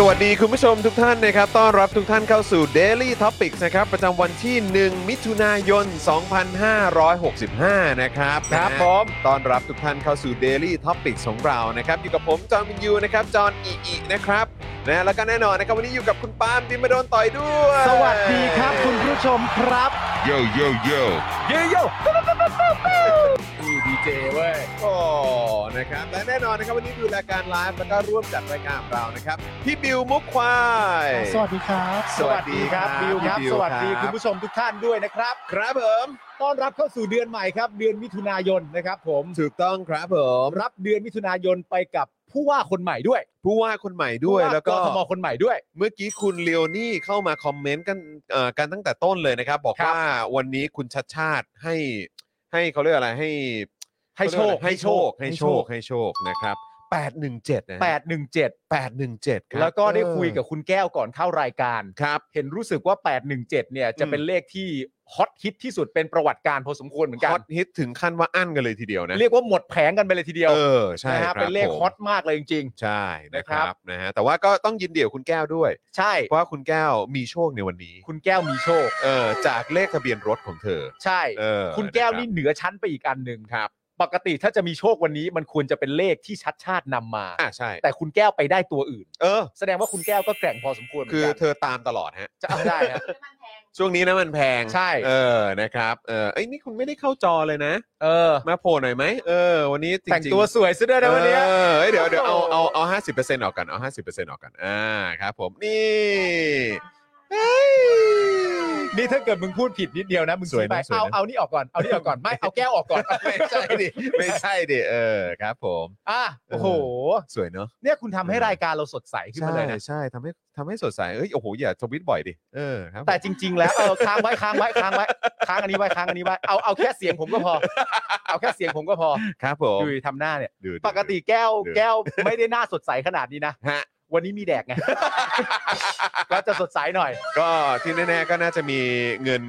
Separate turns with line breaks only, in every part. สวัสดีคุณผู้ชมทุกท่านนะครับ ต้อนรับทุกท่านเข้าสู่ Daily Topics นะครับ ประจำวันที่ 1 มิถุนายน 2565 นะครับ
ครับ
นะฮะ
ผม
ต้อนรับทุกท่านเข้าสู่ Daily Topics ของเรานะครับ อยู่กับผม จอห์นวินยูนะครับ จอห์นอีอีนะครับนะแล้วก็แน่นอนนะครับ วันนี้อยู่กับคุณปาล์มบิมมาโดนต่อยด้วย
สวัสดีครับคุณผู้ชมครับ
โยโยโย
เย้โยดีเจเว้ย
โอ้นะครับ และแน่นอนนะครับ วันนี้ดูรายการไลฟ์แล้วก็ร่วมจัดรายการของเรานะครับพี่บิวมุกควาย
สวัสดีครับ
สวัสดีครับบิวครับ
พี่บิว
สวัสดี
ครับ
คุณผู้ชมทุกท่านด้วยนะครับ
ครับผม
ต้อนรับเข้าสู่เดือนใหม่ครับ เดือนมิถุนายนนะครับ ผม
ถูกต้องครับผม
รับเดือนมิถุนายนไปกับผู้ว่าคนใหม่ด้วย
ผู้ว่าคนใหม่ด้วย
ผู้า
แล้วก็
ทมคนใหม่ด้วย
เมื่อกี้คุณเลโอนี่เข้ามาคอมเมนต์กันเอ่อกันตั้งแต่ต้นเลยนะครับ บอก
ครับ
ว่าวันนี้คุณชัดชาติให้ให้เขาเรียกอะไรให้
ให้โชค
ให้โชคให้โชคให้โชคนะครับ 817นะ
แปดหนึ่งเจ็ด
817ครับ
แล้วก็ได้
เออ
คุยกับคุณแก้วก่อนเข้ารายการ
ครับ
เห็นรู้สึกว่า 817 เนี่ยจะเป็นเลขที่ฮอตฮิตที่สุดเป็นประวัติการณ์พอสมควรเหมือนกั
ฮ
น
อตฮิตถึงขั้นว่าอั้นกันเลยทีเดียวนะ
เรียกว่าหมดแผงกันไปเลยทีเดียว
เออใช่
นะ
ครั
ฮะ
บ
เป็นเลข
ผม
ฮอตมากเลยจริง
ใช่นะครั
นะครับ บ
นะฮะแต่ว่าก็ต้องยินเดียวคุณแก้วด้วย
ๆ ใช่
เพราะว่าคุณแก้วมีโชคในวันนี้
คุณแก้วมีโชค
เออจากเลขทะเบียนรถของเธอ
ใช่
เออ
คุณแก้ว
ะรับ
นี่เหนือชั้นไปอีกอันหนึ่งครับ ปกติถ้าจะมีโชควันนี้มันควรจะเป็นเลขที่ชัดชาตินำมา
อ่ะใช่
แต่คุณแก้วไปได้ตัวอื่น
เออ
แสดงว่าคุณแก้วก็แกร่งพอสมควรเหมื
คือ อน
กัน
เธอตามตลอดฮะ
จะเอาได้ ฮะ
ช่วงนี้นะมันแพง
ใช่
เออนะครับเออไอ้ยนี่คุณไม่ได้เข้าจอเลยนะ
เออ
มาโผล่หน่อยไหมเออ วันนี้จริงๆ
แต่งตัวสวยซะด้วย
เอ
นะวันเนี้ย
อเอ้ยเดี๋ยวเดี๋ยวเอา
โอ้โห
เอาเอาห้าสิบเปอร์เซ็นต์ออกกันเอาห้าสิบเปอร์เซ็นต์ออกกันอ่าครับผมนี่เฮ้ย
นี่ถ้าเกิดมึงพูดผิดนิดเดียวนะมึง
สวยนะส
ชี้ไป
วยนะ
เอาเอานี่ออกก่อนเอานี่ออกก่อนไม่เอาแก้วออกก่อน
ไม่ใช่ดิไม่ใช่ดิเออครับ ผม
อ่ะโอ้โห
สวยเนาะ
เนี่ยคุณทำให้รายการเราสดใสขึ้น
ใช่
มาเลยนะ
ใช่ทำให้ทำให้สดใสเอ้ยโอ้โหอย่าทวิตบ่อยดิเออครับผม
แต่จริง ๆ แล้วเออค้างไว้ค้างไว้ค้างไว้ค้างอันนี้ไว้ค้างอันนี้ไว้เอาเอาแค่เสียงผมก็พอ เอาแค่เสียงผมก็พอ
ครับผม
ดูดิทำหน้าเนี่ย
ดูดิ
ปกติแก้วแก้วไม่ได้หน้าสดใสขนาดนี้นะ
ฮะ
วันนี้มีแดกไง ก็จะสดใสหน่อย
ก็ที่แน่ๆก็น่าจะมีเงิน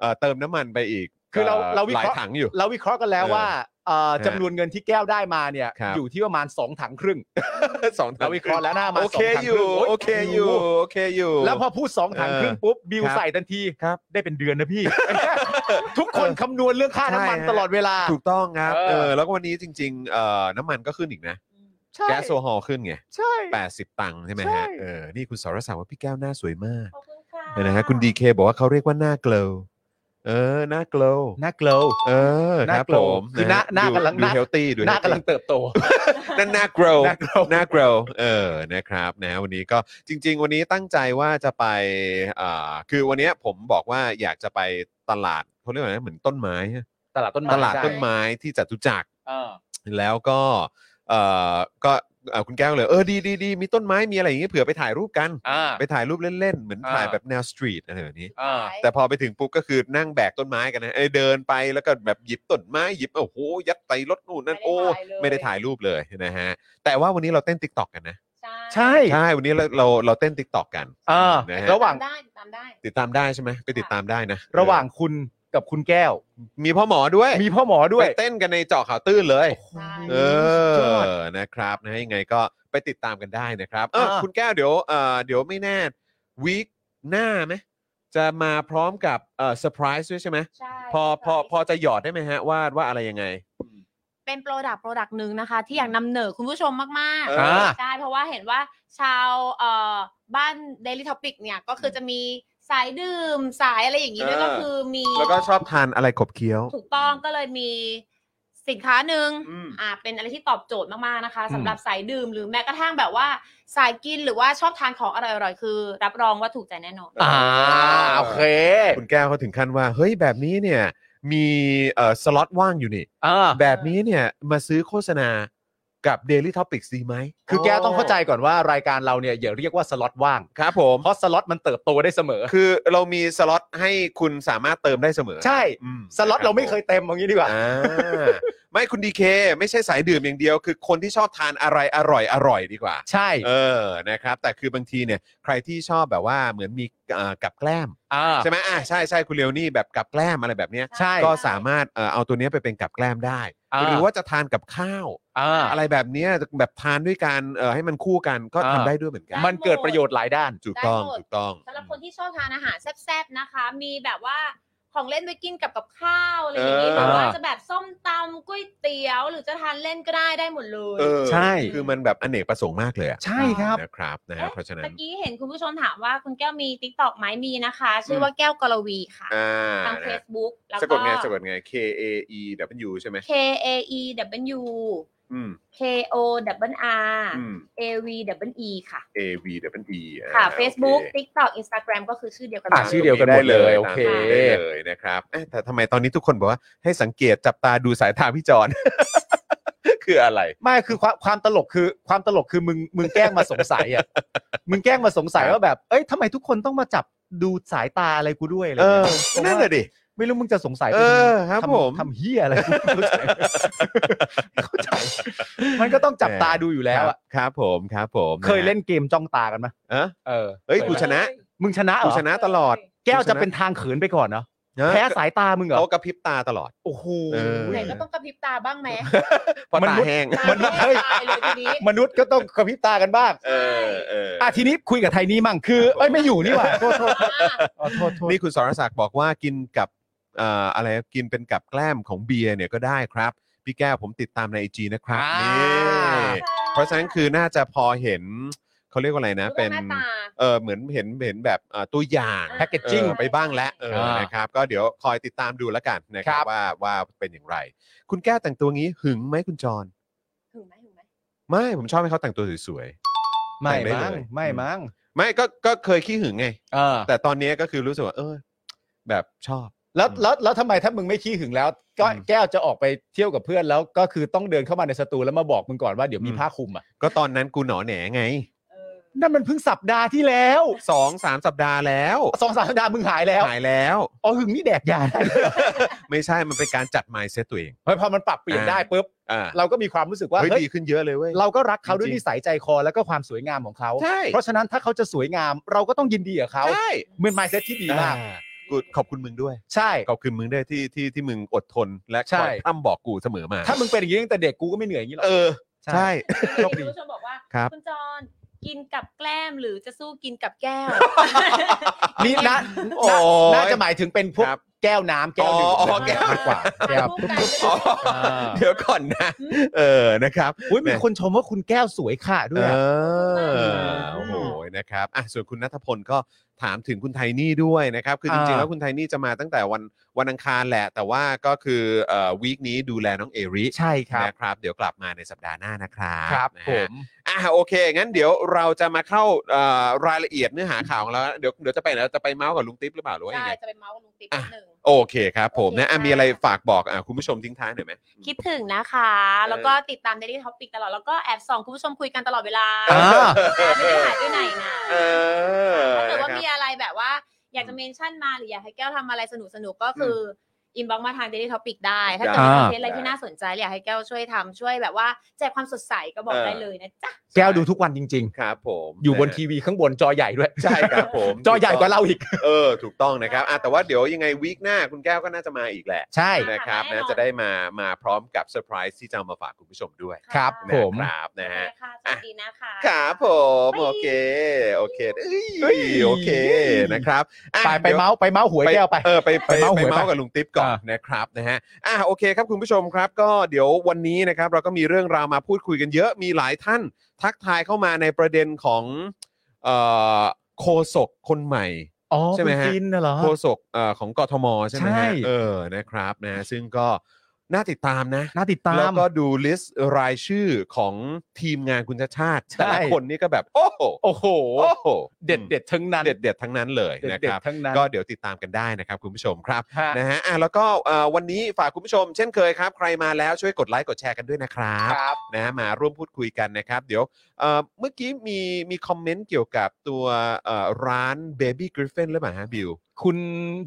เอ่อเติมน้ำมันไปอีก
คือเราเราวิ
หลา
เค
ย
ราะห์
ถังอยู่
เราวิเคราะห์กันแล้วว่าเอ่อจำนวนเงินที่แก้วได้มาเนี่ย
ครับ
อยู่ที่ประมาณ 2 ถังค รึ่ง
สองถั
เรา
ง
วิเคราะห์แล้วหน้ามา
โอ
สอ
เค
งถั
อ
งค
ยู่
รึ่งโ
โอเคอยู่โอเคอยู่
แล้วพอพูด 2 ถังครึ่ง
เออ
ปุ๊บบิว
ครับ
ใส่ทันที
ครับ
ได้เป็นเดือนนะพี่ ทุกคนคำนวณเรื่องค่าน้ำมัน
ใช่ฮะ
ตลอดเวลา
ถูกต้องครับ
เออ
เออแล้วก็วันนี้จริงๆเอ่อน้ำมันก็ขึ้นอีกนะ
ใช่
แก๊สโซฮอลขึ้นไง
ใช่
80 ตังค์ใช่ไหม
ใช่
ฮะเออนี่คุณสรศักดิ์ว่าพี่แก้วหน้าสวยมาก
ขอบคุณค่ะ
นะฮะคุณดีเคบอกว่าเขาเรียกว่าหน้าเกลวเออหน้าเกลว
หน้าเกลว
เออ
ห
ค
น้า
รับ
เกลว
ผม
คือหน้า
ะฮะ
หน้า
ดู
กำลัง
ดู
หน้า
เฮลตี้ดู
หน้ากำลังเติบโต
นั่นหน้า grow
หน้า grow
หน้า grow เออนะครับนะวันนี้ก็จริง ๆ วันนี้ตั้งใจว่าจะไปอ่าคือวันเนี้ยผมบอกว่าอยากจะไปตลาดเขาเรียกว่าอะไรนะเหมือนต้นไม้ฮะ
ตลาดต้นไม้
ตลาด
ใช่
ต้นไม้ที่จตุจักร
เออ
แล้วก็เอ่อก็เอ่อคุณแก้วเลยเออดีดีดีมีต้นไม้มีอะไรอย่างเงี้ยเผื่อไปถ่ายรูปกัน
อ่า
ไปถ่ายรูปเล่น ๆ เหมือน
อ่า
ถ่ายแบบแนวสตรีทอะไรแบบนี้
อ่า
แต่พอไปถึงปุ๊บก็คือนั่งแบกต้นไม้กันนะเอ้ยเดินไปแล้วก็แบบหยิบต้นไม้หยิบโอ้โหยัดไตรถนู่นนั่นโอ้ไม่ได้ถ่ายรูปเลยนะฮะแต่ว่าวันนี้เราเต้นติ๊กต็อกกันนะ
ใช่
ใช่ วันนี้เราเราเราเต้นติ๊กตอกกัน
อ่า
นะฮะ
ระหว่าง
ตมได้ตามได้
ติดตามได้ใช่ไหมไปติดตามได้นะ
ระหว่างคุณกับคุณแก้ว
มีพ่อหมอด้วย
มีพ่อหมอด้วย
ไปเต้นกันในเจาะข่าวตื้นเลย
ใช่
เอ
สุดยอด
อนะครับนะฮะยังไงก็ ไปติดตามกันได้นะครับเออ
อ่า
คุณแก้วเดี๋ยวเอ่อเดี๋ยวไม่แน่วีคหน้าไหมจะมาพร้อมกับเอ่อเซอร์ไพรส์ด้วยใช่ไหม
ใช่
พอพอพอจะหยอดได้ไหมฮะว่าว่าอะไรยังไง
เป็นโปรดักต์โปรดักต์หนึ่งนะคะ ที่อยากนำเหนอคุณผู้ชมมาก
อ่า
ๆใช่เพราะว่าเห็นว่าชาวเอ่อบ้าน Daily Topic เนี่ยก็คือจะมีสายดื่มสายอะไรอย่างนี้ด้วยก็คือมี
แล้วก็ชอบทานอะไรขบเคี้ยว
ถูกต้องก็เลยมีสินค้าหนึ่ง
อืม
อ่าเป็นอะไรที่ตอบโจทย์มากๆนะคะสำหรับสายดื่มหรือแม้กระทั่งแบบว่าสายกินหรือว่าชอบทานของอร่อยๆคือ รับรองว่าถูกใจแน่นอน
อ่าโอเค
คุณแก้วเขาถึงขั้นว่า เฮ้ยแบบนี้เนี่ยมีเอ่อสล็อตว่างอยู่นี่
อ่า
แบบนี้เนี่ยมาซื้อโฆษณากับ Daily Topics ดีไหม
คือแกต้องเข้าใจก่อนว่ารายการเราเนี่ยอย่าเรียกว่าสล็อตว่าง
ครับผม
เพราะสล็อตมันเติบโตได้เสมอ
คือเรามีสล็อตให้คุณสามารถเติมได้เสมอ
ใช่
อืม
สล็อตเราไม่เคยเต็มเอางี้ดีกว่า
อ่าไม่คุณดีเคไม่ใช่สายดื่มอย่างเดียว คือคนที่ชอบทานอะไรอร่อยอร่อยดีกว่า
ใช่
เออนะครับ แต่คือบางทีเนี่ยใครที่ชอบแบบว่าเหมือนมีเอ่อกับแกล้ม
อ่า
ใช่ไหมอ่าใช่ใช่คุณเลียวนี่แบบกับแกล้มอะไรแบบเนี้ย
ใช่
ก็สามารถเอ่อเอาตัวเนี้ยไปเป็นกับแกล้มได้ หรือว่าจะทานกับข้าว
อ่า
อะไรแบบเนี้ยแบบทานด้วยกันเอ่อให้มันคู่กันก็ทำได้ด้วยเหมือนกัน
มันเกิดประโยชน์หลายด้าน
ถูกต้อง
ได้หมด
ถูกต้อง
สำหรับคนที่ชอบทานอาหารแซ่บๆนะคะ มีแบบว่าของเล่นไปกินกับกับข้าวอะไรอย่างนี้
เออ
หรือว่าจะแบบส้มตำก๋วยเตี๋ยว หรือจะทานเล่นก็ได้ได้หมดเลย
เออ
ใช่
คือมันแบบอเนกประสงค์มากเลยอะ
ใช่ครับ
นะครับนะฮะ
เอ๊ะ
เพราะฉะนั้
เมื่
น
อกี้เห็นคุณผู้ชมถามว่าคุณแก้วมีติ๊กต็อกไหมมีนะคะ ชื่อว่าแก้วกลวีค่ะ
อ่า
ทาง
นะฮะ
Facebook แล้ว
สะก
ก็
ดไงสะกดไง K A E W ใช่ไหม
K A E W
อืม
K O W R
อืม
A V W E ค่ะ
A V W E อ่า
ค่ะ
โอเค
Facebook TikTok Instagram ก็คือชื่อเดียวกัน
อ่ะ
หมด
ชื่อเดียวกันหมดเลยโอเค
ตามได้เลยนะครับเอ๊ะแต่ทำไมตอนนี้ทุกคนบอกว่าให้สังเกตจับตาดูสายตาพี่จอน คืออะไร
ไม่คือความความตลกคือความตลกคือมึงมึงแกล้งมาสงสัยอ่ะ มึงแกล้งมาสงสัยว่าแบบ เอ้ยทำไมทุกคนต้องมาจับดูสายตาอะไรกูด้วยอะไร
เอ
เงี้
อย นั่นแหละดิ
ไม่รู้มึงจะสงสัย
เออครับ
ทำ
ผม
ทำเฮียอะไร กูไม่เข้าใจเข้าใจมันก็ต้องจับตาดูอยู่แล้
ค
ว
รับ
อะ
ครับผมครับผม
เคยเล่นเกมจ้องตากันไหม
เอะ
เออ
เอ้ยกูชนะ
มึงชนะเหร
กู
อ
ชนะตลอด
แก้วจะเป็นทางเขินไปก่อนเนาะ
นะ
แพ้สายตามึงเหรอ
เขากระพริบตาตลอด
โอ้โห
เออ
ไหนก็ต้องกระพริบตาบ้างไหม
เพอ
มัน
ตา
มุด
แห้ง
ตา
มัน
ไม่
เฮ้ย
ตายเลยทีนี้
มนุษย์ก็ต้องกระพริบตากันบ้าง
เออเออ
อ่ะ
อ่ะ
ทีนี้คุยกับไทยนี้มั่งคือเอ้ยไม่อยู่ นี่หว่าโทษโทษอ๋อโทษโทษ
นี่คุณสรศักดิ์บอกว่ากินกับเอ่ออะไรกินเป็นกับแกล้มของเบียร์เนี่ยก็ได้ครับ พี่แก้วผมติดตามในไอจีนะครับ
อ่านี่
นี่เพราะฉะนั้นคือน่าจะพอเห็นเขาเรียกว่าอะไรนะ เป็น
รูปหน้าตา
เออเหมือนเห็นเห็นแบบเอ่อตัวอย่าง
แพ็กเกจจิ้ง
เออไปบ้างแล้วเออ
อ่าน
นะครับ ก็เดี๋ยวคอยติดตามดูแล้วกันนะครั
ครับ บ
ว่าว่าเป็นอย่างไร คุณแก้วแต่งตัวงี้หึงไหมคุณจร
ถึงไหมถึงไหม
ไม่ผมชอบให้เขาแต่งตัวสวย
ไม่
แต่งได้
มั้ง
เลย
ไม่มั้ง
ๆ ไม่ก็ก็เคยขี้หึงไง
เออ
แต่ตอนนี้ก็คือรู้สึกว่า เออ แบบชอบ
แล้วแล้วแล้วทำไมถ้ามึงไม่ขี้หึงแล้ว ก็
อืม
แก้วจะออกไปเที่ยวกับเพื่อนแล้วก็คือต้องเดินเข้ามาในสตูแล้วมาบอกมึงก่อนว่าเดี๋ยวมี
อืม
ผ้าคลุมอ่ะ
ก็ตอนนั้นกูหนอแหนไง
เออ
นั่นมันเพิ่งสัปดาห์ที่แล้ว
สองสามสัปดาห์แล้ว
สองสามสัปดาห์มึงหายแล้ว
หายแล้ว
อ๋อหึงนี่แดกยาได้
ไม่ใช่มันเป็นการจัดไมซ์เซตตัวเอง
เฮ้ยพอมันปรับเปลี่ยน
อ่า
ได้ปุ๊บ
อ่า
เราก็มีความรู้สึกว่า
เฮ้ย
เฮ้ย
ดีขึ้นเยอะเลยเว้ย
เราก็รักเขาด้วย
จริงๆ
นิสัยใจคอแล้วก็ความสวยงามของเขา
ใช่
เพราะฉะนั้นถ้าเขาจะสวยงามเราก็ต้องยินดีกับเขา
ใช่
เหมือนไมเซ็ตที่ดีมาก
อ่กูขอบคุณมึงด้วย
ใช่
ขอบคุณมึงด้วยที่ที่ที่มึงอดทนและค
ใช่
อยพร่ำบอกกูเสมอมา
ถ้ามึงเป็นอย่างนี้ตั้งแต่เด็กกูก็ไม่เหนื่อยอย่างนี้หรอก
เออ ใช่
มีคุณผู้ชมบอกว่า
ครับ
ณจรกินกับแกล้มหรือจะสู้กินกับแก้ว
นี่นะ
โอ้ย
น่าจะหมายถึงเป็นพวก
ครับ
แก้วน้ำแก้วดื่ม
อ๋ออ๋อแก้ว
มากกว่าแก้ว
ทานคู่กัน
อ่า
เดี๋ยวก่อนนะ เออนะครับ
อุ้ยมีคนชมว่าคุณแก้วสวยค่ะด้วยอะ
เอ
อื
อ
ม
โอ้โหนะครับอ่ะส่วนคุณนัทพลก็ถามถึงคุณไทนี่ด้วยนะครับ คือจริงๆ
อ่า
แล้วคุณไทนี่จะมาตั้งแต่วันวันอังคารแหละ แต่ว่าก็คือเอ่อวีคนี้ดูแลน้องเอริ
ใช่ครับ
นะครับ เดี๋ยวกลับมาในสัปดาห์หน้านะครับ
ครับ
นะ
ผ
ฮะ
ม
อ่ะโอเค งั้นเดี๋ยวเราจะมาเข้าเอ่อรายละเอียดเนื้อหาข่าวของเราเดี๋ยวเดี๋ยวจะไปแล้วจะไปเมาส์กับลุงติ๊บหรือเปล่าหรือว่ายั
ใช่
งไง
จะไปเมาส์กับลุงติ๊ก
อ่ะ
นิดนึง
โอเคครับผมนะอ่ะ
โอเคค่ะ
มีอะไรฝากบอกอ่ะคุณผู้ชมทิ้งท้ายหน่อยไหม
คิดถึงนะคะ
เออ
แล้วก็ติดตาม Daily Topic ตลอด แล้วก็แอบส่องคุณผู้ชมคุยกันตลอดเวลา
อ่า
ไม่ได้หายไปไหนนะ
เออ
ถ้าเกิด
นะครั
ว่า
บ
มีอะไรแบบว่า อยากจะเมนชั่นมาหรืออยากให้แก้วทำอะไรสนุกสนุกๆก็คืออินบ็อกมาทาง Daily Topic ได้ ถ้าเกิดมีคอนเทนต์อะไรที่น่าสนใจหรืออยากให้แก้วช่วยทำช่วยแบบว่าแจกความสดใสก็บอกได้เลยนะจ๊ะ
แก้วดูทุกวันจริง
ครับผม
ๆ อยู่บนะ
ฮะ
ทีวีข้างบนจอใหญ่ด้วย
ใช่ครับผม
จอใหญ่กว่าเราอีก
เออถูกต้องนะครับอ่ะแต่ว่าเดี๋ยวยังไงวีคหน้าคุณแก้วก็น่าจะมาอีกแหละ
ใช่
นะครับ
แน่น
นะ
อน
จะได้มามาพร้อมกับเซอร์ไพรส์ที่จะเอามาฝากคุณผู้ชมด้วย
ครับ
นะ
ผม
ครับนะฮะ
ได้ค่ะสวัสดีนะคะ
ครับผม
ไป
โอเค โอเคเอ้ย
เอ้ย
โอเคนะครับอ่ะ
ไปไป
ดี๋ยว
เมาส์ไปเมาส์หวยแก้วไป
เออไปไป
ไปเมาส์
ไป
หวย
เมาส์
ไป
กับลุงติ๊บก่อน
อ่ะ
นะครับนะฮะอ่ะโอเคครับคุณผู้ชมครับ ก็เดี๋ยววันนี้นะครับ เราก็มีเรื่องราวมาพูดคุยกันเยอะมีหลายท่านทักทายเข้ามาในประเด็นของเอ่อโคศกคนใหม่
อ๋อ
ใช่ไหมฮะ
คุณฟินน่ะเหรอ
โคศกเอ่อของกทมใช่ไหม
ใช่
ฮะเออนะครับนะฮะซึ่งก็น่าติดตามนะ
น่าติดตา
แล้ว
ม
ก็ดูลิสต์รายชื่อของทีมงานคุณชาติชาติ
ใช่
แต่ละคนนี่ก็แบบโอ้โห
โอ้โห
โอ้โห
เด็ดเด็ดๆทั้งนั้น
เด็ดเด็ดๆทั้งนั้นเลย
เด็ด
นะ
เด็
ค
ด
รับ
ๆทั้งนั้น
ก็เดี๋ยวติดตามกันได้นะครับคุณผู้ชมครับ
ฮะ
นะฮะอ่ะแล้วก็เอ่อวันนี้ฝากคุณผู้ชม เช่นเคยครับ ใครมาแล้วช่วยกดไลค์กดแชร์กันด้วยนะครับ
ครับ
นะฮะมาร่วมพูดคุยกันนะครับ เดี๋ยวเอ่อเมื่อกี้มีมีคอมเมนต์เกี่ยวกับตัวเอ่อร้าน Baby Griffin หรือเปล่าฮะบิว
คุณ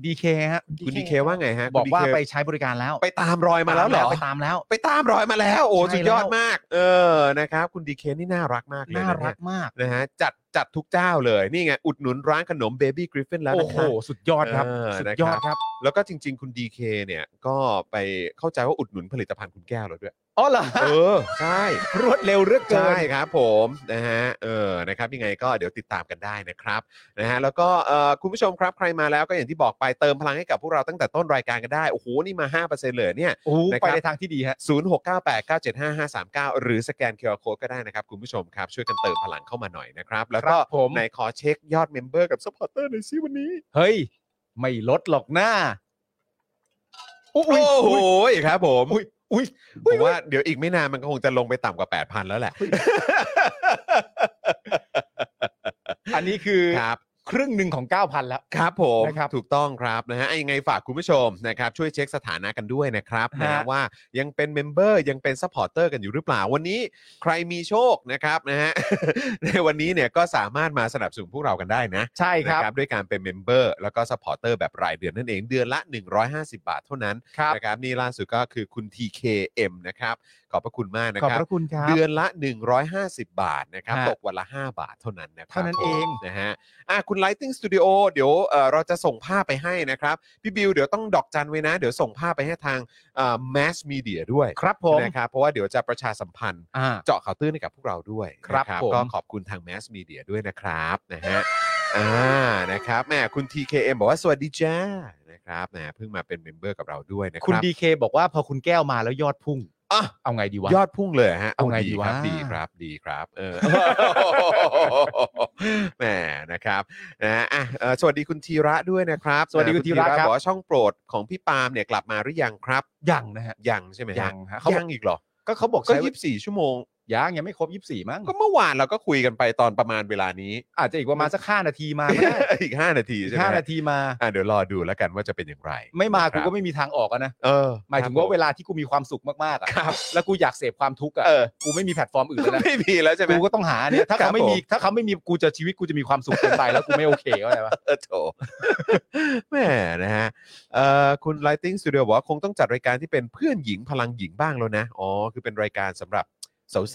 ดีเคฮะ
คุณดีเคว่าไงฮะคุณ
บอกว่า
DK
ไปใช้บริการแล้ว
ไปตามรอยมาแล้วเหรอ
ไปตามแล้ว
ไปตามรอยมาแล้วโอ้
ใช่
สุดยอด
แล้ว
มาก เออนะครับ คุณดีเคนี่น่ารักมากเลย
น่า
นะเนี่ย
รักมาก
นะฮะจัดจัดทุกเจ้าเลยนี่ไง อุดหนุนร้านขนม Baby Griffin แล้ว
โอ้
นะ
โห
ครับ
สุดยอดครับ
เออ
สุด
นะครับ
ยอดครับ
แล้วก็จริง ๆ คุณ DK เนี่ยก็ไปเข้าใจว่าอุดหนุนผลิตภัณฑ์คุณแก้วแล้วด้วย
อ๋อเหรอ
เออ ใช่
รวดเร็วเหลือเกิ
ใช่
น
ครับผมนะฮะเออนะครับยังไงก็เดี๋ยวติดตามกันได้นะครับนะฮะแล้วก็เอ่อคุณผู้ชมครับใครมาแล้วก็อย่างที่บอกไปเติมพลังให้กับพวกเราตั้งแต่ต้นรายการกันได้ โอ้โห นี่มา 5%เลยเนี่ย
โอ้โห
นะครับ
ไปในทางที่ดีฮะ
0698975539 หรือสแกน QR Code ก็ได้นะครับคุณผู้ชมครับ ช่วยกันเติมพลังเข้ามาหน่อยนะครับแล้วก็
ครับผม
ไหนขอเช็คยอดเมมเบอร์กับซัพพอร์เตอร์หน่อยสิวันนี้
เฮ้ย ไม่ลดหรอกหน้าอุ้ย
โอ้โห
อุ้ย
ครับผม
อุ้ยอุ้ย
ผมว่าเดี๋ยวอีกไม่นานมันก็คงจะลงไปต่ำกว่า 8,000 แล้วแหละ
อันนี้คือ
ครับ
ครึ่งหนึ่งของ 9,000 แล้ว
ครับผม
นะครับ
ถูกต้องครับนะฮะอ่ะยังไงฝากคุณผู้ชมนะครับช่วยเช็คสถานะกันด้วยนะครับ
ฮะ
นะฮะว่ายังเป็นเมมเบอร์ยังเป็นซัพพอร์เตอร์กันอยู่หรือเปล่า วันนี้ใครมีโชคนะครับนะ ฮะ ในวันนี้เนี่ยก็สามารถมาสนับสนุนพวกเรากันได้นะ
ใช่ครับ
นะด้วยการเป็นเมมเบอร์แล้วก็ซัพพอร์เตอร์แบบรายเดือนนั่นเองเดือนละ 150 บาทเท่านั้น
ครับ
นะครับนี่ล่าสุดก็คือคุณ TKM นะครับขอบพระคุณมากนะ
ขอบ
ครับ
พระคุณครับ
เดือนละ 150 บาทนะครับ
ฮะ
ตกวันละ 5 บาทเท่านั้นนะครับ
เท่านั้น
ผม
เอง
นะฮะอ่ะคุณ Lighting Studio เดี๋ยวเอ่อเราจะส่งภาพไปให้นะครับ พี่บิวเดี๋ยวต้องดอกจันไว้นะ เดี๋ยวส่งภาพไปให้ทางเอ่อ Mass Media ด้วย
ครับผม
นะครับ เพราะว่าเดี๋ยวจะประชาสัมพันธ์
อ่า
เจาะข่าวตื้นให้กับพวกเราด้วย
ครับ
นะ
ผม
ก็ขอบคุณทาง Mass Media ด้วยนะครับนะฮะอ่านะครับแหมคุณ TKM บอกว่าสวัสดีจ้านะครับนะเพิ่งมาเป็นเมมเบอร์กับเราด้วยนะค
คุณ
รับ
DK บอกว่าพอคุณแก้วมาแล้วยอดพุ่ง
อ่ะ
เอาไงดีวะ
ยอดพุ่งเลยฮะ
เอา
ค
ไง
รับ
ดี
ดี
วะ
ครับ ดีครับ เออ แหมนะครับ นะอ่ะเอ่อสวัสดีคุณธีระด้วยนะครับ
สวัสดี
นะ
คุณธีระครับ
บอกว่าช่องโปรดของพี่ปาล์มเนี่ยกลับมาหรือยังครับ
ยังนะฮะ
ยังใช่ไหมฮะ
ยังฮะเขาบอก
ยังอีกเหรอ
ก็เขาบอก
ก็
ใช้
ยี่สิบสี่ชั่วโมง
ยังยังไม่ครบ 24 มั้ง
ก็เมื่อวานเราก็คุยกันไปตอนประมาณเวลานี้
อาจจะอีกประมาณสักห้านาทีมาก็ได้
อีก 5 นาที
อีก
ใช่ไหม
ห้า
ฮะ
นาทีมา
อ่ะเดี๋ยวรอดูแล้วกันว่าจะเป็นอย่างไร
ไม่มา
นะ
กู
ครับ
ก็ไม่มีทางออกอะนะ
เออ
หมายถึง
ครับ
ว่าเวลาที่กูมีความสุขมากๆอะ
ครับ
แล้วกูอยากเสพความทุกข์อะ
เออ
กูไม่มีแพลตฟอร์มอื่นแล้วนะ
ไม่มีแล้วใช่ไหม
กูก็ต้องหาเนี่ยถ้า
ครั
เขา
บ
ไม่มี
ผม
ถ้าเขาไม่มีกูจะชีวิตกูจะมีความสุขเกินไปแล้วกูไม่โอเคเข้าใจปะ
เออโถ แม่นะฮะเอ่อคุณ Lighting Studio บอกว่าคงต้องจัดรายการที่เป็นเพื่อนหญิงพลังหญิงบ้างแล้วนะ อ๋อ คือเป็นรายการสำหรับ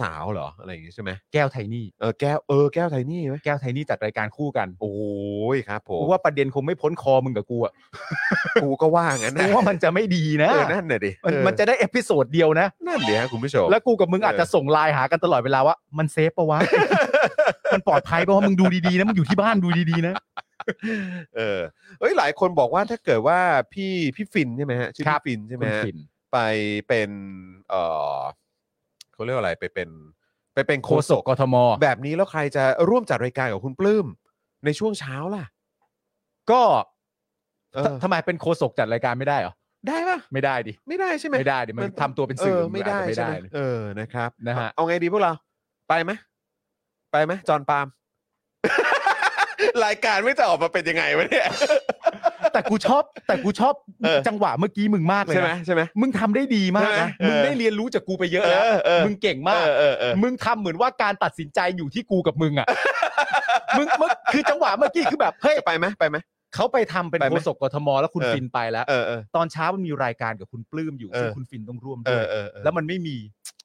สาวๆเหรอ อะไรอย่างงี้ใช่ไหม
แก้วไทนี่
เออแก้วเออแก้วไทนี่ไหม
แก้วไทนี่จัดรายการคู่กัน
โอ้ยครับผม
กูว่าประเด็นคงไม่พ้นคอมึงกับกูอ่ะ
กูก็ว่างั้น
กู
นะ
ว่ามันจะไม่ดีนะ
เออนั่นน่ะดิ
มัน
เออ
มันจะได้เอพิโซดเดียวนะ
นั่นดิฮะคุณผู้ชม
แล้วกูกับมึงอาจจะส่งไลน์หากันตลอดเวลาว่า มันเซฟปะ วะ มันปลอดภัยปะวะมึงดูดีๆนะมึงอยู่ที่บ้านดูดีๆนะ
เออเอ้ยหลายคนบอกว่าถ้าเกิดว่าพี่พี่ฟินใช่ไหมฮะชื่อ
ครั
พี่
บ
ฟินใช่ไหม
คุณ
ฮะ
ฟิน
ไปเป็นเออเขาเรียกว่าอะไรไปเป็นไปเป็น
โค
โค
ศ
ศ
ก
ก
กทม
แบบนี้แล้วใครจะร่วมจัดรายการกับคุณปลื้มในช่วงเช้าล่ะ
ก็
เออ
ทำไมเป็นโคศกจัดรายการไม่ได้เหรอ
ได้ปะ
ไม่ได้ดิ
ไม่ได้ใช่ไหม
ไม่ได้ดิ มันทำตัวเป็นสื่อ
เออไม่ได้
นอาจจะไม่
ใช่
ได้
ไหม
เลย
เออนะครับ
นะฮะ
เอาไงดีพวกเรา ไปไหมไปไหมจอห์นปาล์ม รายการไม่จะออกมาเป็นยังไงวะเนี่ย
แต่กูชอบ แต่กูชอบ
เออ
จังหวะเมื่อกี้มึงมากเลย
ใช่ไหม
นะ
ใช่ไหม
มึงทำได้ดีมาก
ใช่ไหม
นะ
เออ
มึงได้เรียนรู้จากกูไปเยอะแล้ว
เออ
มึงเก่งมาก
เออเออเออ
มึงทำเหมือนว่าการตัดสินใจอยู่ที่กูกับมึงอ่ะ มึงมึงคือจังหวะเมื่อกี้คือแบบเฮ้ย
จะไปไหมไปไหม
เขาไปทำเป็น
ไปไหม
โฆษกกทมแล้วคุณ
เออ
ฟินไปแล้ว
เออเออ
ตอนเช้ามันมีรายการกับคุณปลื้มอยู่
เออ
ซึ่งคุณฟินต้องร่วม
เอ
ด้ว
อย เออเออ
แล้วมันไม่มี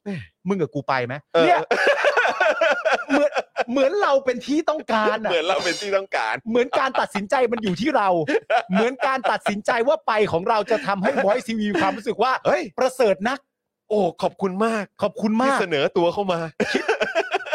แม่
มึงกับกูไปไหม
เออ
เนี่ย เหมือนเราเป็นที่ต้องการอ่ะ
เหมือนเราเป็นที่ต้องการ
เหมือนการตัดสินใจมันอยู่ที่เรา เหมือนการตัดสินใจว่าไปของเราจะทำให้ Voice ซีวีความรู้สึกว่า
เฮ้ย
ประเสริฐนัก
โอ้ ขอบคุณมาก
ขอบคุณ
ที่
มาก
เสนอตัวเข้ามา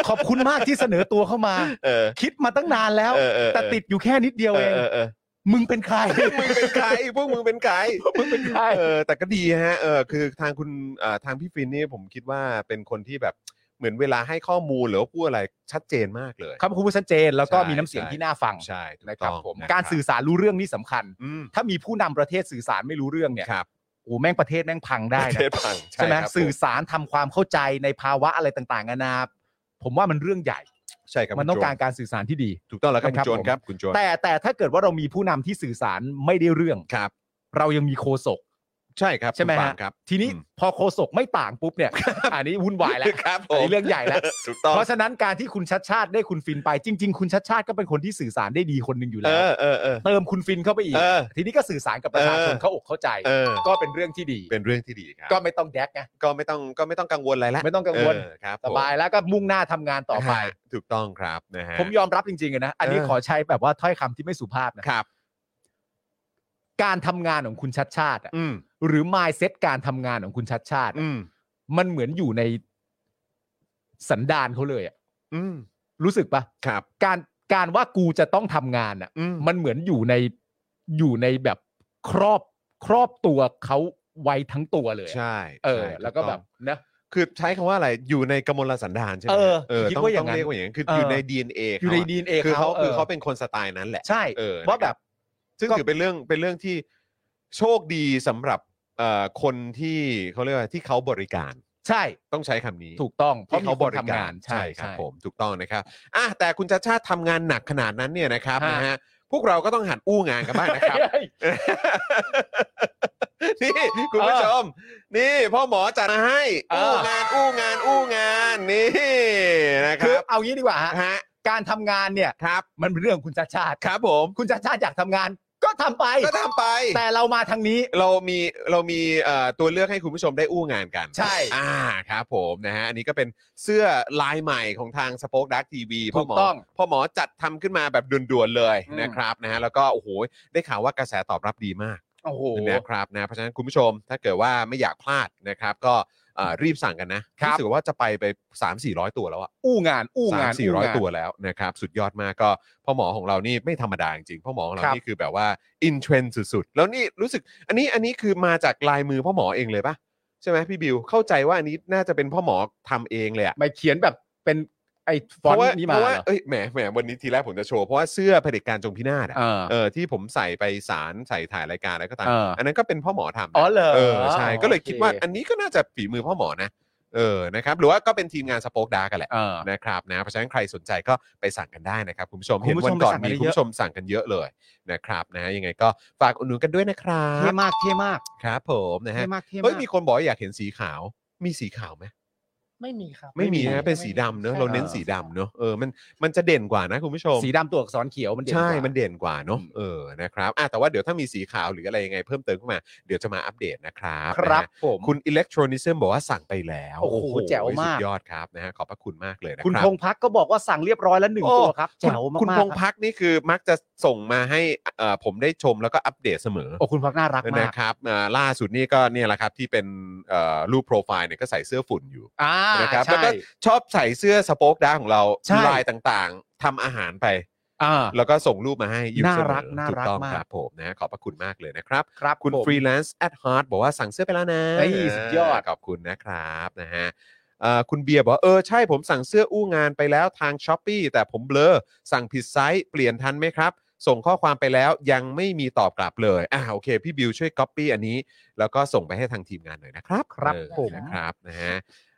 ขอบคุณมากที่เสนอตัวเข้ามา
เออ
คิดมาตั้งนานแล้ว
เออเออ
แต่ติดอยู่แค่นิดเดียว
เออง
เอ
เออเออ
มึงเป็นใคร
มึงเป็นใครพวกมึงเป็นใคร
มึงเป็นใคร
เออแต่ก็ดีฮะเออคือทางคุณเอ่อทางพี่ฟินนี่ผมคิดว่าเป็นคนที่แบบเหมือนเวลาให้ข้อมูลหรือว่าพูดอะไรชัดเจนมากเลย
คำพูดชัดเจน แล้วก็
ใช่
มีน้ำเสียงที่น่าฟัง
ใช่ถูก
นะค
ต้
รับ
อง
ผม
นะ
การสื่อสารรู้เรื่องนี่สำคัญ
อืม
ถ้ามีผู้นำประเทศสื่อสารไม่รู้เรื่องเนี่ย
ครับ
โอ้แม่งประเทศแม่งพังได้
ประ
นะ
เทศพัง
ใช่ไหม
ครับ
สื่อสารทำความเข้าใจในภาวะอะไรต่างๆนานาผมว่ามันเรื่องใหญ่
ใช่ครับ
มันต้อง
คุณโจ
การการสื่อสารที่ดี
ถูกต้องแล้วครับคุณ
นะครับ
โจน
ผม
ครับคุณโจน
แต่แต่ถ้าเกิดว่าเรามีผู้นำที่สื่อสารไม่ได้เรื่อง
ครับ
เรายังมีโคศก
ใช่ครับ
ใช่ไหม
คุณปา
ฮะ
ล์ครับ
ทีนี้
อืม
พอโคศกไม่ต่างปุ๊บเนี่ย อันนี้วุ่นวายแล้ว
ครับผ
อัน
ม
นี้เรื่องใหญ่แล้ว
ถูกต้อง
เพราะฉะนั้นการที่คุณชัดชาติได้คุณฟินไป จริง ๆ คุณชัดชาติก็เป็นคนที่สื่อสารได้ดีคนหนึ่งอยู่
เอ
แล้ว
อเออเออ
เติมคุณฟินเข้าไปอีก
เออ
ทีนี้ก็สื่อสารกับประชาช
เอ
น
อ
เข้าอกเข้าใจ
เออ
ก็เป็นเรื่องที่ดี
เป็นเรื่องที่ดีครับ
ก็ไม่ต้องแดกไง
ก็ไม่ต้องก็ไม่ต้องกังวลอะไรแล้ว
ไม่ต้องกังวล
เออครับ
สบายแล้วก็มุ่งหน้าทำงานต่อไป
ฮะถูกต้องครับนะฮะ
ผมยอมรับจริงๆอะนะ อันนี้
เออ
ขอใช้แบบว่าถ้อยคำที่ไม่สุภาพนะครับ การทำงานของคุณชัดชาติอะ
อืม
หรือ mindset การทำงานของคุณชัดชาติอะ
อืม
มันเหมือนอยู่ในสันดานเขาเลยอะ
อืม
รู้สึกปะ
ครับ
การการว่ากูจะต้องทำงานอ่ะ
อืม
มันเหมือนอยู่ในอยู่ในแบบครอบครอบตัวเขาไว้ทั้งตัวเลยอะ
ใช่
เออ
ใช่
แล้วก็
ถู
แบ
ต้อ
บ
ง
นะ
คือใช้คำว่าอะไรอยู่ในกมลสันดานใช่ไหม
เออ
เออ
คิด
ต้อง
ว่าอ
ต้อย่าง ง
นั้น
เรียกว่าอย่างนั้นคือ
เออ
อ
อ
ยู่ใน DNA
อยู่ใน
เขา
ดีเอ
อะคือเขา
อ
คือเขาเป็นคนสไตล์นั้นแหละ
ใช่
เออ
ว่าแบบ
ซึ่ง
ก็
ถือเป็นเรื่องเป็นเรื่องที่โชคดีสำหรับเอ่อคนที่เขาเรียกว่าที่เขาบริการ
ใช่
ต้องใช้คำนี้
ถูกต้องเพราะ
ที่
มี
เขา
ค
บ
น
ริกาง
ทำาร น
ใช่ครับผมถูกต้องนะครับอ่ะแต่คุณชาติชาติทำงานหนักขนาดนั้นเนี่ยนะครับนะฮะพวกเราก็ต้องหัดอู้งานกันบ้างนะครับ
เฮ้ย
นี่คุณผู้ชม นี่พ่อหมอจัดมาให้
เอ
อู้
อ
งานอู้งานอู้งานนี่นะค
คือ
รับ
เอางี้ดีกว่าฮะ
ฮะ
การทำงานเนี่ย
ครับ
มันเป็นเรื่องของคุณชาติชาติ
ครับผม
คุณชาติชาติอยากทำงานก็ทำไป
ก็ทำไป
แต่เรามาทางนี้
เรามีเรามีเอ่อตัวเลือกให้คุณผู้ชมได้อู้งานกัน
ใช่
อ่าครับผมนะฮะอันนี้ก็เป็นเสื้อลายใหม่ของทางสป็อคดักทีวีพ่อหมอ
ถูกต้อง
พ่อหมอจัดทำขึ้นมาแบบด่วนๆเลย
อืม
นะครับนะฮะแล้วก็โอ้โหได้ข่าวว่ากระแสตอบรับดีมาก
โอ้โห
นะครับนะเพราะฉะนั้นคุณผู้ชมถ้าเกิดว่าไม่อยากพลาดนะครับ ก็เอ่อรีบสั่งกันนะครับ สึกว่าจะไปไป 3 4 0 0 ตัวแล้วอะ
อู้งานอู้
สาม
งาน
สี่ร้อย
งาน
ตัวแล้วนะครับสุดยอดมากก็พ่อหมอของเรานี่ไม่ธรรมดาจริงๆพ่อหมอของเรา
ครับ
นี่คือแบบว่าอินเทรนด์สุดๆ แล้วนี่รู้สึกอันนี้อันนี้คือมาจากลายมือพ่อหมอเองเลยปะใช่ไหมพี่บิวเข้าใจว่าอันนี้น่าจะเป็นพ่อหมอทำเองเลยอะ
ไม่เขียนแบบเป็นไอ้ฟ
เพ
อน
ราะว่า
ต์นี้
เพ
มา
ราะ
เหร
ว่า
อ
เอ้ยแหมแหมวันนี้ทีแรกผมจะโชว์เพราะว่าเสื้อเผด็จการจงพินาศอะ
เออ
เออที่ผมใส่ไปสารใส่ถ่ายรายการอะไรก็ตาม
เอออั
อันนั้นก็เป็นพ่อหมอทำนะ
อ๋อเหรอ
เออใช่ก็เลย
โอ
คิดว่าอันนี้ก็น่าจะฝีมือพ่อหมอนะเออนะครับหรือว่าก็เป็นทีมงานสป็อคดาร์กกันแหละ
เออ
นะครับนะเพราะฉะนั้นใครสนใจก็ไปสั่งกันได้นะครับคุณผู้ชม
คุ
เห็น
ณผู้
วั
ชม
นก่อน
ไปสั่ง
มีคุณ
กันได้เยอะ
ผู้ชมสั่งกันเยอะเลยนะครับนะยังไงก็ฝากอุดหนุนกันด้วยนะครั
เท่
บ
มากเท่มาก
ครับผมนะฮะ
เท่มากเท่มาก
เฮ้ยมีคนบอกว่าอยากเห็นสีขาวมีสีขาวไหม
ไม่มีครับ
ไม่มีนะเป็นสีดำเนอะ
ใช่
เราเน้นสีดำเนอะเออมันมันจะเด่นกว่านะคุณผู้ชม
สีดำตัวอักษรเขียวมันเด่น
ใช่
กว่า
มันเด่นกว่าเนอะเออนะครับอ่ะแต่ว่าเดี๋ยวถ้ามีสีขาวหรืออะไรยังไงเพิ่มเติมขึ้นมาเดี๋ยวจะมาอัปเดตนะครับ
ค
นะ
รับ
ฮะ
ผม
คุณอิเล็กทรอนิซึมบอกว่าสั่งไปแล้ว
โอ้โหแจ๋วมาก
สุดยอดครับนะฮะขอบพระคุณมากเลยนะ
คุณ
รับ
พงพักก็บอกว่าสั่งเรียบร้อยแล้วหนึ่ง
โอ้
ตัวครับ
คุณ
แจ๋วมากๆ
คุณพงพักนี่คือมักจะส่งมาให้เอ่อผมได้ชมแล้วก็อัปเดตเสมอ
โอ้คุณพักน่ารักมา
นะ
ก
ครับอ่าล่าสุดนี่ก็เนี่ยแหละครับที่เป็นเอ่อรูปโปรไฟล์เนี่ยก็ใส่เสื้อฝุ่นอยู่
อ่า
นะครับแล้ว
ใช่
ก็ชอบใส่เสื้อสป็อคดาร์กของเรา
ใช่
ลายต่างๆทำอาหารไป
อ่า
แล้วก็ส่งรูปมาให้อยู่เสมอ
น่ารักน่ารัก
ถูต้อง
มาก
ครับผมนะฮะขอบพระคุณมากเลยนะครับ
ครับ
คุณ
ผม
ฟรีแลนซ์แอดฮาร์ดบอกว่าสั่งเสื้อไปแล้วนะ
เฮ้ยสุดยอด
ขอบคุณนะครับนะฮะเอ่อคุณเบียร์บอกว่าเออใช่ผมสั่งเสื้ออู้งานไปแล้วทางช้อปปีแต่ผมเบลอ สั่งผิดไซส์เปลี่ยนทันไหมครับ ส่งข้อความไปแล้วยังไม่มีตอบกลับเลยอ่าโอเค พี่บิวช่วยก๊อปปี้อันนี้ แล้วก็ส่งไปให้ทางทีมงานหน่อยนะครับ
ครับ
เออ
ผม
นะครับนะฮะ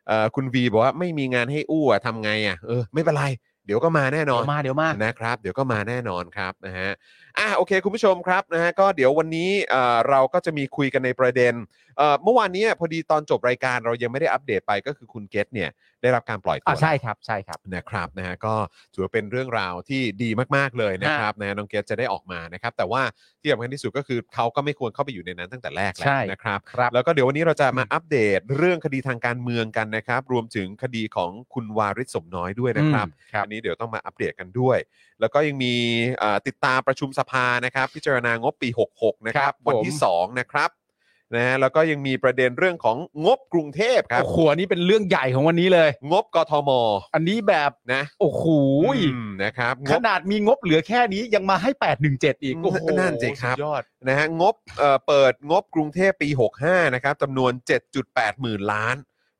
เอ่อคุณวีบอกว่าไม่มีงานให้อู้อะทำไงอ่ะเออไม่เป็นไร เดี๋ยวก็มาแน่น
เดี๋
อย น
วมาเดี๋ยวมา
นะครับเดี๋ยวก็มาแน่นอนครับนะฮะอ่ะโอเคคุณผู้ชมครับนะฮะก็เดี๋ยววันนี้เอ่อเราก็จะมีคุยกันในประเด็นเอ่อเมื่อวานเนี้ยพอดีตอนจบรายการเรายังไม่ได้อัปเดตไปก็คือคุณเกตเนี่ย ได้รับการปล่อยตัว
อ่า
แล้ว
ใช่ครับใช่ครับ
นะครับนะฮะก็ถือว่าเป็นเรื่องราวที่ดีมาก ๆ เลยนะครับนะฮะน้องเกสจะได้ออกมานะครับ แต่ว่าที่สำคัญที่สุดก็คือเขาก็ไม่ควรเข้าไปอยู่ในนั้นตั้งแต่แรกแหล้
ใช่
วนะครับ
ครับ
แล้วก็เดี๋ยววันนี้เราจะมาอัปเดตเรื่องคดีทางการเมืองกันนะครับ รวมถึงคดีของคุณวาริศสมน้อยด้วยนะครับ
อืมครับ
อันนี้เดี๋ยวต้องมาอัปเดตกันด้วย แล้วก็ยังมีเอ่อติดตามประชุมสภานะครับ พิจารณางบปี 66 นะค
ค
รั
รับ บผม
วันที่ 2 นะครับนะฮะแล้วก็ยังมีประเด็นเรื่องของงบกรุงเทพครับ
โอ้โหอันนี้เป็นเรื่องใหญ่ของวันนี้เลย
งบกทม
อันนี้แบบ
นะ
โอ้โห
มนะครับง
ข
บ
นาดมีงบเหลือแค่นี้ยังมาให้ 817 อีกโอ้โห
นั่นสิครับ
สุดยอด
นะฮะงบเอ่อเปิดงบกรุงเทพปี 65 นะครับจำนวน 7.8 หมื่นล้าน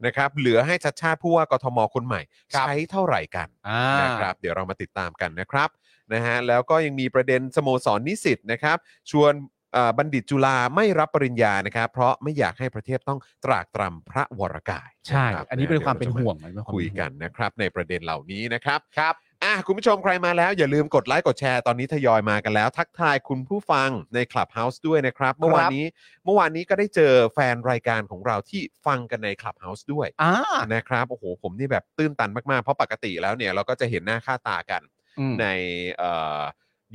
นะครับเหลือให้ชัดชาติผู้ว่ากทมคนใหม่
ครับ
ใช้เท่าไหร่กัน
อ่า
นะครับเดี๋ยวเรามาติดตามกันนะครับนะฮะแล้วก็ยังมีประเด็นสโมสรนนิสิตนะครับ ชวนเอ่อบัณฑิตจุฬาไม่รับปริญญานะครับ เพราะไม่อยากให้ประเทศต้องตรากตรำพระวรกาย
ใช่
รับ
อันนี้เป็นความเป็นห่วงไหม
คุยกันนะครับในประเด็นเหล่านี้นะครับ
ครับ
อ่ะคุณผู้ชมใครมาแล้วอย่าลืมกดไลค์กดแชร์ตอนนี้ทยอยมากันแล้ว ทักทายคุณผู้ฟังใน Clubhouse ด้วยนะครับ เมื่อวานนี้เมื่อวานนี้ก็ได้เจอแฟนรายการของเราที่ฟังกันใน Clubhouse ด้วย
อ่า
นะครับโอ้โหผมนี่แบบตื้นตันมาก ๆ เพราะปกติแล้วเนี่ยเราก็จะเห็นหน้าค่าตากัน
อืม
ในเอ่อ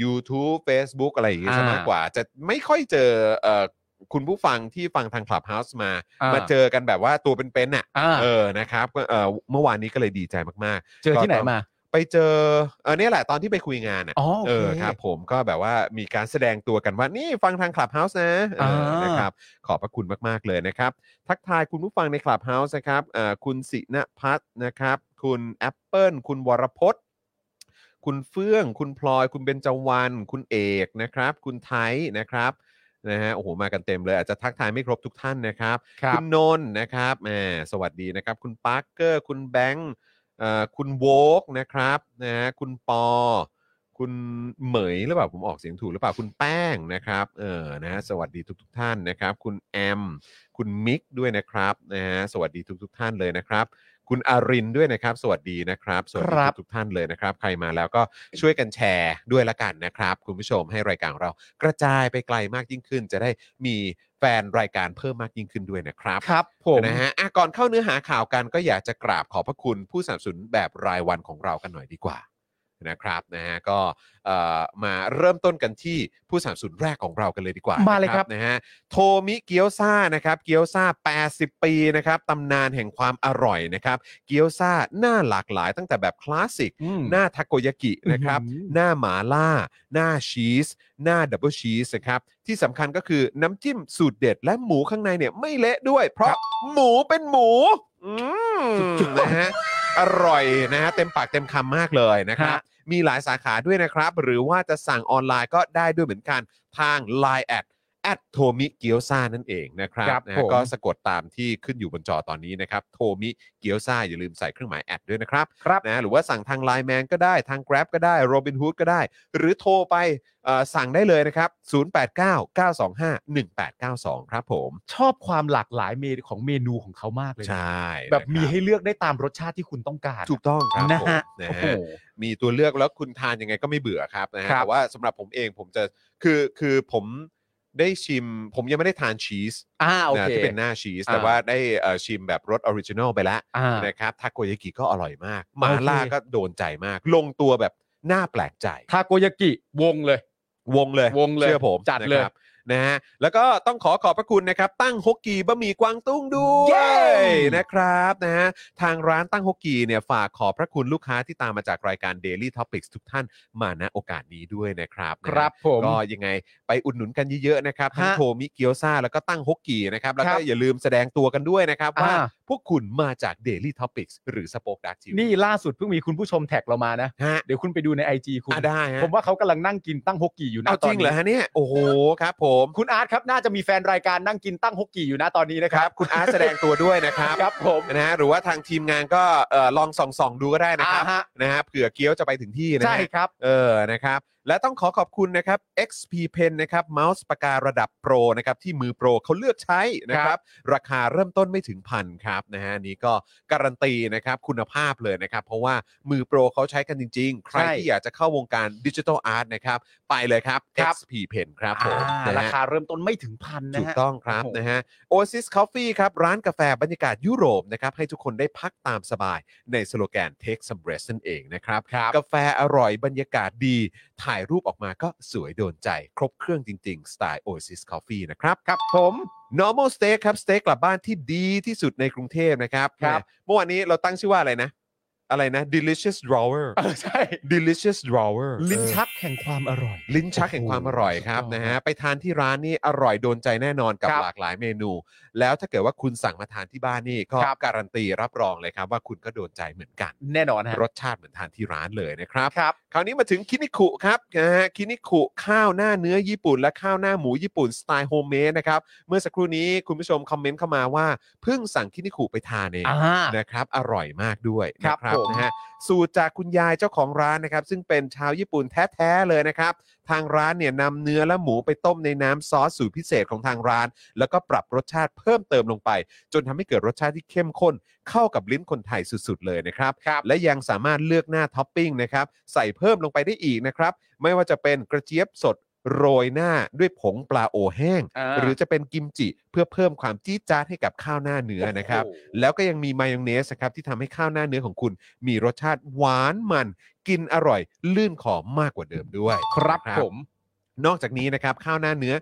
YouTube Facebook อะไรอย่างงี้
อ่าม
ซะากกว่า จะไม่ค่อยเจอเอ่อคุณผู้ฟังที่ฟังทาง Clubhouse มา
อ่าม
มาเจอกันแบบว่าตัวเป็นๆน่ะ
อ่า
เออนะครับก็เอ่อเมื่อวานนี้ก็เลยดีใจมากๆ
เจอที่ไหนมา
ไปเจอเออเนี่ยแหละตอนที่ไปคุยงานอะ
อ๋อโอ
เออ
เค
ครับผมก็แบบว่ามีการแสดงตัวกันว่านี่ฟังทางคลับเฮาส์นะเออ
อ่าน
นะครับขอบพระคุณมาก ๆ เลยนะครับ ทักทายคุณผู้ฟังในคลับเฮาส์นะครับเอ่อคุณสิณพัฒน์นะครับ คุณแอปเปิลคุณวรพจน์ คุณเฟื่อง คุณพลอย คุณเบญจวรรณคุณเอกนะครับ คุณไทยนะครับนะฮะโอ้โหมากันเต็มเลย อาจจะทักทายไม่ครบทุกท่านนะครับ
ครับ
คุณนนท์นะครับแหมสวัสดีนะครับ คุณปาร์เกอร์ คุณแบงค์เอ่อคุณโวกนะครับนะฮะคุณปอ คุณเหมยหรือเปล่าผมออกเสียงถูกหรือเปล่าคุณแป้งนะครับเออนะฮะสวัสดีทุกทท่านนะครับ คุณแอม คุณมิกด้วยนะครับนะฮะสวัสดีทุกทท่านเลยนะครับ คุณอารินด้วยนะครับ สวัสดีนะครับ สวัสดี
ครับ
ทุกๆท่านเลยนะครับ ใครมาแล้วก็ช่วยกันแชร์ด้วยละกันนะครับ คุณผู้ชมให้รายการของเรากระจายไปไกลมากยิ่งขึ้น จะได้มีแฟนรายการเพิ่มมากยิ่งขึ้นด้วยนะครับ
ครับผม
นะฮะอ่ะก่อนเข้าเนื้อหาข่าวกันก็อยากจะกราบขอบพระคุณผู้สนับสนุนแบบรายวันของเรากันหน่อยดีกว่านะครับนะฮะก็เอ่อมาเริ่มต้นกันที่ผู้สนับสนุนแรกของเรากันเลยดีกว่า
มา
มา
เลยครับ
นะฮะโทมิเกียวซานะครับเกียวซา80 ปีนะครับตำนานแห่งความอร่อยนะครับเกียวซาหน้าหลากหลายตั้งแต่แบบคลาสสิก
อืม
หน้าทาโกยากินะครับ
อื้อหือ
หน้าหมาล่า หน้าชีส หน้าดับเบิลชีสนะครับ ที่สำคัญก็คือน้ำจิ้มสูตรเด็ดและหมูข้างในเนี่ยไม่เละด้วย เพราะหมูเป็นหมู อืม
สุดยอด
นะฮะ อร่อยนะฮะ เต็มปากเต็มคำมากเลยนะครับ
ฮะ
มีหลายสาขาด้วยนะครับ หรือว่าจะสั่งออนไลน์ก็ได้ด้วยเหมือนกันทาง Line แอดแอดโทมิเกียวซานั่นเองนะครับ
ครับ
นะ
ผ
ฮะ
ม
ก็สะกดตามที่ขึ้นอยู่บนจอตอนนี้นะครับโทมิเกียวซาอย่าลืมใส่เครื่องหมายแอดด้วยนะครับ
ครับ
นะหรือว่าสั่งทาง Line Man ก็ได้ทาง Grab ก็ได้ Robinhood ก็ได้ หรือโทรไปเอ่อสั่งได้เลยนะครับ 0899251892 ครับผม
ชอบความหลากหลายเมนูของเมนูของเขามากเลยนะ
ใช่
แบบมี
นะครั
ให้เลือกได้ตามรสชาติที่คุณต้องการ
ถูกต้องครับ
นะฮะ
ผมนะ
โอ้โห
ฮะมีตัวเลือกแล้วคุณทานยังไงก็ไม่เบื่อครับนะฮะ
ครับ
แต่ว่าสำหรับผมเองผมจะคือคือผมได้ชิม ผมยังไม่ได้ทานชีส
อ่าโอ
นะ
เค
ที่เป็นหน้าชีส
อ่า
แต่ว่าได้เอ่อชิมแบบรสออริจินอลไปแล้ว
อ่า
นะครับทาโกยากิก็อร่อยมากหมาล่า
โอเค
ก็โดนใจมาก ลงตัวแบบน่าแปลกใจ
ทาโกยากิวงเลย
วงเลยว
งเลย
ชื่อผม
จัดเล
นะ
ย
ครับนะฮะแล้วก็ต้องขอขอบพระคุณนะครับ ตั้งฮกกีบะหมี่กวางตุ้งด้ว
เย้
ยนะครับนะฮะทางร้านตั้งฮกกีเนี่ยฝากขอบพระคุณลูกค้าที่ตามมาจากรายการ Daily Topics ทุกท่านมาณโอกาสนี้ด้วยนะครับนะฮะ
ครับผม
ก็ยังไงไปอุดหนุนกันเยอะๆนะครับทั้ง
ฮะ
โทมิเกียวซาแล้วก็ตั้งฮกกีนะครับ แล้วก็
ครับ
อย่าลืมแสดงตัวกันด้วยนะครับ ว่า
อ่า
พวกคุณมาจาก Daily Topics หรือ Spoke Dark TV
นี่ล่าสุดเพิ่งมีคุณผู้ชมแท็กเรามานะ
ฮะ
เดี๋ยวคุณไปดูในไอจีคุณ
อ่ะได้ฮะ
ผมว่าเขากำลังนั่งกินตั้งฮกกี้อยู่นะ
เอา
ต
จ
อ
ริ
น
งเหรอ
นี้
ฮะเนี่ย โอ้โหครับผม
คุณอาร์ตครับ น่าจะมีแฟนรายการนั่งกินตั้งฮกกี้อยู่นะตอนนี้นะ
ค
ค
รั
รั
บบ คุณอาร์ตแสดงตัวด้วยนะครับ
ครับผม
นะฮะหรือว่าทางทีมงานก็เอ่อลองส่องๆดูก็ได้นะค
อ่า
รับ
ฮะ
นะฮะเผื่อเกี๊ยวจะไปถึงที่นะ
ใช่
ฮะ
ครับ
เออนะครับ และต้องขอขอบคุณนะครับ XP Pen นะครับเมาส์ปากการะดับโปรนะครับที่มือโปรเขาเลือกใช้นะครับ ราคาเริ่มต้นไม่ถึงพันครับนะฮะอันนี้ก็การันตีนะครับคุณภาพเลยนะครับ เพราะว่ามือโปรเขาใช้กันจริง ๆ ใคร
ใช่
ที่อยากจะเข้าวงการดิจิทัลอาร์ตนะครับ ไปเลยครับ XP Pen ครับผม
อ่า
นะฮะ
ราคาเริ่มต้นไม่ถึงพันนะ
ถูก
ฮะ
ต้องครับ
โอ้โห
นะฮะ Oasis Coffee ครับ ร้านกาแฟบรรยากาศยุโรปนะครับ ให้ทุกคนได้พักตามสบายในสโลแกน Take some rest นั่นเองนะครับ กาแฟอร่อยบรรยากาศดี ถ่ายรูปออกมาก็สวยโดนใจ ครบเครื่องจริง ๆ สไตล์ Oasis Coffee นะครับ
ครับผม
Normal Steak ครับ สเต็กกลับบ้านที่ดีที่สุดในกรุงเทพนะครับ
ครับ
แหมเมื่อวานนี้เราตั้งชื่อว่าอะไรนะ อะไรนะ Delicious Drawer
เออใช่
Delicious Drawer
ลิ้น
เออ
ชักแห่งความอร่อย
ลิ้นชักแห่งความอร่อยครับ
โอ้โห
นะฮะไปทานที่ร้านนี่อร่อยโดนใจแน่นอนกับ
ครับ
หลากหลายเมนู แล้วถ้าเกิดว่าคุณสั่งมาทานที่บ้านนี่ก็
ครับ
การันตีรับรองเลยครับว่าคุณก็โดนใจเหมือนกัน
แน่นอนฮะ
รสชาติเหมือนทานที่ร้านเลยนะครับ
ครับ
คราวนี้มาถึงคินิคุครับนะฮะคินิคุข้าวหน้าเนื้อญี่ปุ่น และข้าวหน้าหมูญี่ปุ่นสไตล์โฮมเมดนะครับเมื่อสักครู่นี้คุณผู้ชมคอมเมนต์เข้ามาว่าเพิ่งสั่งคินิคุไปทานเอง
อ่า
นะครับอร่อยมากด้วย
ครั
นะ
บ
ครับ
ผม
นะฮะสูตรจากคุณยายเจ้าของร้านนะครับ ซึ่งเป็นชาวญี่ปุ่นแท้ๆเลยนะครับ ทางร้านเนี่ยนำเนื้อและหมูไปต้มในน้ำซอสสูตรพิเศษของทางร้าน แล้วก็ปรับรสชาติเพิ่มเติมลงไป จนทำให้เกิดรสชาติที่เข้มข้น เข้ากับลิ้นคนไทยสุดๆเลยนะครับ
ครับ
และยังสามารถเลือกหน้าท็อปปิ้งนะครับ ใส่เพิ่มลงไปได้อีกนะครับ ไม่ว่าจะเป็นกระเจี๊ยบสดโรยหน้าด้วยผงปลาโอแห้ง
อ่า
หรือจะเป็นกิมจิเพื่อเพิ่มความจี๊ดจ๊าดให้กับข้าวหน้าเนื้อนะครับ
โอ้โห
แล้วก็ยังมีมายองเนสนะครับที่ทำให้ข้าวหน้าเนื้อของคุณ มีรสชาติหวานมัน กินอร่อย ลื่นขอมากกว่าเดิมด้วย
ครับ
นะ
ผม
นอกจากนี้นะครับข้าวหน้าเนื้อ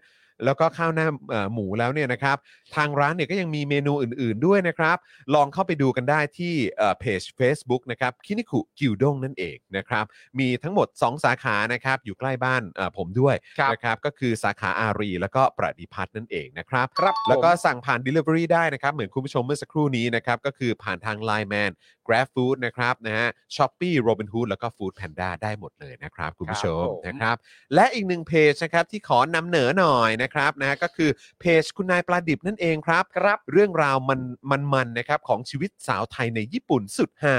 แล้วก็ข้าวหน้าเอ่อหมูแล้วเนี่ยนะครับ ทางร้านเนี่ยก็ยังมีเมนูอื่น ๆด้วยนะครับ ลองเข้าไปดูกันได้ที่เอ่อเพจ Facebook นะครับคินิคุกิวด้งนั่นเองนะครับ มีทั้งหมด 2 สาขานะครับ อยู่ใกล้บ้านเอ่อผมด้วย
ครับ
นะครับก็คือสาขาอารีแล้วก็ประดิพัฒน์นั่นเองนะครับ
ครับ
แล้วก็
ผม
สั่งผ่าน Delivery ได้นะครับ เหมือนคุณผู้ชมเมื่อสักครู่นี้นะครับ ก็คือผ่านทาง Line Man Grab Food นะครับนะฮะ Shopee Robin Hood แล้วก็ Food Panda ได้หมดเลยนะครับ คุณผู้ชม
ครับผม
นะครับ และอีกหนึ่งเพจนะครับที่ขอนำเหนอหน่อยนะครับนะฮะก็คือเพจคุณนายปลาดิบนั่นเองครับ
ครับ
เรื่องราวมันมันมันนะครับของชีวิตสาวไทยในญี่ปุ่นสุดฮา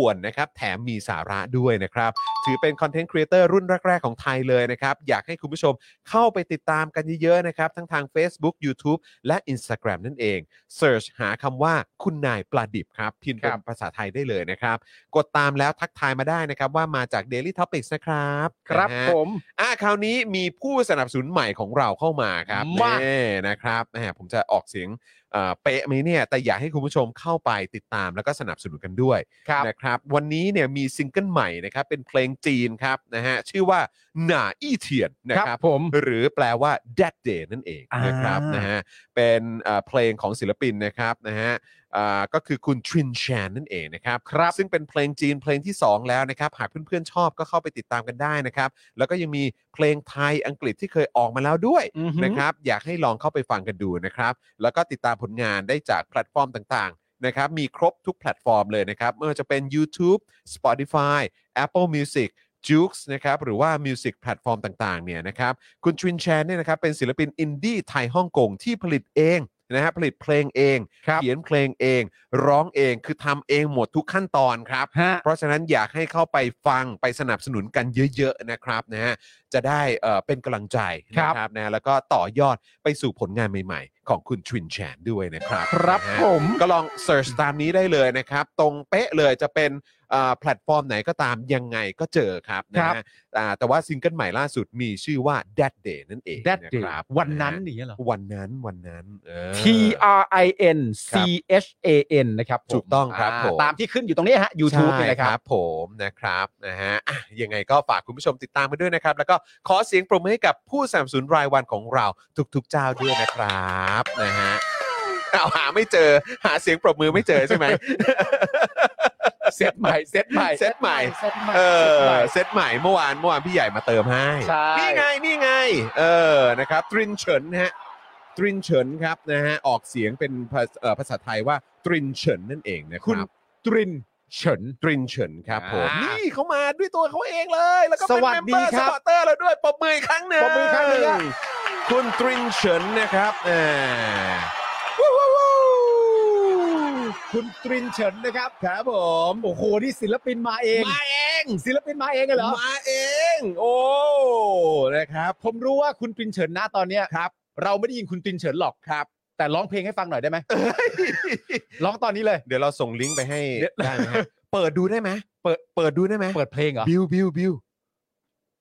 ป่วนนะครับแถมมีสาระด้วยนะครับ ถือเป็นคอนเทนต์ครีเอเตอร์รุ่นแรก ๆ ของไทยเลยนะครับ อยากให้คุณผู้ชมเข้าไปติดตามกันเยอะ ๆ นะครับ ทั้งทาง Facebook YouTube และ Instagram นั่นเองเ e ิร์ชหาคำว่าคุณนายปลาดิบครับ พิมพ์เป็
ครั
น
บ
ภาษาไทยได้เลยนะครับ กดตามแล้วทักทายมาได้นะครับ ว่ามาจาก Daily Topics นะครับ
ครับ
นะฮะ
ผม
อ่ะคราวนี้มีผู้สนับสนุนใหม่ของเราเข้ามาครับ
มา
แน่นะครับแหมผมจะออกเสียงเอ่อเป๊ะไหมเนี่ย แต่อยากให้คุณผู้ชมเข้าไปติดตามแล้วก็สนับสนุนกันด้วย
ครับ
นะครับ วันนี้เนี่ยมีซิงเกิลใหม่นะครับ เป็นเพลงจีนครับนะฮะชื่อว่าหน่าอี้เทียนนะ
ค
ค
รั
รั
บบ ผม
หรือแปลว่า Dead Day นั่นเอง
อ่าน
นะครับนะฮะเป็นเอ่อเพลงของศิลปินนะครับนะฮะอ่าก็คือคุณทรินแชนนั่นเองนะครับครับซึ่งเป็นเพลงจีนเพลงที่ 2 แล้วนะครับหากเพื่อนๆชอบก็เข้าไปติดตามกันได้นะครับ แล้วก็ยังมีเพลงไทยอังกฤษที่เคยออกมาแล้วด้วย
อือฮึ
นะครับอยากให้ลองเข้าไปฟังกันดูนะครับ แล้วก็ติดตามผลงานได้จากแพลตฟอร์มต่างๆนะครับมีครบทุกแพลตฟอร์มเลยนะครับไม่ว่าจะเป็น YouTube Spotify Apple Music j u k e นะครับหรือว่า Music แพลตฟอร์มต่างๆเนี่ยนะครับ คุณทรินแชนเนี่ยนะครับเป็นศิลปินอินดี้ไทยฮ่องกงที่ผลิตเองนะฮะผลิตเพลงเอง
ครับ
เขียนเพลงเอง ร้องเองคือทำเองหมดทุกขั้นตอนครับ
ฮะ
เพราะฉะนั้นอยากให้เข้าไปฟังไปสนับสนุนกันเยอะๆนะครับนะฮะจะได้เอ่อเป็นกำลังใจ
ครับ
นะครับนะแล้วก็ต่อยอดไปสู่ผลงานใหม่ๆ ของคุณทรินแชนด้วยนะครับ
ครับ
นะฮะ
ผม
ก็ลองเสิร์ชตามนี้ได้เลยนะครับ ตรงเป๊ะเลยจะเป็นเอ่อแพลตฟอร์มไหนก็ตามยังไงก็เจอครับนะฮะอ่าแต่ว่าซิงเกิลใหม่ล่าสุดมีชื่อว่า That Day นั่นเอง
แดด
นะ
เด
ครับ
วันนั้นะ
ฮ
อย่างเงี้ยเหร
ะ
อ
วันนั้นวันนั้นเออ
T R I N C H A N นะครับผม
ถูกต้องครับ
า
ผม
ตามที่ขึ้นอยู่ตรงนี้ฮะ YouTube นี่
ใช่
แหละครับ
ผมนะครับนะฮะอ่ะยังไงก็ฝากคุณผู้ชมติดตามไปด้วยนะครับ แล้วก็ขอเสียงปรบมือให้กับผู้สนับสนุนรายวันของเราทุกๆเจ้าด้วยนะครับนะฮะเอาหาไม่เจอหาเสียงปรบมือไม่เจอใช่ไหม
เซตใหม่เซตใหม่
เซตใหม่
เซตใหม่
เออ
เซตใหม่
เซตใหม่เมื่อวานเมื่อวานพี่ใหญ่มาเติมให้
ใช่
นี่ไงนี่ไง เออนะครับตรินเฉินนะฮะตรินเฉินครับนะฮะออกเสียงเป็นภาษเอ่อภาษาไทยว่าตรินเฉินนั่นเองนะค
คุณ
รับ
ตรินเฉิน
ตรินเฉินครับผม
อ่านี่
นี่เขามาด้วยตัวเขาเองเลยแล้วก็เป็น
สวัส
เมม
ดี
เบอร์
ค
ส
รับ
ปอร์เตอร์แล้วด้วยปรบมืออีกครั้งหนึ่ง
ปรบมือครั้งหนึงฮะ
คุณตรินเฉินนะครับแหม
คุณตรินเฉินนะครับ ครับผม โอ้โห นี่ศิลปินมาเอง
มาเอง
งศิลปินมาเองกันเหรอ
มาเอง โอ้ นะครับ
ผมรู้ว่าคุณปินเฉินนะตอนเนี้ยครับเราไม่ได้ยินคุณปินเฉินหรอกครับ แต่ร้องเพลงให้ฟังหน่อยได้ไหมร้องตอนนี้เลย
เดี๋ยวเราส่งลิงก์ไปให้
เดี๋ยว
ได้ไหมฮะเปิดดูได้ไหมเปิดเปิดดูได้ไหม
เปิดเพลงเหรอ
บิวบิวบิว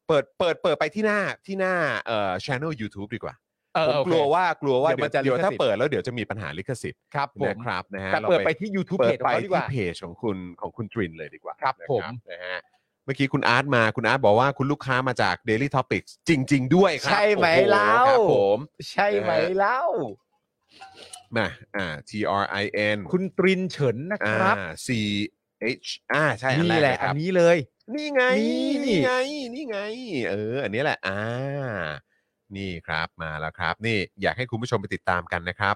เปิดเปิดเปิดไปที่หน้าที่หน้าเอ่อช anel YouTube ดีกว่า
เออ
ผม
โอ
ก
เค
ลัวว่ากลัวว่า
เดี๋ยวมันจะ
เดี๋ยว
ลิขสิทธิ์
ถ้าเปิดแล้วเดี๋ยวจะมีปัญหาลิขสิทธิ์
ครับผม
นะครับนะฮะ
แต่
เรา
เปิดไปที่ YouTube
เปิ
เพ
ด
จขอ
ไป
งเขาดีก
ที่
ว่า
เพจของคุณของคุณตรินเลยดีกว่า
ครับ
นะ
ผม
นะฮะเมื่อกี้คุณอาร์ตมาคุณอาร์ตบอกว่าคุณลูกค้ามาจาก Daily Topics จริง ๆ ด้วยครับ
ใช่ไหม
โอ้โ
เล่า
ครับผม
ใช่ไหมเล่า
มาอ่า T R I N
คุณตรินเฉินนะ
อ่า
ครับ
C H อ่าใช่อั
นี่แหละ
ค
อั
รับ
นนี้เลย
นี่ไง
นี่
นี่ไง นี่ไง เออ อันนี้แหละ อ่า นี่ครับ มาแล้วครับ นี่อยากให้คุณผู้ชมไปติดตามกันนะครับ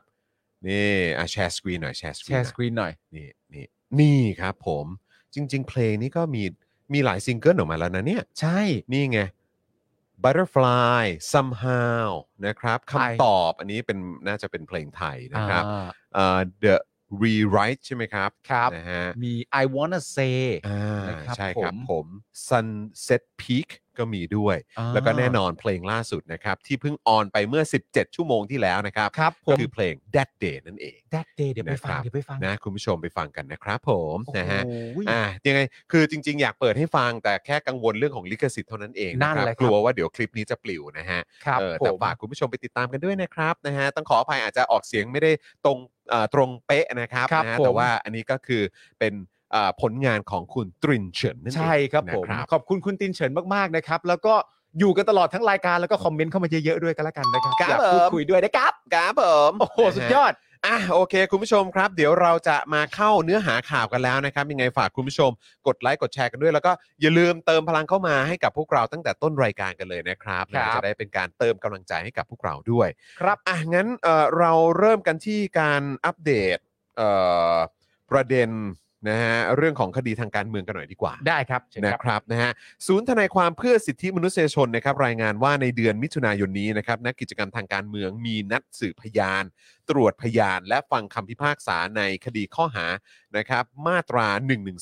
นี่อ่ะแชร์สกรีนหน่อย แชร์สก
แช
รีน
ร์สกรีนหน่อย
นี่ นี่ นี่ครับผม จริง ๆ เพลงนี้ก็มี มีหลายซิงเกิลออกมาแล้วนะเนี่ย
ใช่
นี่ไง Butterfly somehow นะครับ
ไทย
คำตอบ อันนี้เป็น น่าจะเป็นเพลงไทยนะครับ
อ่า
เอ่อ The Rewrite ใช่ไหมครับ
ครับ
นะฮะ
มี I wanna say
อ่า
นะครับ
ใช่ครับ
ผม
ผม Sunset Peak ก็มีด้วย
อ่า
แล้วก็แน่นอนเพลงล่าสุดนะครับ ที่เพิ่งออนไปเมื่อ 17 ชั่วโมงที่แล้วนะครับ
ครับผ
ก็
ม
คือเพลง That Day นั่นเอง
that day เดี๋ยวไปฟั
นะค
ง
รับ
เดี๋ยวไปฟัง
นะคุณผู้ชมไปฟังกันนะครับผม
โอ้โห
นะฮะอ่ายังไงคือจริง ๆ อยากเปิดให้ฟังแต่แค่กังวลเรื่องของลิขสิทธิ์เท่านั้นเอง
นั่น
ครับ
แหละครับ
กลัวว่าเดี๋ยวคลิปนี้จะปลิวนะฮะ
ครับ
เออ
ผ
แต่
ม
ฝากคุณผู้ชมไปติดตามกันด้วยนะครับนะฮะต้องขออภัยอาจจะออกเสียงไม่ได้ตรงเอ่อตรงเป๊ะนะครับ
ครับ
นะฮะ
ผม
แต่ว่าอันนี้ก็คือเป็นเอ่อผลงานของคุณตรินเฉินนั่นเอง
ใช่ครับผม
นะ
ขอบคุณคุณตินเฉินมาก ๆ นะครับ แล้วก็อยู่กันตลอดทั้งรายการแล้วก็คอมเมนต์เข้ามาเยอะ ๆ ด้วยกันละกันนะครับ
ครับ
อยากพูด
ผม
คุยด้วยนะครับ
ครับผม
โอ้โห สุดยอด
อ่ะโอเค คุณผู้ชมครับ เดี๋ยวเราจะมาเข้าเนื้อหาข่าวกันแล้วนะครับ ยังไงฝากคุณผู้ชม กดไลค์กดแชร์กันด้วย แล้วก็อย่าลืมเติมพลังเข้ามาให้กับพวกเราตั้งแต่ต้นรายการกันเลยนะครับ
ครับ
นะจะได้เป็นการเติมกำลังใจให้กับพวกเราด้วย
ครับ
อ่ะงั้นเอ่อเราเริ่มกันที่การอัปเดตเอ่อประเด็นนะฮะเรื่องของคดีทางการเมืองกันหน่อยดีกว่า
ได้ครับเชิญ
นะ
ครับ
ครับนะฮะศูนย์ทนายความเพื่อสิทธิมนุษยชนนะครับรายงานว่าในเดือนมิถุนายนนี้นะครับนักกิจกรรมทางการเมืองมีนัดสืบพยาน ตรวจพยานและฟังคำพิพากษาในคดีข้อหานะครับมาตรา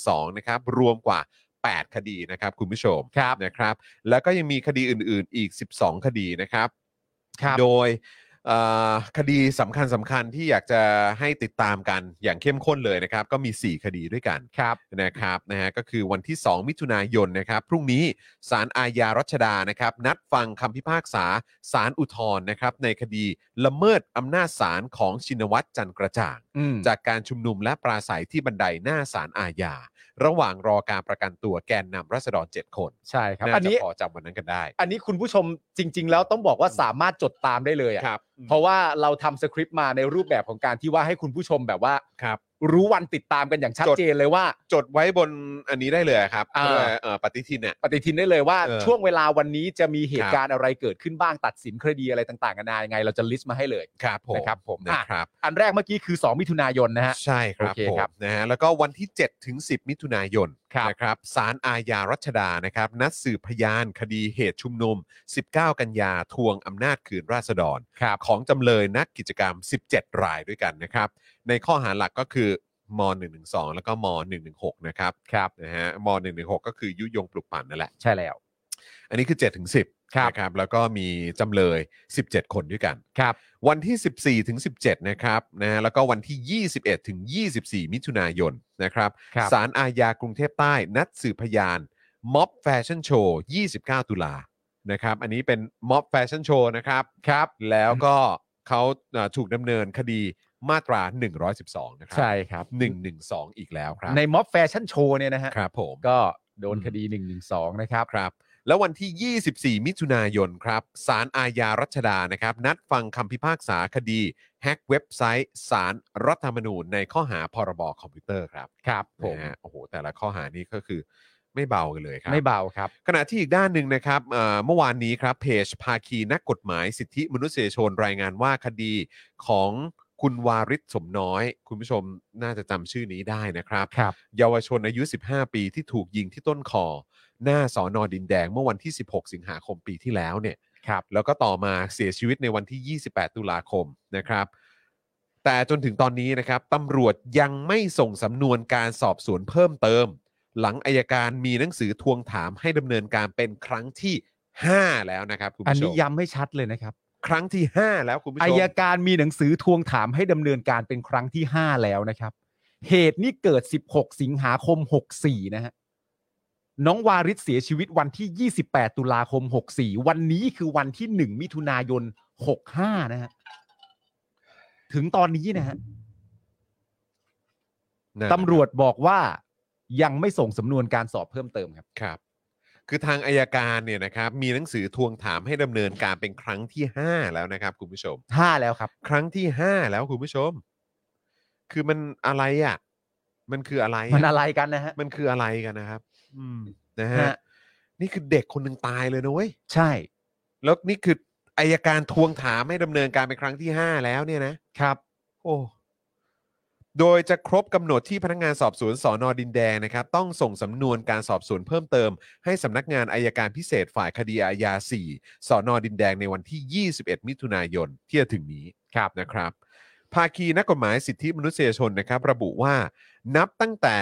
112นะครับรวมกว่า 8 คดีนะครับคุณผู้ชม
ครับ
นะครับแล้วก็ยังมีคดีอื่น ๆ อีก 12 คดีนะครับ
ครับ
โดยเอ่อคดีสำคัญสำคัญๆที่อยากจะให้ติดตามกันอย่างเข้มข้นเลยนะครับ ก็มี 4 คดีด้วยกัน
ครับ
นะครับนะฮะก็คือวันที่ 2 มิถุนายนนะครับพรุ่งนี้ศาลอาญารัชดานะครับนัดฟังคำพิพากษาศาลอุทธรณ์นะครับในคดีละเมิดอำนาจศาลของชินวัตรจันทร์กระจ่าง
อืม
จากการชุมนุมและปราศัยที่บันไดหน้าศาลอาญา ระหว่างรอการประกันตัวแกนนำรัษฎร 7 คน
ใช่ครับ
น่า
อัน
จะ
นี้
พอจำวันนั้นกันได้
อันนี้คุณผู้ชมจริง ๆ แล้วต้องบอกว่าสามารถจดตามได้เลยอะ
ครับ
เพราะว่าเราทำสคริปต์มาในรูปแบบของการที่ว่าให้คุณผู้ชมแบบว่า
ครับ
รู้วันติดตามกันอย่างชัดเจนเลยว่า
จดไว้บนอันนี้ได้เลยครับ
อ่า
เรียกว่าเอ่อปฏิทินเนี่ย
ปฏิทินได้เลยว่า
เออ
ช่วงเวลาวันนี้จะมีเหตุการณ์อะไรเกิดขึ้นบ้างตัดสินคดีอะไรต่างๆกันานายังไง เราจะลิสต์มาให้เลย
ครับผม
นะครับผมอ่ะ
นะครับ
อันแรกเมื่อกี้คือ 2 มิถุนายนนะฮะ
ใช่ครับ
โอเค
ผม
ครับ
นะฮะแล้วก็วันที่ 7 ถึง 10 มิถุนายน
ครับ
นะครับศาลอาญารัชดานะครับ นัดสืบพยานคดีเหตุชุมนุม 19 กันยาทวงอำนาจคืนราษฎร
ครับ
ของจำเลยนักกิจกรรม 17 รายด้วยกันนะครับ ในข้อหาหลักก็คือม .112 แล้วก็ม .116 นะครับ
ครับ
นะฮะม .116 ก็คือยุยงปลุกปั่นนั่นแหละ
ใช่แล้ว
อันนี้คือ 7 ถึง 10
ครับ
นะครับแล้วก็มีจำเลย 17 คนด้วยกัน
ครับ
วันที่ 14 ถึง 17 นะครับนะแล้วก็วันที่ 21 ถึง 24 มิถุนายนนะครับ
ครับ
ศาลอาญากรุงเทพใต้ นัดสืบพยานม็อบแฟชั่นโชว์ 29 ตุลานะครับ อันนี้เป็นม็อบแฟชั่นโชว์นะครับครับ แล้วก็เขาเอ่อถูกดำเนินคดีมาตรา 112 นะครั
ใช่ครับ
112 อีกแล้วครับ
ในม็อบแฟชั่นโชว์เนี่ยนะฮะ
ครับผม
ก็โดนคดี1นึนะครับ
ครับแล้ววันที่ 24 มิถุนายนครับศาลอาญารัชดานะครับ นัดฟังคำพิพากษาคดีแฮกเว็บไซต์ศาลรรัฐธรรมนูญในข้อหาพรบอคอมพิวเตอร์ครับ
ครับผม
นะฮะโอ้โห แต่ละข้อหานี้ก็คือไม่เบากันเลยครับ
ไม่เบาครับ
ขณะที่อีกด้านหนึ่งนะครับเอ่อเมื่อวานนี้ครับเพจภาคีนักกฎหมายสิทธิมนุษยชนรายงานว่าคดีของคุณวาริศสมน้อย คุณผู้ชมน่าจะจำชื่อนี้ได้นะครับ
ครับ
เยาวชนอายุ 15 ปีที่ถูกยิงที่ต้นคอ หน้าสอนอดินแดงเมื่อวันที่ 16 สิงหาคมปีที่แล้วเนี่ย
ครับ
แล้วก็ต่อมาเสียชีวิตในวันที่ 28 ตุลาคมนะครับ แต่จนถึงตอนนี้นะครับตำรวจยังไม่ส่งสำนวนการสอบสวนเพิ่มเติม หลังอายการมีหนังสือทวงถามให้ดำเนินการเป็นครั้งที่ 5 แล้วนะครับคุณ
อัน
ผู้ช
นี้
ม
ย้ำให้ชัดเลยนะครับ
ครั้งที่ 5 แล้วคุณผู้ช
อาม ยการมีหนังสือทวงถามให้ดำเนินการเป็นครั้งที่ 5 แล้วนะครับ เหตุนี้เกิด 16 สิงหาคม 64 นะฮะน้องวาริศเสียชีวิตวันที่ 28 ตุลาคม 64 วันนี้คือวันที่ 1 มิถุนายน 65 นะฮะถึงตอนนี้นะฮะ
นะ
ตำรวจบอกว่ายังไม่ส่งสำนวนการสอบเพิ่มเติมครับ
ครับ คือทางอายการเนี่ยนะครับ มีหนังสือทวงถามให้ดำเนินการเป็นครั้งที่ 5 แล้วนะครับคุณผู้ชม
ห้าแล้วครับ
ครั้งที่ 5 แล้วคุณผู้ชม คือมันอะไรอ่ะ มันคืออะไร
มัน
อะ
อะไรกันนะฮะ
มันคืออะไรกันนะครับ อืมนะฮะ
ฮะ
นี่คือเด็กคนหนึ่งตายเลยนะเว้ย
ใช่
แล้วนี่คืออายการทวงถามให้ดำเนินการเป็นครั้งที่ 5 แล้วเนี่ยนะ
ครับ
โอ้โดยจะครบกำหนดที่พนักงานสอบสวนสอนอดินแดงนะครับ ต้องส่งสำนวนการสอบสวนเพิ่มเติม ให้สำนักงานอายการพิเศษฝ่ายคดีอาญา 4สอนอดินแดงในวันที่ 21 มิถุนายนที่จะถึงนี้ครับนะครับ ภาคีนักกฎหมายสิทธิมนุษยชนนะครับ ระบุว่านับตั้งแต่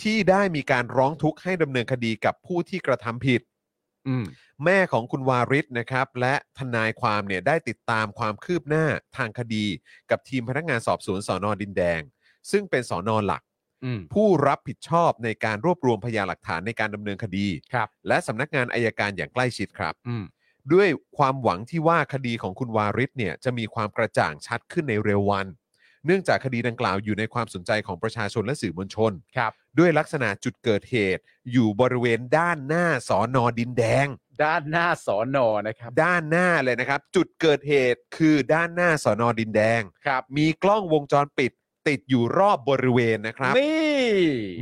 ที่ได้มีการร้องทุกข์ให้ดำเนินคดีกับผู้ที่กระทำผิด
อืม
แม่ของคุณวาริศนะครับและทนายความเนี่ยได้ติดตามความคืบหน้าทางคดี กับทีมพนักงานสอบสวนสอนอดินแดง ซึ่งเป็นสอนอหลัก
อืม
ผู้รับผิดชอบในการรวบรวมพยานหลักฐานในการดำเนินคดี
ครับ
และสำนักงานอายการอย่างใกล้ชิดครับ
อืม
ด้วยความหวังที่ว่าคดีของคุณวาริศเนี่ยจะมีความกระจ่างชัดขึ้นในเร็ววัน เนื่องจากคดีดังกล่าวอยู่ในความสนใจของประชาชนและสื่อมวลชน
ครับ
ด้วยลักษณะจุดเกิดเหตุ อยู่บริเวณด้านหน้าสอนอดินแดง
ด้านหน้าสอนอนะครับ
ด้านหน้าเลยนะครับ จุดเกิดเหตุคือด้านหน้าสอนอดินแดง
ครับ
มีกล้องวงจรปิด ติดอยู่รอบบริเวณนะครับ
นี่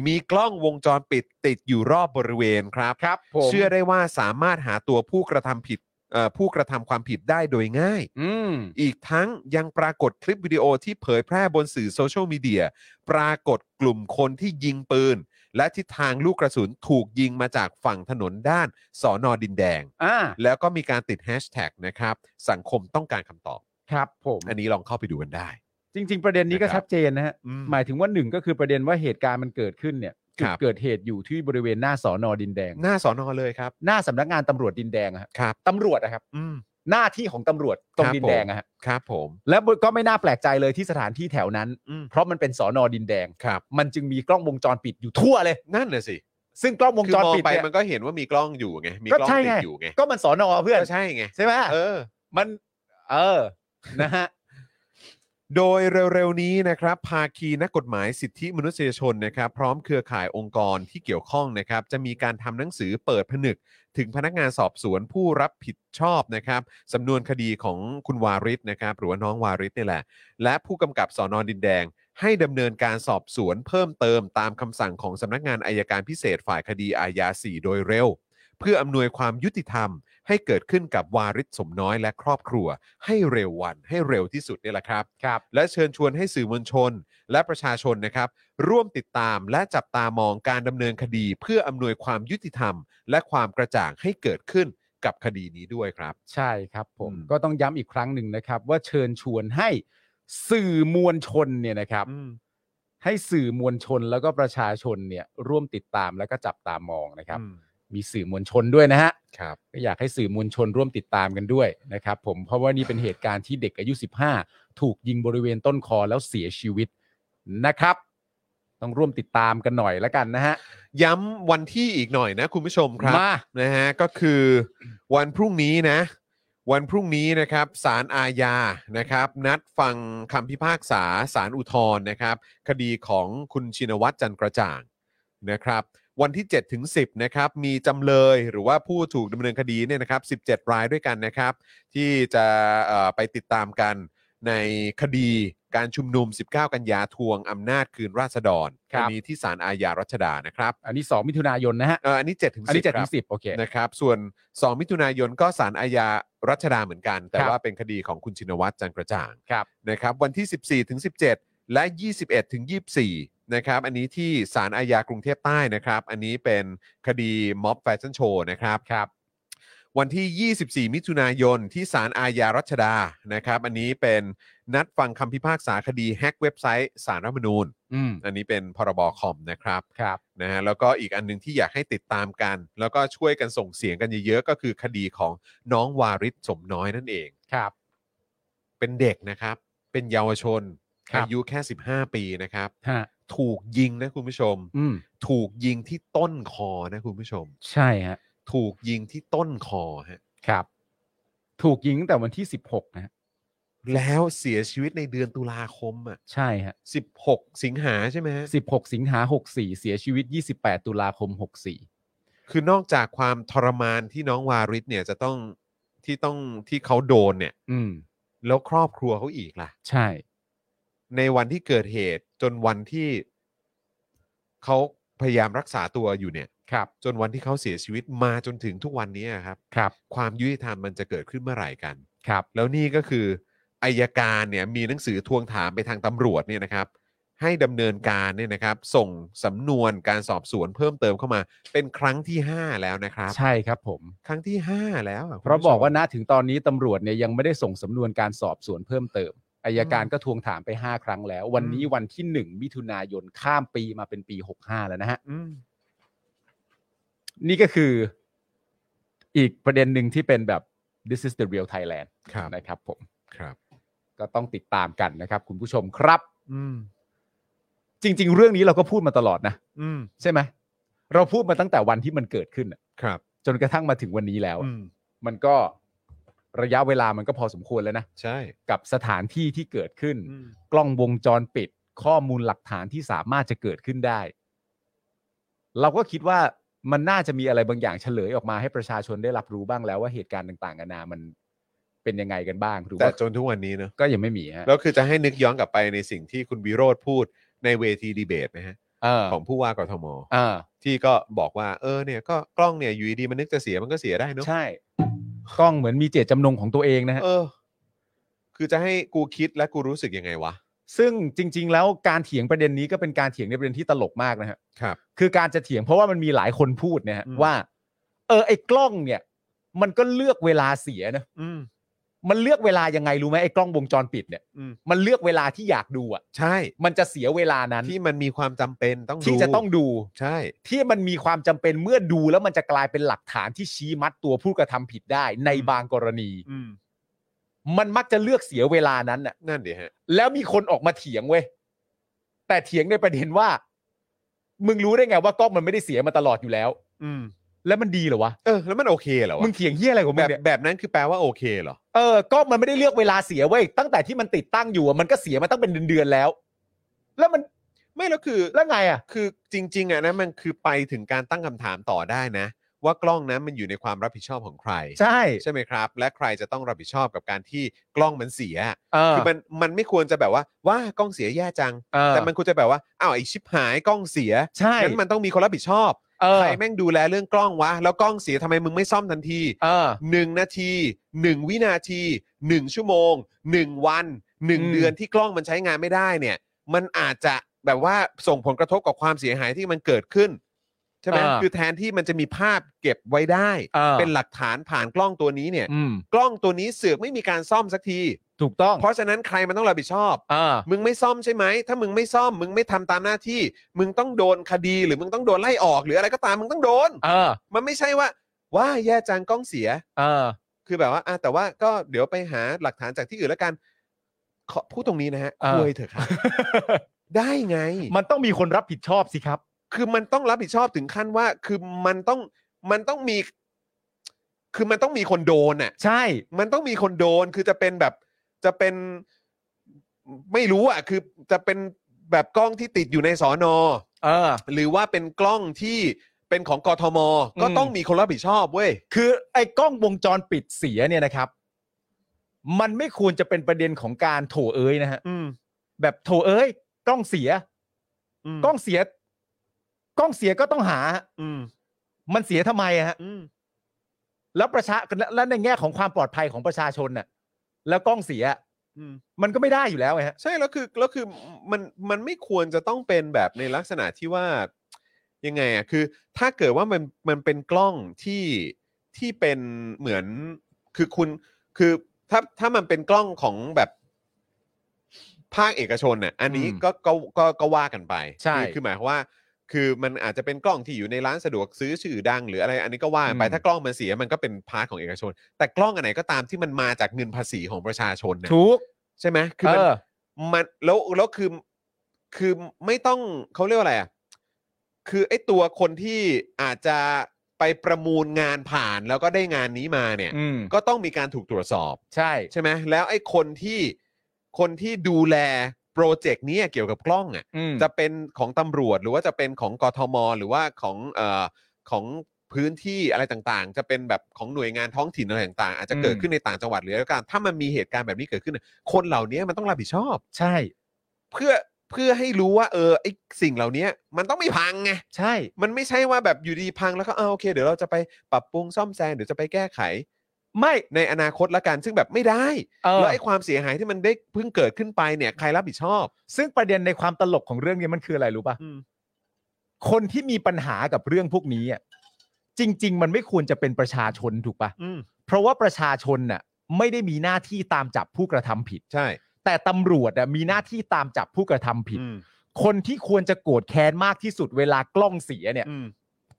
มีกล้องวงจรปิด ติดอยู่รอบบริเวณครับ
ครับผม
เชื่อได้ว่าสามารถหาตัวผู้กระทำผิดเอ่อผู้กระทำความผิดได้โดยง่าย
อืม
อีกทั้งยังปรากฏคลิปวิดีโอที่เผยแพร่บนสื่อโซเชียลมีเดียปรากฏกลุ่มคนที่ยิงปืน และทิศทางลูกกระสุนถูกยิงมาจากฝั่งถนนด้านสอนอดินแดง
อ่า
แล้วก็มีการติดแฮชแท็กนะครับ สังคมต้องการคำตอบ
ครับผม
อันนี้ลองเข้าไปดูกันได้
จริง ๆ ประเด็นนี้ก็
นะครับ
ชัดเจนนะฮะ
อืม
หมายถึงว่าหนึ่งก็คือประเด็นว่าเหตุการณ์มันเกิดขึ้นเนี่ยจุ
ค
ด
รับ
เกิดเหตุอยู่ที่บริเวณหน้าสอนอดินแดง
หน้าสอนอเลยครับ
หน้าสำนักงานตำรวจดินแดงอะฮะ
ครับ
ตำรวจนะครับ
อืม
หน้าที่ของตำรวจตรง
ครับ
ดิน
ผม
แดงอะฮะ
ครับผม
แล้วก็ไม่น่าแปลกใจเลยที่สถานที่แถวนั้น
อืม
เพราะมันเป็นสอนอดินแดง
ครับ
มันจึงมีกล้องวงจรปิดอยู่ทั่วเลย
นั่นน่ะสิ
ซึ่งกล้องวง
คือ
จร
มอง
ปิด
ไป
เนี่ย
มันก็เห็นว่ามีกล้องอยู่ไง มีกล้อง
ก็ใช่
ติ
ไง
ดอยู่ไง
ก็มันสอนอเพื่อน
ก็ใช่ไง
ใช่ไหม
เออ
มัน เออ นะฮะ
โดยเร็วๆนี้นะครับ ภาคีนักกฎหมายสิทธิมนุษยชนนะครับ พร้อมเครือข่ายองค์กรที่เกี่ยวข้องนะครับ จะมีการทำหนังสือเปิดผนึก ถึงพนักงานสอบสวนผู้รับผิดชอบนะครับสำนวนคดีของคุณวาริศนะครับ หรือว่าน้องวาริศนี่แหละ และผู้กำกับสอนอดินแดง ให้ดำเนินการสอบสวนเพิ่มเติมตามคำสั่งของสำนักงานอายการพิเศษฝ่ายคดีอาญา4โดยเร็ว เพื่ออำนวยความยุติธรรม ให้เกิดขึ้นกับวาริศสมน้อยและครอบครัว ให้เร็ววันให้เร็วที่สุดนี่แหละครับ
ครับ
และเชิญชวนให้สื่อมวลชน และประชาชนนะครับ ร่วมติดตามและจับตามองการดำเนินคดี เพื่ออำนวยความยุติธรรม และความกระจ่างให้เกิดขึ้นกับคดีนี้ด้วยครับ
ใช่ครับผม
อืม
ก็ต้องย้ำอีกครั้งหนึ่งนะครับ ว่าเชิญชวนให้สื่อมวลชนเนี่ยนะครับ ให้สื่อมวลชนแล้วก็ประชาชนเนี่ย ร่วมติดตามแล้วก็จับตามองนะครับ
อืม
มีสื่อมวลชนด้วยนะฮะ
ครับ
ก็อยากให้สื่อมวลชนร่วมติดตามกันด้วยนะครับผมเพราะว่านี่เป็นเหตุการณ์ที่เด็กอายุ 15 ถูกยิงบริเวณต้นคอแล้วเสียชีวิตนะครับ ต้องร่วมติดตามกันหน่อยละกันนะฮะ
ย้ำวันที่อีกหน่อยนะคุณผู้ชมครับ
มา
นะฮะก็คือวันพรุ่งนี้นะ วันพรุ่งนี้นะครับศาลอาญานะครับ นัดฟังคำพิพากษาศาลอุทธรณ์นะครับ คดีของคุณชินวัตรจันทร์กระจ่างนะครับ วันที่7ถึง10นะครับมีจำเลยหรือว่าผู้ถูกดำเนินคดีเนี่ยนะครับ17 รายด้วยกันนะครับ ที่จะเอ่อไปติดตามกันในคดีการชุมนุม 19 กันยาทวงอำนาจคืนราษฎรวันนี้ที่ศาลอาญารัชดานะครับ
อันนี้ 2 มิถุนายนนะฮะ
เอ่ออันนี้7ถึง10
อันนี้7
ค
ถึ
รับ
ง10 โอเค
นะครับส่วน 2 มิถุนายนก็ศาลอาญารัชดาเหมือนกัน แต่
ครับ
ว่าเป็นคดีของคุณชินวัตรจันทร์กระจ่าง
ครับ
นะครับวันที่ 14ถึง17 และ 21ถึง24นะครับอันนี้ที่ศาลอาญากรุงเทพใต้นะครับ อันนี้เป็นคดีม็อบแฟชั่นโชว์นะครับ
ครับ
วันที่ 24 มิถุนายนที่ศาลอาญารัชดานะครับ อันนี้เป็นนัดฟังคำพิพากษาคดีแฮ็กเว็บไซต์สารรัฐธรรมนูญ
อืม
อันนี้เป็นพรบคอมนะครับ
ครับ
นะฮะแล้วก็อีกอันหนึงที่อยากให้ติดตามกัน แล้วก็ช่วยกันส่งเสียงกันเยอะๆ ก็คือคดีของน้องวาริศสมน้อยนั่นเอง
ครับ
เป็นเด็กนะครับ เป็นเยาวชน
ครับ
อายุแค่ 15 ปีนะครับ
ฮะ
ถูกยิงนะคุณผู้ชม
อืม
ถูกยิงที่ต้นคอนะคุณผู้ชม
ใช่ฮะ
ถูกยิงที่ต้นคอฮะ
ครับ ถูกยิงตั้งแต่วันที่สิบหกนะฮะ
แล้วเสียชีวิตในเดือนตุลาคมอ่ะ
ใช่ฮะ
16 สิงหาใช่ไหมฮะ
สิบหกสิงหาหกสี่เสียชีวิตยี่สิบแปดตุลาคมหกสี่
คือนอกจากความทรมานที่น้องวาริศเนี่ยจะต้องที่ต้องที่เขาโดนเนี่ย
อืม
แล้วครอบครัวเขาอีกล่ะ
ใช่
ในวันที่เกิดเหตุจนวันที่เขาพยายามรักษาตัวอยู่เนี่ย
ครับ
จนวันที่เขาเสียชีวิตมาจนถึงทุกวันนี้ครับ
ครับ
ความยุติธรรมมันจะเกิดขึ้นเมื่อไหร่กัน
ครับ
แล้วนี่ก็คืออายการเนี่ยมีหนังสือทวงถามไปทางตำรวจเนี่ยนะครับ ให้ดำเนินการเนี่ยนะครับ ส่งสำนวนการสอบสวนเพิ่มเติมเข้ามา เป็นครั้งที่ 5 แล้วนะครับ
ใช่ครับผม
ครั้งที่ 5 แล้วอคุณ
เพราะ
ผู้ชม
บอกว่าณถึงตอนนี้ตำรวจเนี่ยยังไม่ได้ส่งสำนวนการสอบสวนเพิ่มเติมอายการก็ทวงถามไป 5 ครั้งแล้ว วันนี้วันที่ 1 มิถุนายนข้ามปีมาเป็นปี 65 แล้วนะฮะ
อืม
นี่ก็คือ อีกประเด็นหนึ่งที่เป็นแบบ this is the real Thailand
ครับ
นะครับผม
ครับ
ก็ต้องติดตามกันนะครับ คุณผู้ชมครับ
อืม
จริง ๆ เรื่องนี้เราก็พูดมาตลอดนะ
อืม
ใช่ไหม เราพูดมาตั้งแต่วันที่มันเกิดขึ้นอะ
ครับ
จนกระทั่งมาถึงวันนี้แล้วอะ
อืม
มันก็ระยะเวลามันก็พอสมควรแล้วนะ
ใช่
กับสถานที่ที่เกิดขึ้น
อืม
กล้องวงจรปิด ข้อมูลหลักฐานที่สามารถจะเกิดขึ้นได้ เราก็คิดว่ามันน่าจะมีอะไรบางอย่างเฉลยออกมาให้ประชาชนได้รับรู้บ้างแล้วว่าเหตุการณ์ต่างๆนานามันเป็นยังไงกันบ้างหรือ
แต่
ว่า
จนทุกวันนี้เนอะ
ก็ยังไม่มีฮะ
แล้วคือจะให้นึกย้อนกลับไปในสิ่งที่คุณวิโรธพูดในเวทีดีเบตนะฮะ
เออ
ของผู้ว่ากทม
เออ
ที่ก็บอกว่าเออเนี่ยก็กล้องเนี่ยอยู่ดีๆมันนึกจะเสียมันก็เสียได้เนอะ
ใช่ กล้องเหมือนมีเจตจำนงของตัวเองนะฮะ
เออ คือจะให้กูคิดและกูรู้สึกยังไงวะ
ซึ่งจริง ๆ แล้วการเถียงประเด็นนี้ก็เป็นการเถียงในประเด็นที่ตลกมากนะฮะ
ครับ
คือการจะเถียงเพราะว่ามันมีหลายคนพูดเนี่ยฮะ
อืม
ว่า เออไอ้กล้องเนี่ย มันก็เลือกเวลาเสียนะ
อืม
มันเลือกเวลายังไงรู้ไหมไอ้กล้องวงจรปิดเนี่ย
อืม
มันเลือกเวลาที่อยากดูอ่ะ
ใช่
มันจะเสียเวลานั้น
ที่มันมีความจำเป็นต้องดู
ที่จะต้องดู
ใช่
ที่มันมีความจำเป็นเมื่อดูแล้วมันจะกลายเป็นหลักฐานที่ชี้มัดตัวผู้กระทำผิดได้ใน
อืม
บางกรณี
อืม
มันมักจะเลือกเสียเวลานั้นน่ะ
นั่นดิฮะ
แล้วมีคนออกมาเถียงเว้ยแต่เถียงในประเด็นว่า มึงรู้ได้ไงว่ากล้องมันไม่ได้เสียมาตลอดอยู่แล้ว
อืม
แล้วมันดีเหรอวะ
เออ แล้วมันโอเคเหรอ
มึ
วะ
งเถียงเฮี้ยอะไรของ
แบ
มึง
บ
เนี่ย
แบบนั้นคือแปลว่าโอเคเหรอ
เออกล้องมันไม่ได้เลือกเวลาเสียเว้ยตั้งแต่ที่มันติดตั้งอยู่อะมันก็เสียมาตั้งเป็นเดือนๆแล้ว แล้วมัน
ไม่แล้วคือ
แล้วไงอ่ะ
คือจริง ๆอ่ะนะมันคือไปถึงการตั้งคำถามต่อได้นะ ว่ากล้องนั้นมันอยู่ในความรับผิดชอบของใคร
ใช่
ใช่ไหมครับ และใครจะต้องรับผิดชอบกับการที่กล้องมันเสีย
เออ
คือมันมันไม่ควรจะแบบว่าว่ากล้องเสียแย่จัง
เออ
แต่มันควรจะแบบว่าอ้าวไอชิบหายกล้องเสีย
ใช่
งั้นมันต้องมีคนรับผิดชอบ
เออ
ใครแม่งดูแลเรื่องกล้องวะ แล้วกล้องเสียทำไมมึงไม่ซ่อมทันที
เออ
หนึ่งนาทีหนึ่งวินาทีหนึ่งชั่วโมงหนึ่งวันหนึ่ง
อืม
เดือนที่กล้องมันใช้งานไม่ได้เนี่ย มันอาจจะแบบว่าส่งผลกระทบกับความเสียหายที่มันเกิดขึ้นใช่ไหมคือแทนที่มันจะมีภาพเก็บไว้ได้
ออ
เป็นหลักฐานผ่านกล้องตัวนี้เนี่ย
อืม
กล้องตัวนี้เสือกไม่มีการซ่อมสักที
ถูกต้อง
เพราะฉะนั้นใครมันต้องรับผิดชอบ
เออ
มึงไม่ซ่อมใช่ไหม ถ้ามึงไม่ซ่อม มึงไม่ทำตามหน้าที่ มึงต้องโดนคดีหรือมึงต้องโดนไล่ออก หรืออะไรก็ตามมึงต้องโดน
เออ
มันไม่ใช่ว่า ว่าแย่จังกล้องเสีย
เออ
คือแบบว่าอ่ะแต่ว่าก็เดี๋ยวไปหาหลักฐานจากที่อื่นแล้วกันขอพูดตรงนี้นะฮะ
เออ
ควยเถอะ ครับ ได้ไง
มันต้องมีคนรับผิดชอบสิครับ
คือมันต้องรับผิดชอบถึงขั้นว่า คือมันต้องมันต้องมี คือมันต้องมีคนโดนน่ะ
ใช่
มันต้องมีคนโดนคือจะเป็นแบบจะเป็นไม่รู้อ่ะคือจะเป็นแบบกล้องที่ติดอยู่ในสอนอ
เออ
หรือว่าเป็นกล้องที่เป็นของกทม ก็
อืม
ต้องมีคนรับผิดชอบเว้ย
คือไอ้กล้องวงจรปิดเสียเนี่ยนะครับ มันไม่ควรจะเป็นประเด็นของการโถเอ้ยนะฮะ
อืม
แบบโถเอ้ยกล้องเสีย กล้องเสีย กล้องเสียก็ต้องหาฮะ
อืม
มันเสียทำไมอะฮะ
อืม
แล้วประชาและและในแง่ของความปลอดภัยของประชาชนน่ะ แล้วกล้องเสีย
อืม
มันก็ไม่ได้อยู่แล้วไงฮะ
ใช่แล้วคือแล้วคือมันมันไม่ควรจะต้องเป็นแบบในลักษณะที่ว่ายังไงอ่ะคือ ถ้าเกิดว่ามันมันเป็นกล้องที่ ที่เป็นเหมือนคือคุณคือถ้าถ้ามันเป็นกล้องของแบบภาคเอกชนเนี่ยอันนี้
อืม
ก็ก็ก็ก็ว่ากันไป
ใช่
คือคือหมายความว่า คือมันอาจจะเป็นกล้องที่อยู่ในร้านสะดวกซื้อชื่อดังหรืออะไร อันนี้ก็ว่ากันไป
อืม
ถ้ากล้องมันเสียมันก็เป็นพาร์ทของเอกชน แต่กล้องอันไหนก็ตามที่มันมาจากเงินภาษีของประชาชนเนี่ย
ถูก
ใช่ไหมคือ
เอ
มัน
อ
มันแล้วแล้วคือคือไม่ต้องเขาเรียกว่าอะไรอ่ะคือไอ้ตัวคนที่อาจจะไปประมูลงานผ่านแล้วก็ได้งานนี้มาเนี่ย
อืม
ก็ต้องมีการถูกตรวจสอบ
ใช่
ใช่ไหมแล้วไอ้คนที่คนที่ดูแลโปรเจกต์เนี้เกี่ยวกับกล้องอ่ะ
อืม
จะเป็นของตำรวจหรือว่าจะเป็นของกทม หรือว่าของเอ่อของพื้นที่อะไรต่างๆ จะเป็นแบบของหน่วยงานท้องถิ่นอะไรต่างๆ อาจจะเกิดขึ้นในต่างจังหวัดหรืออะไรก็ตามถ้ามันมีเหตุการณ์แบบนี้เกิดขึ้นเนี่ยคนเหล่านี้มันต้องรับผิดชอบ
ใช่
เพื่อเพื่อให้รู้ว่าเออไอสิ่งเหล่านี้มันต้องไม่พังไง
ใช่
มันไม่ใช่ว่าแบบอยู่ดีพังแล้วก็เอาโอเค เดี๋ยวเราจะไปปรับปรุงซ่อมแซมเดี๋ยวจะไปแก้ไข
ไม่
ในอนาคตละกันซึ่งแบบไม่ได้
เออ
แล้วไอความเสียหายที่มันได้เพิ่งเกิดขึ้นไปเนี่ยใครรับผิดชอบ
ซึ่งประเด็นในความตลกของเรื่องนี้มันคืออะไรรู้ป่ะ
อืม
คนที่มีปัญหากับเรื่องพวกนี้อ่ะจริง ๆ มันไม่ควรจะเป็นประชาชนถูกป่ะ
อืม
เพราะว่าประชาชนน่ะไม่ได้มีหน้าที่ตามจับผู้กระทำผิด
ใช่
แต่ตำรวจน่ะมีหน้าที่ตามจับผู้กระทำผิด
อืม
คนที่ควรจะโกรธแค้นมากที่สุดเวลากล้องเสียเนี่ย
อืม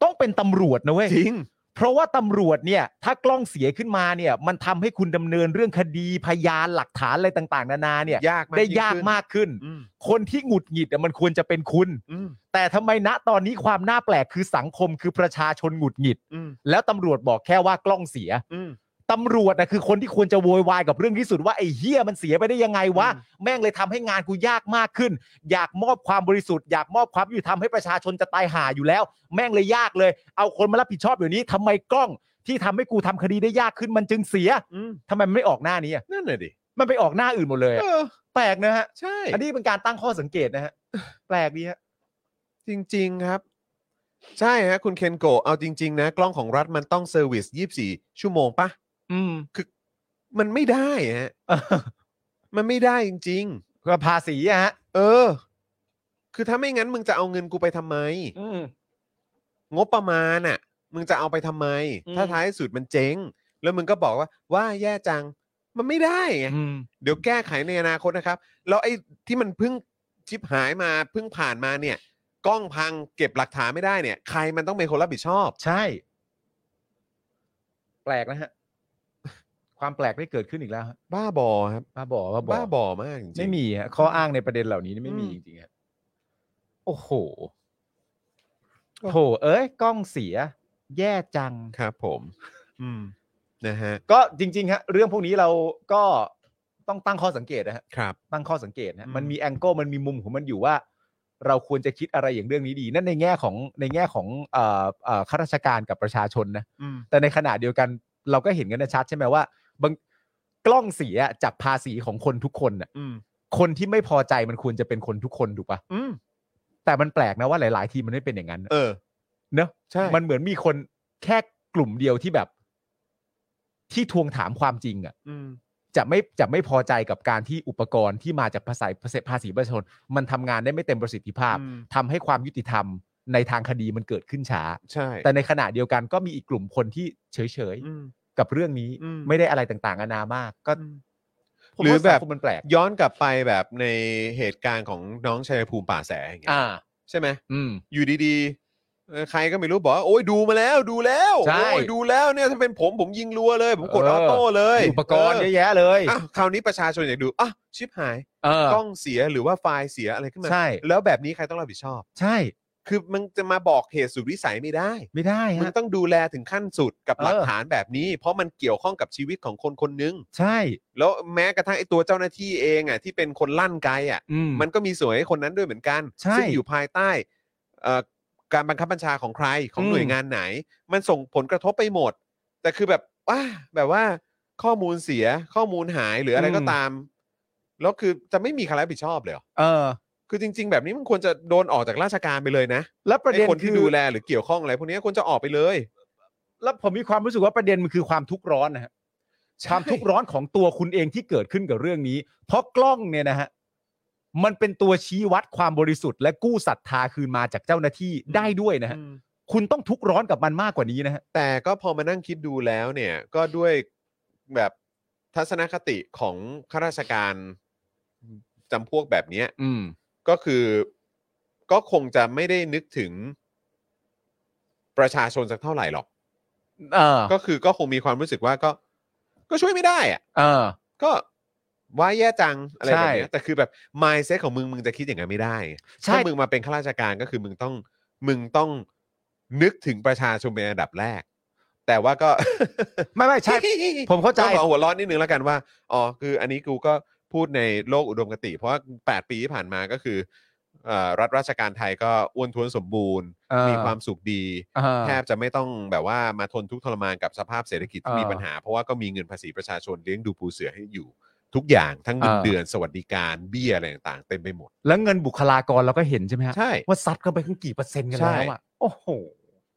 ต้องเป็นตำรวจนะเว้ย
จริง
เพราะว่าตำรวจเนี่ยถ้ากล้องเสียขึ้นมาเนี่ย มันทำให้คุณดำเนินเรื่องคดีพยานหลักฐานอะไรต่างๆ นานาเนี่ย
ยากมาก
ได้
ยิ่งขึ้น
ยากมากขึ้น
อืม
คนที่หงุดหงิดอะมันควรจะเป็นคุณ
อืม
แต่ทำไมณตอนนี้ความน่าแปลกคือสังคมคือประชาชนหงุดหงิด
อืม
แล้วตำรวจบอกแค่ว่ากล้องเสีย
อืม
ตำรวจนะคือคนที่ควรจะโวยวายกับเรื่องที่สุดว่าไอ้เฮียมันเสียไปได้ยังไงวะ
อืม
แม่งเลยทำให้งานกูยากมากขึ้น อยากมอบความบริสุทธิ์อยากมอบความยุติธรรมให้ประชาชนจะตายห่าอยู่แล้ว แม่งเลยยากเลย เอาคนมารับผิดชอบเดี๋ยวนี้ทำไมกล้องที่ทำให้กูทำคดีได้ยากขึ้นมันจึงเสีย
อืม
ทำไมมันไม่ออกหน้านี้อะ
นั่นน่ะดิ
มันไปออกหน้าอื่นหมดเลยอะ
เออ
แปลกนะฮะ
ใช่
อันนี้เป็นการตั้งข้อสังเกตนะฮะแปลกดีฮะ
จริง ๆ ครับ ใช่ฮะคุณเคนโกะเอาจริง ๆ นะ กล้องของรัฐมันต้องเซอร์วิส 24 ชั่วโมงปะ
อืม
มันไม่ได้ฮะ
เออ
มันไม่ได้จริง
ก็ภาษีอะฮะ
ๆ เออ คือถ้าไม่งั้นมึงจะเอาเงินกูไปทำไม
อืม
งบประมาณน่ะ มึงจะเอาไปทำไม
อืม
ถ้าท้ายสุดมันเจ๊ง แล้วมึงก็บอกว่า ว่าแย่จัง มันไม่ได้ไง
อืม
เดี๋ยวแก้ไขในอนาคตนะครับ แล้วไอ้ที่มันเพิ่งชิบหายมาเพิ่งผ่านมาเนี่ย กล้องพังเก็บหลักฐานไม่ได้เนี่ย ใครมันต้องเป็นคนรับผิดชอบ
ใช่ แปลกนะฮะ ความแปลกได้เกิดขึ้นอีกแล้วฮะ
บ้าบอครับ
บ้าบอบ้าบอ
บ้าบอมากจริงๆ
ไม่มีฮะข้ออ้างในประเด็นเหล่านี้นี่ไม่มี
อืม
จริงๆฮะโอ้โหโถเอ้ยกล้องเสีย แย่จัง
ครับผม อืมนะฮะ
ก็จริง ๆ ฮะ เรื่องพวกนี้เราก็ต้องตั้งข้อสังเกตนะฮะ
ครับ
ตั้งข้อสังเกตนะฮะ
อืม
มันมีแองเกิลมันมีมุมของมันอยู่ว่า เราควรจะคิดอะไรอย่างเรื่องนี้ดี นั่นในแง่ของในแง่ของเอ่อเอ่อข้าราชการกับประชาชนนะ
อืม
แต่ในขณะเดียวกันเราก็เห็นกันชัดใช่ไหมว่าบางกล้องเสียจากภาษีของคนทุกคนน่ะ
อืม
คนที่ไม่พอใจมันควรจะเป็นคนทุกคนถูกปะ
อืม
แต่มันแปลกนะว่าหลาย ๆ ทีมันไม่เป็นอย่างนั้นน่ะ
เออ
เนอะ
ใช่
มันเหมือนมีคนแค่กลุ่มเดียวที่แบบ ที่ทวงถามความจริงอ่ะ
อืม
จะไม่จะไม่พอใจกับการที่อุปกรณ์ที่มาจากภาษีภาษีประชาชน มันทำงานได้ไม่เต็มประสิทธิภาพ
อืม
ทำให้ความยุติธรรมในทางคดีมันเกิดขึ้นช้า
ใช่
แต่ในขณะเดียวกันก็มีอีกกลุ่มคนที่เฉย ๆ
อืม
กับเรื่องนี้
อืม
ไม่ได้อะไรต่างๆนานามาก ก็ผม
หรือ
ว่า
แบ
สั
บ
งคมมันแปลก
ย้อนกลับไปแบบในเหตุการณ์ของน้องชัยภูมิป่าแสอย่างเงี้ย
อ่า
ใช่ไหม
อืม
อยู่ดีๆเออใครก็ไม่รู้บอกว่าโอ้ยดูมาแล้วดูแล้ว
ใช่
โอ้ยดูแล้วเนี่ยถ้าเป็นผมผมยิงรัวเลย ผมกด
เอ
อ
อ
อโต้เลย
อุปกรณ์
เอ
เยอะ
อ
แยะเลย
อ้าวคราวนี้ประชาชนอยากดูอ้าวชิบหาย
เออก
ล้องเสียหรือว่าไฟล์เสียอะไรขึ้นมา
ใช่
แล้วแบบนี้ใครต้องรับผิดชอบ
ใช่
คือมันจะมาบอกเหตุสุดวิสัยไม่ได้
ไม่ได้
มึง
ฮะ
ต้องดูแลถึงขั้นสุดกับ
เออ
หลักฐานแบบนี้ เพราะมันเกี่ยวข้องกับชีวิตของคนคนหนึง
ใช่
แล้วแม้กระทั่งไอ้ตัวเจ้าหน้าที่เองอ่ะที่เป็นคนลั่นไกอ่ะ
อืม
มันก็มีส่วนให้คนนั้นด้วยเหมือนกัน
ใช่
ซึ่งอยู่ภายใต้เอ่อการบังคับบัญชาของใครของ
อืม
หน่วยงานไหน มันส่งผลกระทบไปหมด แต่คือแบบว่าแบบว่าข้อมูลเสียข้อมูลหายหรืออะไรก็ตาม แล้วคือจะไม่มีใครรับผิดชอบเลยเหรอ
เออ
คือจริง ๆ แบบนี้มันควรจะโดนออกจากราชการไปเลยนะ
แล้วประ
ไอ้
เด็น
คนที่
คือ
ดูแลหรือเกี่ยวข้องอะไรพวกนี้ควรจะออกไปเลย
แล้วผมมีความรู้สึกว่าประเด็นมันคือความทุกข์ร้อนนะฮะ
ใช่
ความทุกข์ร้อนของตัวคุณเองที่เกิดขึ้นกับเรื่องนี้ เพราะกล้องเนี่ยนะฮะมันเป็นตัวชี้วัดความบริสุทธิ์และกู้ศรัทธาคืนมาจากเจ้าหน้าที่ได้ด้วยนะฮะ คุณต้องทุกข์ร้อนกับมันมากกว่านี้นะฮะ
แต่ก็พอมานั่งคิดดูแล้วเนี่ยก็ด้วยแบบทัศนคติของข้าราชการจำพวกแบบเนี้ย
อืม
ก็คือก็คงจะไม่ได้นึกถึงประชาชนสักเท่าไหร่หรอก
เออ
ก็คือก็คงมีความรู้สึกว่าก็ ก็ช่วยไม่ได้อะ
เออ
ก็ว่าแย่จังอะไร
ใช่
แบบเนี้ยแต่คือแบบ mindset ของมึงมึงจะคิดอย่างนั้นไม่ได้
ใช่
ถ้ามึงมาเป็นข้าราชการก็คือมึงต้องมึงต้องนึกถึงประชาชนเป็นอันดับแรก แต่ว่าก็
ไม่ไม่ใช่ ผมเข้าใจ
ก็ขอหัวเร้อนนิดนึงแล้วกันว่าอ๋อคืออันนี้กูก็พูดในโลกอุดมคติ เพราะว่า 8 ปีที่ผ่านมาก็คือเอ่อรัฐราชการไทยก็อ้วนท้วนสมบูรณ์
เออ
มีความสุขดี
เออ
แทบจะไม่ต้องแบบว่ามาทนทุกข์ทรมานกับสภาพเศรษฐกิจที่มีปัญหา เพราะว่าก็มีเงินภาษีประชาชนเลี้ยงดูปูเสือให้อยู่ ทุกอย่างทั้งเงิน
เออ
เดือนสวัสดิการเบี้ยอะไรต่างๆเต็มไปหมด
แล้วเงินบุคลากรเราก็เห็นใช่ไหมฮะ
ใช่
ว่าซัดเข้าไปขึ้นกี่เปอร์เซ็นต์กันแล้วอ่ะโอ้โห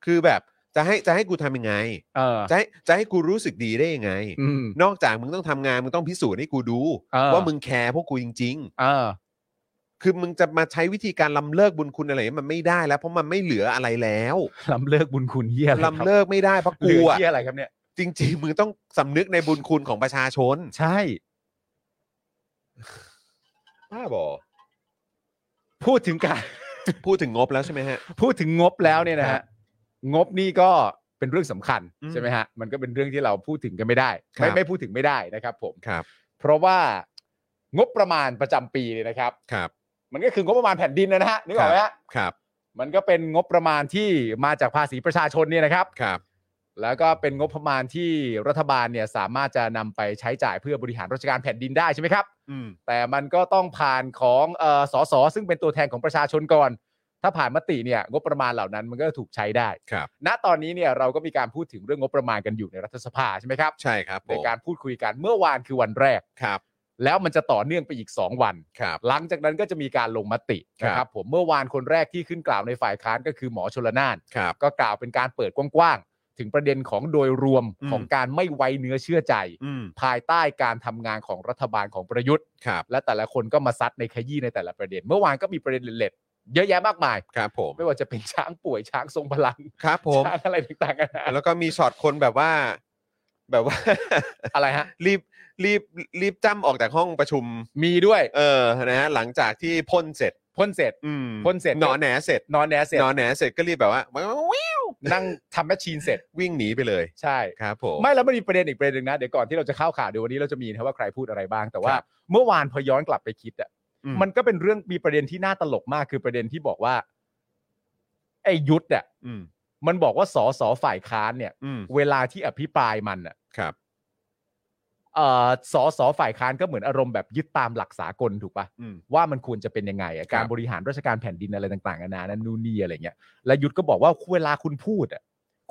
คือแบบจะให้จะให้กูทำยังไง
เออ
จะให้จะให้กูรู้สึกดีได้ยังไง
อืม
นอกจากมึงต้องทำงานมึงต้องพิสูจน์ให้กูดู
เออ
ว่ามึงแคร์พวกกูจริง
เออ
ๆ คือมึงจะมาใช้วิธีการล้ำเลิกบุญคุณอะไรอย่างเงี้ยมันไม่ได้แล้ว เพราะมันไม่เหลืออะไรแล้ว
ลำเลิกบุญคุณเยี่ยอะไรครับ
ล้ำเลิกไม่ได้เพราะ
เหลื
กู
อ
อะ
เยี่ยอะไรครับเนี่ย
จริง ๆ มึงต้องสำนึกในบุญคุณของประชาชน
ใช่
บ้าบอ
พูดถึงการ
พูดถึงงบแล้วใช่ไหมฮะ
พูดถึงงบแล้วเนี่ยนะ
ครั
ฮะ
บ
งบนี่ก็เป็นเรื่องสำคัญ
อืม
ใช่ไหมฮะมันก็เป็นเรื่องที่เราพูดถึงกันไม่ได้
ครับ
ไม่ไม่พูดถึงไม่ได้นะครับ ผม
ครับ
เพราะว่างบประมาณประจำปีเนี่ยนะครับ
ครับ
มันก็คืองบประมาณแผ่นดินนะฮะนึกออกไหมฮะ
ครับ
มันก็เป็นงบประมาณที่มาจากภาษีประชาชนเนี่ยนะครับ
ครับ
แล้วก็เป็นงบประมาณที่รัฐบาลเนี่ยสามารถจะนำไปใช้จ่ายเพื่อบริหารราชการแผ่นดินได้ใช่ไหมครับ
อืม
แต่มันก็ต้องผ่านของเอ่อสสซึ่งเป็นตัวแทนของประชาชนก่อน ถ้าผ่านมติเนี่ยงบประมาณเหล่านั้นมันก็ถูกใช้ได้
ครับ
ณตอนนี้เนี่ยเราก็มีการพูดถึงเรื่องงบประมาณกันอยู่ในรัฐสภาใช่ไหมครับ
ใช่ครับผ
ใน
ม
การพูดคุยกันเมื่อวานคือวันแรก
ครับ
แล้วมันจะต่อเนื่องไปอีก 2 วัน
ครับ
หลังจากนั้นก็จะมีการลงมตินะค
ครั
รับบ ผมเมื่อวานคนแรกที่ขึ้นกล่าวในฝ่ายค้านก็คือหมอชลนาน
ครับ
ก็กล่าวเป็นการเปิดกว้างๆ ถึงประเด็นของโดยรวม
อืม
ของการไม่ไว้เนื้อเชื่อใจ
อืม
ภายใต้การทำงานของรัฐบาลของประยุทธ์
ครับ
และแต่ละคนก็มาซัดในขยี้ในแต่ละประเด็น เมื่อวานก็มีประเด็นเล็ดๆเยอะแยะมากมาย
ครับผม
ไม่ว่าจะเป็นช้างป่วยช้างทรงพลัง
ครับผม
ช้างอะไรต่างๆกันา
แล้วก็มีช็อตคนแบบว่า แบบว่า
อะไรฮะ
รีบรีบรีบจ้ำออกจากห้องประชุม
มีด้วย
เออนะฮะหลังจากที่พ่นเสร็จ
พ่นเสร็จ
อืม
พ่นเสร็จ
หนอนแหนเสร็จ
นอนแหนเสร็จ
หนอนแหนเสร็จก็รีบแบบว่าวิว
นั่งทำแมชชีนเสร็จ
วิ่งหนีไปเลย
ใช่
ครับผม
ไม่แล้วมันมีประเด็นอีกประเด็นหนึงนะ เดี๋ยวก่อนที่เราจะเข้าข่าวเดี๋ยววันนี้เราจะมีนะว่าใครพูดอะไรบ้าง แต่ว่าเมื่อวานพอย้อนกลับไปคิดอ่ะ
อื
มันก็เป็นเรื่องมีประเด็นที่น่าตลกมากคือประเด็นที่บอกว่าไอ้ยุทธอ่ะ
อืม
มันบอกว่าสสฝ่ายค้านเนี่ย
อืม
เวลาที่อภิปรายมันอ่ะ
ครับ
เอ่อสสฝ่ายค้านก็เหมือนอารมณ์แบบยึดตามหลักสากลถูกปะ
อืม
ว่ามันควรจะเป็นยังไงอะ
ครับ
การบริหารราชการแผ่นดินอะไรต่างๆนานานั่นนู่นนี่อะไรเงี้ยและยุทธก็บอกว่าเวลาคุณพูดอ่ะ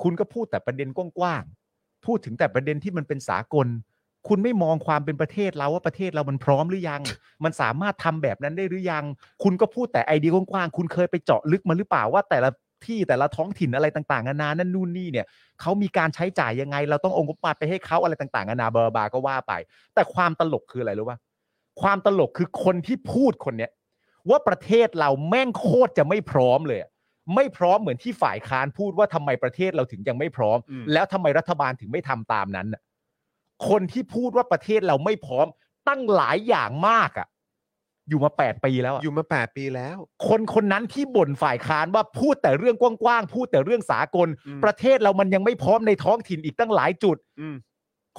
คุณก็พูดแต่ประเด็นกว้างๆพูดถึงแต่ประเด็นที่มันเป็นสากล คุณไม่มองความเป็นประเทศเราว่าประเทศเรามันพร้อมหรือยัง มันสามารถทำแบบนั้นได้หรือยัง คุณก็พูดแต่ไอเดียกว้างๆคุณเคยไปเจาะลึกมาหรือเปล่าว่าแต่ละที่แต่ละท้องถิ่นอะไรต่างๆนานานั่นนู่นนี่เนี่ยเขามีการใช้จ่ายยังไง เราต้องเองค์กบประมาณไปให้เขาอะไรต่างๆนานาบลาบลาก็ว่าไป แต่ความตลกคืออะไรรู้ป่ะความตลกคือคนที่พูดคนเนี้ยว่าประเทศเราแม่งโคตรจะไม่พร้อมเลยอะไม่พร้อมเหมือนที่ฝ่ายค้านพูดว่าทำไมประเทศเราถึงยังไม่พร้อม
อืม
แล้วทำไมรัฐบาลถึงไม่ทำตามนั้นน่ะคนที่พูดว่าประเทศเราไม่พร้อม ตั้งหลายอย่างมากอะอยู่มาแปดปีแล้วอะ
อยู่มา 8 ปีแล้ว
คนคนนั้นที่บ่นฝ่ายค้านว่าพูดแต่เรื่องกว้างๆ พูดแต่เรื่องสากล
อืม
ประเทศเรามันยังไม่พร้อมในท้องถิ่นอีกตั้งหลายจุด
อืม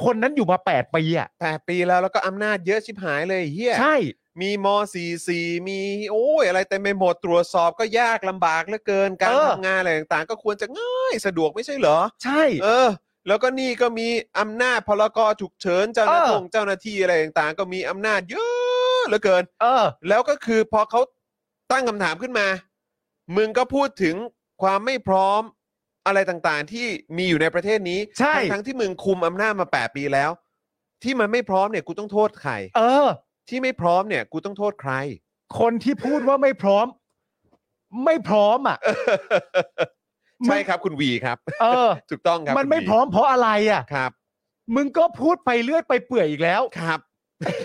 คนนั้นอยู่มา8ปีอ่ะ
แปดปีแล้วแล้วก็อำนาจเยอะชิบหายเลยเฮีย
ใช่
มีมสี่สี่มีโอ้ยอะไรเต็มไปหมดตรวจสอบก็ยากลำบากเหลือเกินการทำงานอะไรต่างๆ ก็ควรจะง่ายสะดวกไม่ใช่เหรอ
ใช่
เออ แล้วก็นี่ก็มีอำนาจพลกรฉุกเฉินเจ้าหน้าที่
เออ
เจ้าหน้าที่อะไรต่างๆ ก็มีอำนาจเยอะเหลือเกิน
เออ
แล้วก็คือพอเขาตั้งคำถามขึ้นมา มึงก็พูดถึงความไม่พร้อมอะไรต่างๆ ที่มีอยู่ในประเทศนี้
ใช่
ทั้งๆที่มึงคุมอำนาจมา 8 ปีแล้ว ที่มันไม่พร้อมเนี่ยกูต้องโทษใคร
เออ
ที่ไม่พร้อมเนี่ยกูต้องโทษใค ร
คนที่พูดว่าไม่พร้อม ไม่พร้อมอ่ะ
ใช่ครับคุณวีครับ
เออ
ถูกต้องครับ
มันไม่
คุณวี
พร้อมเพราะอะไรอ่ะ
ครับ
มึงก็พูดไปเรื่อยไปเปื่อยอีกแล้ว
ครับ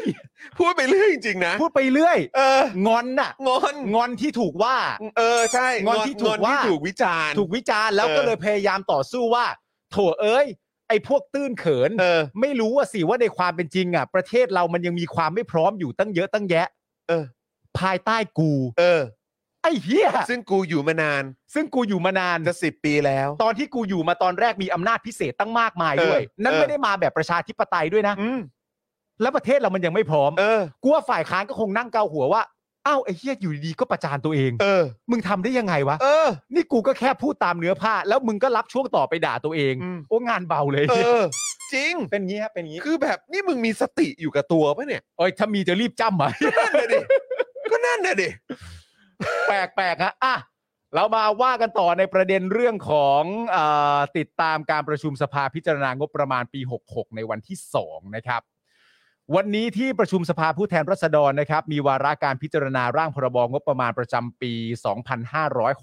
พูดไปเรื่อยจริงๆนะ
พูดไปเรื่อย
เออ
งอนน่ะ
งอน
งอนที่ถูกว่า
เออใช่
งอนที่ถูกว่า
ถูกวิจารณ์
ถูกวิจารณ์แล้ว
เออ
ก็เลยพยายามต่อสู้ว่า โถเอ้ย ไอ้พวกตื้นเขิน
เออ
ไม่รู้ว่าสิว่าในความเป็นจริงอ่ะ ประเทศเรามันยังมีความไม่พร้อมอยู่ตั้งเยอะตั้งแยะ
เออ
ภายใต้กู
เออ
ไอ้เหี้ย
ซึ่งกูอยู่มานาน
ซึ่งกูอยู่มานาน
จะสิบปีแล้ว
ตอนที่กูอยู่มาตอนแรกมีอำนาจพิเศษตั้งมากมายด้วย
เออ
นั่น
เออ
ไม่ได้มาแบบประชาธิปไตยด้วยนะ
อืม
แล้วประเทศเรามันยังไม่พร้อม
เออ
กูว่าฝ่ายค้านก็คงนั่งเกาหัวว่าอ้าวไอ้เหี้ยอยู่ดีๆก็ประจานตัวเอง
เออ
มึงทำได้ยังไงวะ
เออ
นี่กูก็แค่พูดตามเนื้อผ้า แล้วมึงก็รับช่วงต่อไปด่าตัวเอง
อืม
โอ้งานเบาเลย
เออ จริง
เป็นงี้ฮะเป็นงี้
คือแบบนี่มึงมีสติอยู่กับตัวปะเนี่ย
โอ้ยถ้ามีจะ รีบจ้ำไหม
นั่นน่ะดิก็นั่นน่ะดิ
แปลกแปลกฮะอ่ะเรามาว่ากันต่อในประเด็นเรื่องของเออติดตามการประชุมสภาพิจารณางบประมาณปี 66 ในวันที่ 2 นะครับ วันนี้ที่ประชุมสภาผู้แทนราษฎรนะครับ มีวาระการพิจารณาร่างพรบงบประมาณประจำปี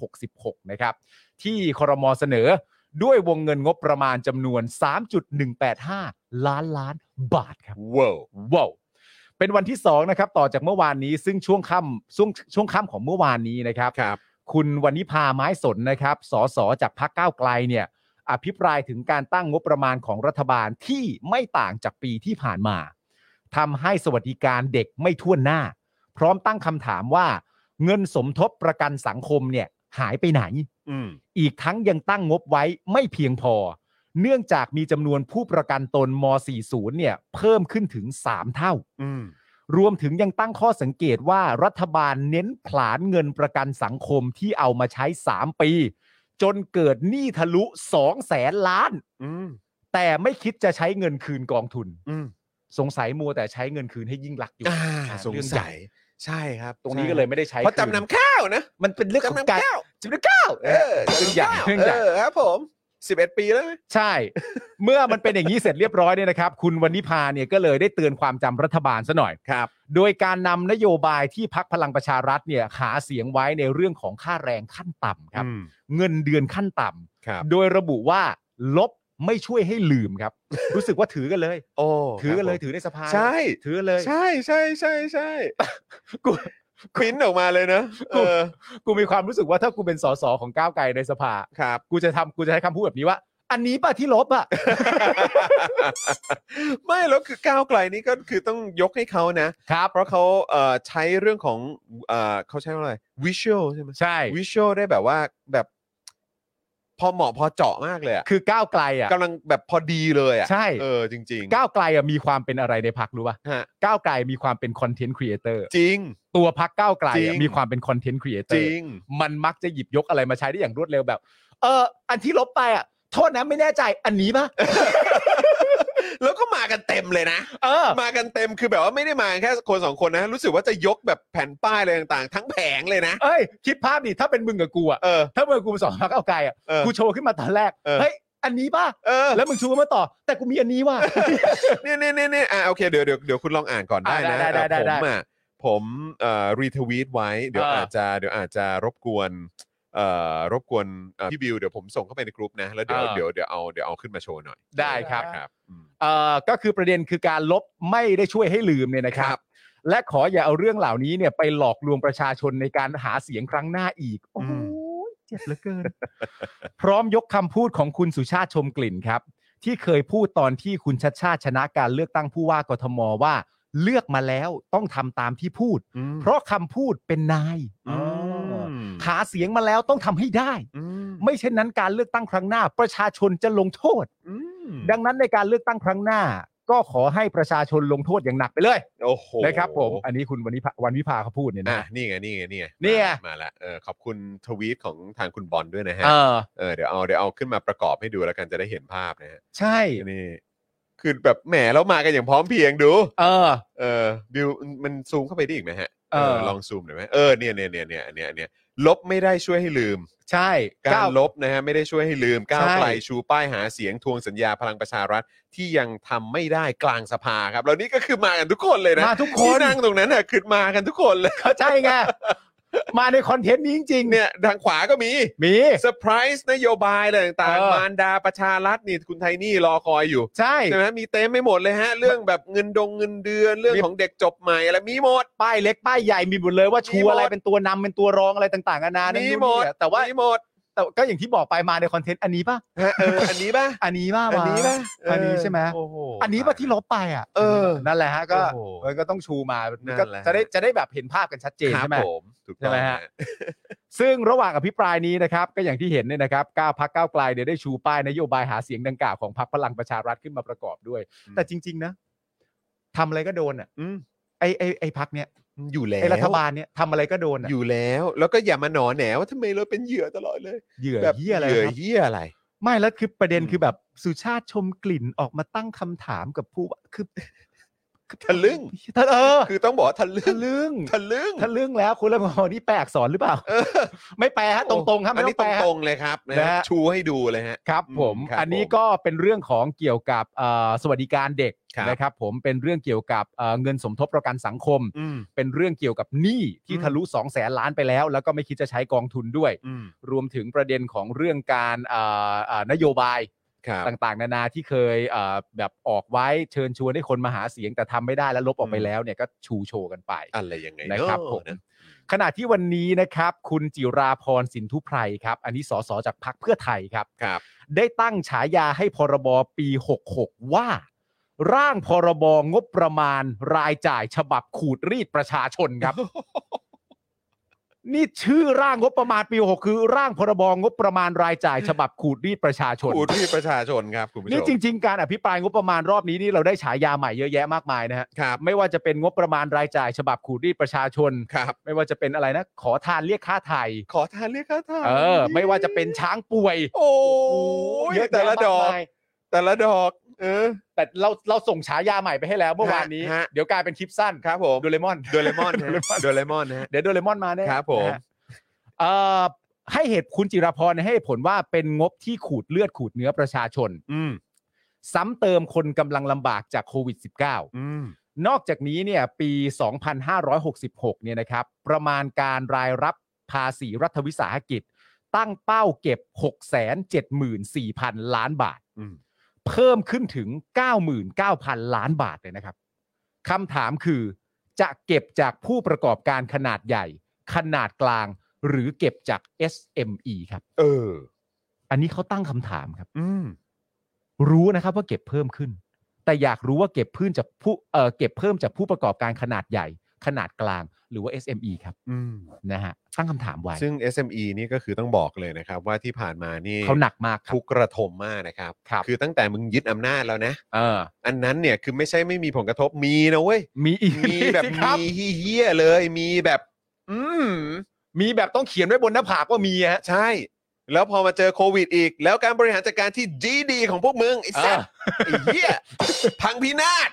2566 นะครับ ที่ครมเสนอด้วยวงเงินงบประมาณจำนวน 3.185 ล้านล้านบาทครับ
ว้าว
ว้าวเป็นวันที่ 2 นะครับ ต่อจากเมื่อวานนี้ ซึ่งช่วงค่ำช่วงช่วงค่ำของเมื่อวานนี้นะครับ
ครับ
คุณวณิพาไม้สนนะครับ สสจากพรรคก้าวไกลเนี่ย อภิปรายถึงการตั้งงบประมาณของรัฐบาลที่ไม่ต่างจากปีที่ผ่านมาทำให้สวัสดิการเด็กไม่ทั่วนหน้า พร้อมตั้งคำถามว่า เงินสมทบประกันสังคมเนี่ยหายไปไหน
อืม
อีกทั้งยังตั้งงบไว้ไม่เพียงพอ เนื่องจากมีจำนวนผู้ประกันตนม .40 เนี่ยเพิ่มขึ้นถึง 3 เท่า
อืม
รวมถึงยังตั้งข้อสังเกตว่ารัฐบาลเน้นผลานเงินประกันสังคมที่เอามาใช้ 3 ปี จนเกิดหนี้ทะลุ2แสนล้าน
อืม
แต่ไม่คิดจะใช้เงินคืนกองทุน
อืม
สงสัยมัวแต่ใช้เงินคืนให้ยิ่งหลักษณ์อยู่
อ่า
อ่า
สง
เรื่องให
สั
ญ่
ย ใช่ครับ
ตรงนี้ก็เลยไม่ได้ใช้
เพราะ
คื
จำนำข้าวนะ
มันเป็นเรื่องข
จำ
อง
นำ
การ
ข้าว
จำนำข้าว
เออ
เรื่องใหญ่
จำนำข้าว
เรื่องใหญ่
เออครับผมสิบเอ็ดปีแล้วไหม
ใช่ เมื่อมันเป็นอย่างนี้เสร็จเรียบร้อยเนี่ยนะครับ คุณวันนิพาเนี่ยก็เลยได้เตือนความจำรัฐบาลซะหน่อย
ครับ
โดยการนำนโยบายที่พักพลังประชารัฐเนี่ยหาเสียงไว้ในเรื่องของค่าแรงขั้นต่ำครับ เงินเดือนขั้นต่ำ
ครับ
โดยระบุว่าลบไม่ช่วยให้ลืม ครับ รู้สึกว่าถือกันเลย
โอ้
ถือกันเล
ค
ย
รับผม
ถือในสภา
ใช่
ถือกันเลย
ใช่ใช่ใช่ใช่
กู
ควินออกมาเลยนะเออ
กูมีความรู้สึกว่าถ้ากูเป็นสสของก้าวไกลในสภา
ครับ
กูจะทำกูจะใช้คำพูดแบบนี้ว่า อันนี้ป่ะที่ลบอ่ะ
ไม่แล้วคือก้าวไกลนี่ก็คือต้องยกให้เขานะ
ครับ
เพราะเขาเอ่อใช้เรื่องของเอ่อเขาใช้ว่าอะไรวิชวลใช่ไหม
ใช่
วิชวลได้แบบว่าแบบ พอเหมาะพอเจาะมากเลยอะ
คือก้าวไกลอ่ะ
กำลังแบบพอดีเลยอ่ะ
ใช่
เออจริง
ก้าวไกลอะมีความเป็นอะไรในพักรู้ป่ะ
ๆฮะ
ก้าวไกลมีความเป็นคอนเทนต์ครีเอเตอร์
จริง
ตัวพักก้าวไกล
จริ
อะ
ง
มีความเป็นคอนเทนต์ครีเอเต
จ
อ
ริ
ร์
ง
มันมักจะหยิบยกอะไรมาใช้ได้อย่างรวดเร็วแบบ เอออันที่ลบไปอ่ะ โทษนะไม่แน่ใจอันนี้ป่ะ
แล้วก็มากันเต็มเลยนะ
เออ
มากันเต็มคือแบบว่าไม่ได้มาแค่คนสองคนนะ รู้สึกว่าจะยกแบบแผ่นป้ายอะไรต่างๆ ทั้งแผงเลยนะ
เอ้ยคิดภาพดิถ้าเป็นมึงกับกูอ่ะ
เออ
ถ้ามึงกับกูสองพักเอาไกลอ่ะ
เออ
กูโชว์ขึ้นมาตอนแรก
เออ
เฮ้ยอันนี้ป่ะ
เออ
แล้วมึงชูมาต่อ แต่กูมีอันนี้ว่ะ
เนี่ยเนี่ยเนี่ยเนี่ยอ่ะโอเคเดี๋ยวเดี๋ยวเดี๋ยวคุณลองอ่านก่อนได้
อ่ะ
นะ
ได้ได้ได้
เอ่อ
ได้
ผมอ่ะผมเอ่อรีทวีตไว้เดี๋ยว
เอออ
อาจจะเดี๋ยวอาจจะรบกวนเอ่อรบกวนเอ่อพี่บิวเดี๋ยวผมส่งเข้าไปในกลุ่มนะแล้วเดี๋ยว
เออ
เดี๋ยวเดี๋ยวเอาเดี๋ยวเอาขึ้นมาโชว์หน่อย
ได้ครับ
ครับอืม
เอ่อก็คือประเด็นคือการลบไม่ได้ช่วยให้ลืมเนี่ยนะค
ค
รั
รับ บ
และขออย่าเอาเรื่องเหล่านี้เนี่ยไปหลอกลวงประชาชนในการหาเสียงครั้งหน้าอีก โอ้โหเจ็บเหลือเกิน พร้อมยกคำพูดของคุณสุชาติชมกลิ่นครับ ที่เคยพูดตอนที่คุณชัดชาติชนะการเลือกตั้งผู้ว่ากทมว่า เลือกมาแล้วต้องทำตามที่พูด
อืม
เพราะคำพูดเป็นนาย
อืม
หาเสียงมาแล้วต้องทำให้ได้
อืม
ไม่เช่นนั้นการเลือกตั้งครั้งหน้า ประชาชนจะลงโทษ
อืม
ดังนั้นในการเลือกตั้งครั้งหน้า ก็ขอให้ประชาชนลงโทษอย่างหนักไปเลย
โอ้โห
นะครับผม อันนี้คุณวันวิภาวันวิภาเขาพูดเนี่ย
อ่ะ
นะ
นี่ไงนี่ไงนี่ไง
เนี่ย
มามาละเออขอบคุณทวีตของทางคุณบอลด้วยนะฮะ
เออ
เออเดี๋ยวเอาเดี๋ยวเอาขึ้นมาประกอบให้ดูแล้วกันจะได้เห็นภาพนะฮะ
ใช่
นี่คือแบบแหมแล้วมากันอย่างพร้อมเพรียงดู
เออ
เออบิวมันซูมเข้าไปได้อีกไหมฮะ
เออ
ลองซูมหน่อยไหมเออเนี่ยเนี่ยเนี่ยเนี่ยอันเนี้ยอันเนี้ยลบไม่ได้ช่วยให้ลืม
ใช่
กา
ก้าว
รลบนะฮะไม่ได้ช่วยให้ลืม ก้าว
ใช่
ไกลชูป้ายหาเสียงทวงสัญญาพลังประชารัฐที่ยังทำไม่ได้กลางสภาครับแล้วนี่ก็คือมากันทุกคนเลยนะ
มาทุกค
ที่
น
นั่งตรงนั้นน่ะคือมากันทุกคนเลย
เข้าใจไง มาในคอนเทนต์นี้จริงๆ
เนี่ยทางขวาก็มี
มี
เซอร์ไพรส์นโยบายอะไรต่าง
เออ
ๆมารดาประชารัฐนี่คุณไทนี่รอคอยอยู่
ใช่
ใช่ไหมมีเต็มไม่หมดเลยฮะ เรื่องแบบเงินดงเงินเดือนเรื่อง
มี
ของเด็กจบใหม่อะไรมีหมด
ป้ายเล็กป้ายใหญ่มีหมดเลยว่า
มี
ชู
หมด
อะไรเป็นตัวนำเป็นตัวรองอะไรต่างๆนานานั่น
มี
นู่น
หมด
นี่อะแต่ว่า
มีหมด
แต่ก็อย่างที่บอกไปมาในคอนเทนต์อันนี้ป่ะ
ฮะเอออันนี้ป่ะ
อันนี้ป่ะ
อัน
วะ
นี้ป่ะเ
อันนี้ใช่ไหม
โอ้โห
อันนี้ป่ะที่ลบไปอ่ะ
เออ
นั่นแหละฮะก็
โอ้โห
มันก็ต้องชูมามันก็
นั่นแหละ
จะได้จะได้แบบเห็นภาพกันชัดเจน
ครับ
ใช่ไหม
ผมถูก
ใช่
ต้อง
ไหมฮะ ซึ่งระหว่างอภิปรายนี้นะครับ ก็อย่างที่เห็นเนี่ยนะครับก้าวพักก้าวไกลเนี่ยได้ชูป้ายนโยบายหาเสียงดังกล่าวของพรรคพลังประชารัฐขึ้นมาประกอบด้วย แต่จริง ๆ นะทำอะไรก็โดนอ่ะ
อืม
ไอ้ไอ้ไอ้พักเนี้ย
อยู่แล้ว
ไอ้รัฐบาลเนี้ยทำอะไรก็โดนอะ
อยู่แล้ว แล้วก็อย่ามาหนอแหนว่าทำไมเราเป็นเหยื่อตลอดเลย
เหยื่อ
แบบ
เหี้ยอะไร
เหยื่อ
ครับ
เหี้ยอะไร
ไม่แล้วคือประเด็น
อืม
คือแบบสุชาติชมกลิ่นออกมาตั้งคำถามกับผู้ว่าคือ
ทะลึ่ง
ทะเออ
คือต้องบอกว่าทะลึ่
ทะ
ง
ลึ่ง
ทะลึ่ง
ทะลึ่งแล้วคุณละมอนี่แปลอักษรหรือเปล่า
เออ
ไม่แปลฮะตรงๆครับ
อั
ไม่
น
ต้อ
นี้
งแป
ต
ลฮะ
รงๆเลยครับนะฮะ
นะฮะ
ชูให้ดูเลยฮะ
ครับผม
อืมครับ
อันนี้
ผม
ก็เป็นเรื่องของเกี่ยวกับเอ่อสวัสดิการเด็ก
ครับ
นะครับ ผมเป็นเรื่องเกี่ยวกับเอ่อเงินสมทบประกันสังคม
อืม
เป็นเรื่องเกี่ยวกับหนี้ที่
อืม
ทะลุ2องแสนล้านไปแล้ว แล้วก็ไม่คิดจะใช้กองทุนด้วย
อืม
รวมถึงประเด็นของเรื่องการเอ่อเอ่อนโยบาย
ครับ
ต่างๆ นานาที่เคยเอ่อแบบออกไว้เชิญชวนให้คนมาหาเสียงแต่ทำไม่ได้แล้วลบออกไป
อืม
แล้วเนี่ยก็ชูโชว์กันไป
อะไรยังไง
นะครับผม
เนอะนะ
ขณะที่วันนี้นะครับ คุณจิราพรสินทุไพรครับ อันนี้สสจากพักเพื่อไทยครับ
ครับ
ได้ตั้งฉายาให้พรบปี 66 ว่า ร่างพรบงบประมาณรายจ่ายฉบับขูดรีดประชาชนครับ นี่ชื่อร่างงบประมาณปี6คือ ร่างพรบงบประมาณรายจ่าย ฉบับขูดรีดประชาชน
ขูดรีดประชาชนครับคุณผู้ชม
นี่จริง ๆ การอภิปรายงบประมาณรอบนี้นี่เราได้ฉายาใหม่เยอะแยะมากมายนะฮะ
ครับ
ไม่ว่าจะเป็นงบประมาณรายจ่าย ฉบับขูดรีดประชาชน
ครับ
ไม่ว่าจะเป็นอะไรนะ ขอทานเรียกค่าไทย
ขอทานเรียกค่าทาน
เออ ไม่ว่าจะเป็นช้างป่วย
โอ้ย
เยอะ
แต่ละดอก
แยมามาย
แต่ละดอก เออ
แต่เราเราส่งฉายาใหม่ไปให้แล้วเมื่อวานนี้
ฮะ
เดี๋ยวกลายเป็นคลิปสั้น
ครับผม
โดเรมอน
โดเรมอนฮะ โดเรมอนนะฮะ
เดี๋ยวโดเรมอนมาแน่
ครับผม
นะฮะเอ่อให้เหตุคุณจิรพรให้เหตุผลว่าเป็นงบที่ขูดเลือดขูดเนื้อประชาชน
อืม
ซ้ำเติมคนกำลังลำบากจากโควิด -19
อืม
นอกจากนี้เนี่ยปี 2566 เนี่ยนะครับ ประมาณการรายรับภาษีรัฐวิสาหกิจ ตั้งเป้าเก็บ 674,000 ล้านบาท
อืม
เพิ่มขึ้นถึง 99,000 ล้านบาทเลยนะครับคำถามคือจะเก็บจากผู้ประกอบการขนาดใหญ่ ขนาดกลาง หรือเก็บจาก SME ครับ
เออ
อันนี้เขาตั้งคำถามครับ
อืม
รู้นะครับว่าเก็บเพิ่มขึ้น แต่อยากรู้ว่าเก็บเพิ่มจากผู้เอ่อเก็บเพิ่มจากผู้ประกอบการขนาดใหญ่ ขนาดกลาง หรือว่า SME ครับ
อืม
นะฮะตั้งคำถามไว้
ซึ่ง SME นี่ก็คือต้องบอกเลยนะครับ ว่าที่ผ่านมานี่
เขาหนักมากครับ
ทุกกระทมมากนะครับ
ครับ
คือตั้งแต่มึงยึดอำนาจแล้วนะ
เออ
อันนั้นเนี่ยคือไม่ใช่ไม่มีผลกระทบมีนะเว้ย
มีอีก
มีแบบ
สิ
มี
ครับ
เฮี้ยๆเลย มีแบบ อืม
มีแบบต้องเขียนไว้บนหน้าผากว่ามีฮะ
ใช่ แล้วพอมาเจอโควิดอีก แล้วการบริหารจัดการที่ดีดีๆของพวกมึงไอ้แซ่บไอ้เหี้ ยพังพินาศ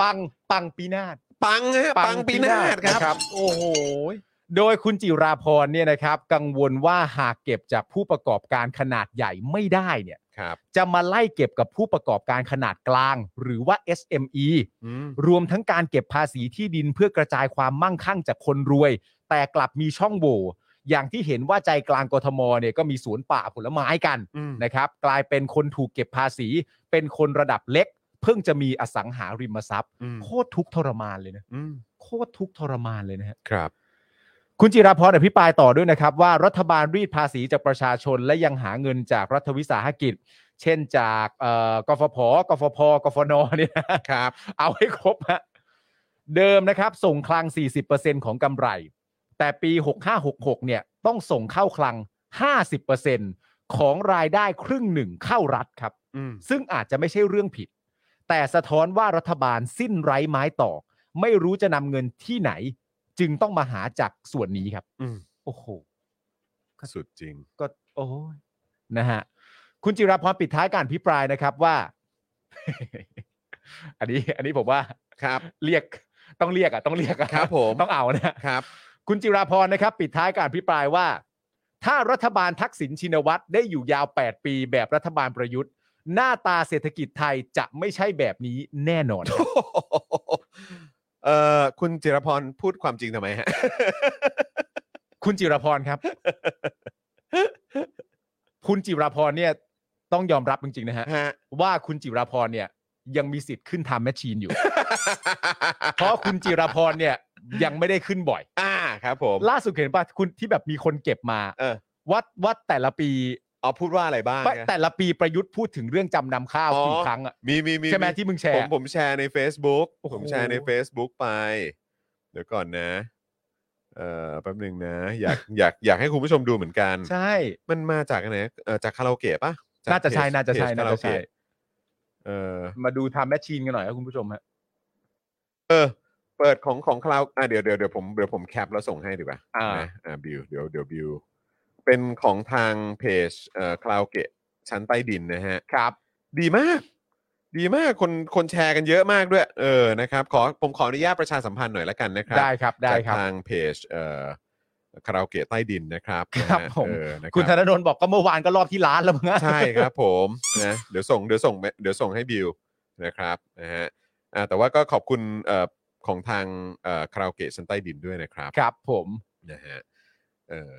ปังปังปีนาศ
ปังฮะปังปีนาศครับ
นะครับ โอ้โห โดยคุณจิราพรเนี่ยนะครับ กังวลว่าหากเก็บจากผู้ประกอบการขนาดใหญ่ไม่ได้เนี่ย
ครับ
จะมาไล่เก็บกับผู้ประกอบการขนาดกลาง หรือว่า SME
อืม
รวมทั้งการเก็บภาษีที่ดินเพื่อกระจายความมั่งคั่งจากคนรวย แต่กลับมีช่องโหว่อย่างที่เห็นว่าใจกลางกทมเนี่ยก็มีสวนป่าผลไม้กัน
อืม
นะครับ กลายเป็นคนถูกเก็บภาษี เป็นคนระดับเล็ก เพิ่งจะมีอสังหาริมทรัพย์
อืม
โคตรทุกข์ทรมานเลยนะ
อืม
โคตรทุกข์ทรมานเลยนะฮะ
ครับ
คุณจิราพรอภิปรายต่อด้วยนะครับ ว่ารัฐบาลรีดภาษีจากประชาชนและยังหาเงินจากรัฐวิสาหกิจ เช่นจากเอ่อกฟผกฟพกฟนเนี่ยนะ
ครับ
เอาให้ครบฮะเดิมนะครับ ส่งคลัง 40%ของกำไร แต่ปี 6566 เนี่ย ต้องส่งเข้าคลัง 50%ของรายได้ครึ่งหนึ่งเข้ารัฐครับ
อืม
ซึ่งอาจจะไม่ใช่เรื่องผิด แต่สะท้อนว่ารัฐบาลสิ้นไร้ไม้ตอกไม่รู้จะนำเงินที่ไหน จึงต้องมาหาจากส่วนนี้ครับ
อืม
โอ้โห
สุดจริง
ก็โอ้ยนะฮะคุณจิราพรปิดท้ายการพิปรายนะครับว่า อันนี้ อันนี้ผมว่า
ครับ
เรียกต้องเรียกอ่ะต้องเรียกอ่ะ
ครับผม
ต้องเอานะครับ คุณจิราพรนะครับ ปิดท้ายการพิปรายว่า ถ้ารัฐบาลทักษิณชินวัตรได้อยู่ยาว 8 ปีแบบรัฐบาลประยุทธ์ หน้าตาเศรษฐกิจไทยจะไม่ใช่แบบนี้แน่น อน
เอ่อคุณจิรพรพูดความจริงทำไมฮะ
คุณจิรพรครับ คุณจิรพรเนี่ย ต้องยอมรับจริงๆนะฮะ
ฮะ
ว่าคุณจิรพรเนี่ย ยังมีสิทธิ์ขึ้นไทำแมชชีนอยู่ เพราะคุณจิรพรเนี่ย ยังไม่ได้ขึ้นบ่อย
อ่าครับผม
ล่าสุดเห็นป่ะคุณที่แบบมีคนเก็บมา
เออ
ว่าว่าแต่ละปี
เอาพูดว่าอะไรบ้างนะ
แต่ละปีประยุทธ์พูดถึงเรื่องจำนำข้าว
อ๋อ
กี่ครั้งอะ
มีมีมี
ใช่ไหมที่มึงแช
ผ
ร์
มผมแชร์ใน Facebook
โอ้โห
ผมแชร์ใน Facebook ไป เดี๋ยวก่อนนะ เอ่อแป๊บหนึ่งนะ อยากอยากอยากให้คุณผู้ชมดูเหมือนกัน
ใช่
มันมาจากอะไรนะเอ่อจากคาราโอเกะปะก
น่าจะใช่
เพจ
น่าจะใช่
เพจ
น่า
คารา
จะ
โอ
ใช่
เกะเออ
มาดูไทำแมชชีนกันหน่อยครับคุณผู้ชมฮะ
เออ เปิดของของคลาวอ่ะเดี๋ยวเดี๋ยวเดี๋ยวผมเดี๋ยวผมแคปแล้วส่งให้ดีกว่า
อ่าน
ะอ่าบิวเดี๋ยวเดี๋ยวบิว เป็นของทางเพจเอ่อคลาวเกะชั้นใต้ดินนะฮะ
ครับ
ดีมาก ดีมากคนคนแชร์กันเยอะมากด้วย เออนะครับขอผมขออนุญาตประชาสัมพันธ์หน่อยละกันนะครั
ได้ครับได้ครั
จา
บ
กทางเพจเอ่อคาราโอเกะใต้ดินนะครับ
ครับ
นะฮะ
ผม
เออนะรับ
คุณธนนท์บอกก็เมื่อวานก็รอบที่ร้านแล้วมั้งอะ
ใช่ครับผมนะเดี๋ยวส่งเดี๋ยวส่งเดี๋ยวส่งให้บิวนะครับนะฮะอ่าแต่ว่าก็ขอบคุณเอ่อของทางเอ่อคาราโอเกะชั้นใต้ดินด้วยนะครับ
ครับผม
นะฮะเออ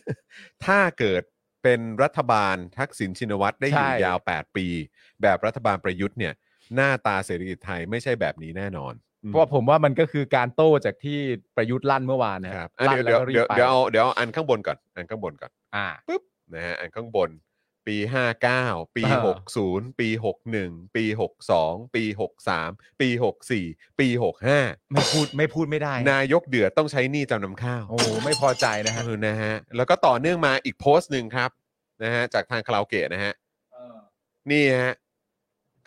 ถ้าเกิดเป็นรัฐบาลทักษิณชินวัตรได้อยู่
ใช่
ยาว 8 ปี แบบรัฐบาลประยุทธ์เนี่ย หน้าตาเศรษฐกิจไทยไม่ใช่แบบนี้แน่นอนอืม
เพราะว่าผมว่ามันก็คือการโต้จากที่ประยุทธ์ลั่นเมื่อวานนะครับ
อ่ะ
ลั่น
เดี๋ยว
แล้
เดี๋ยว
วก็รีบ
เดี๋ยว
ไป
เดี๋ยวเอาเดี๋ยวเอาอันข้างบนก่อนอันข้างบนก่อน
อ่า
ปุ๊บนะฮะอันข้างบน ปี 59 ปี
อ่า
60 ปี 61 ปี 62 ปี 63 ปี 64 ปี
ไม่พูดไม่พูดไม่ได้
65 นายกเดือดต้องใช้หนี้จำนำข้าว
โอ้ไม่พอใจนะฮะ
เออนะฮะแล้วก็ต่อเนื่องมาอีกโพสต์หนึ่งครับนะฮะจากทางคาราโอเกะนะฮะนี่ฮะ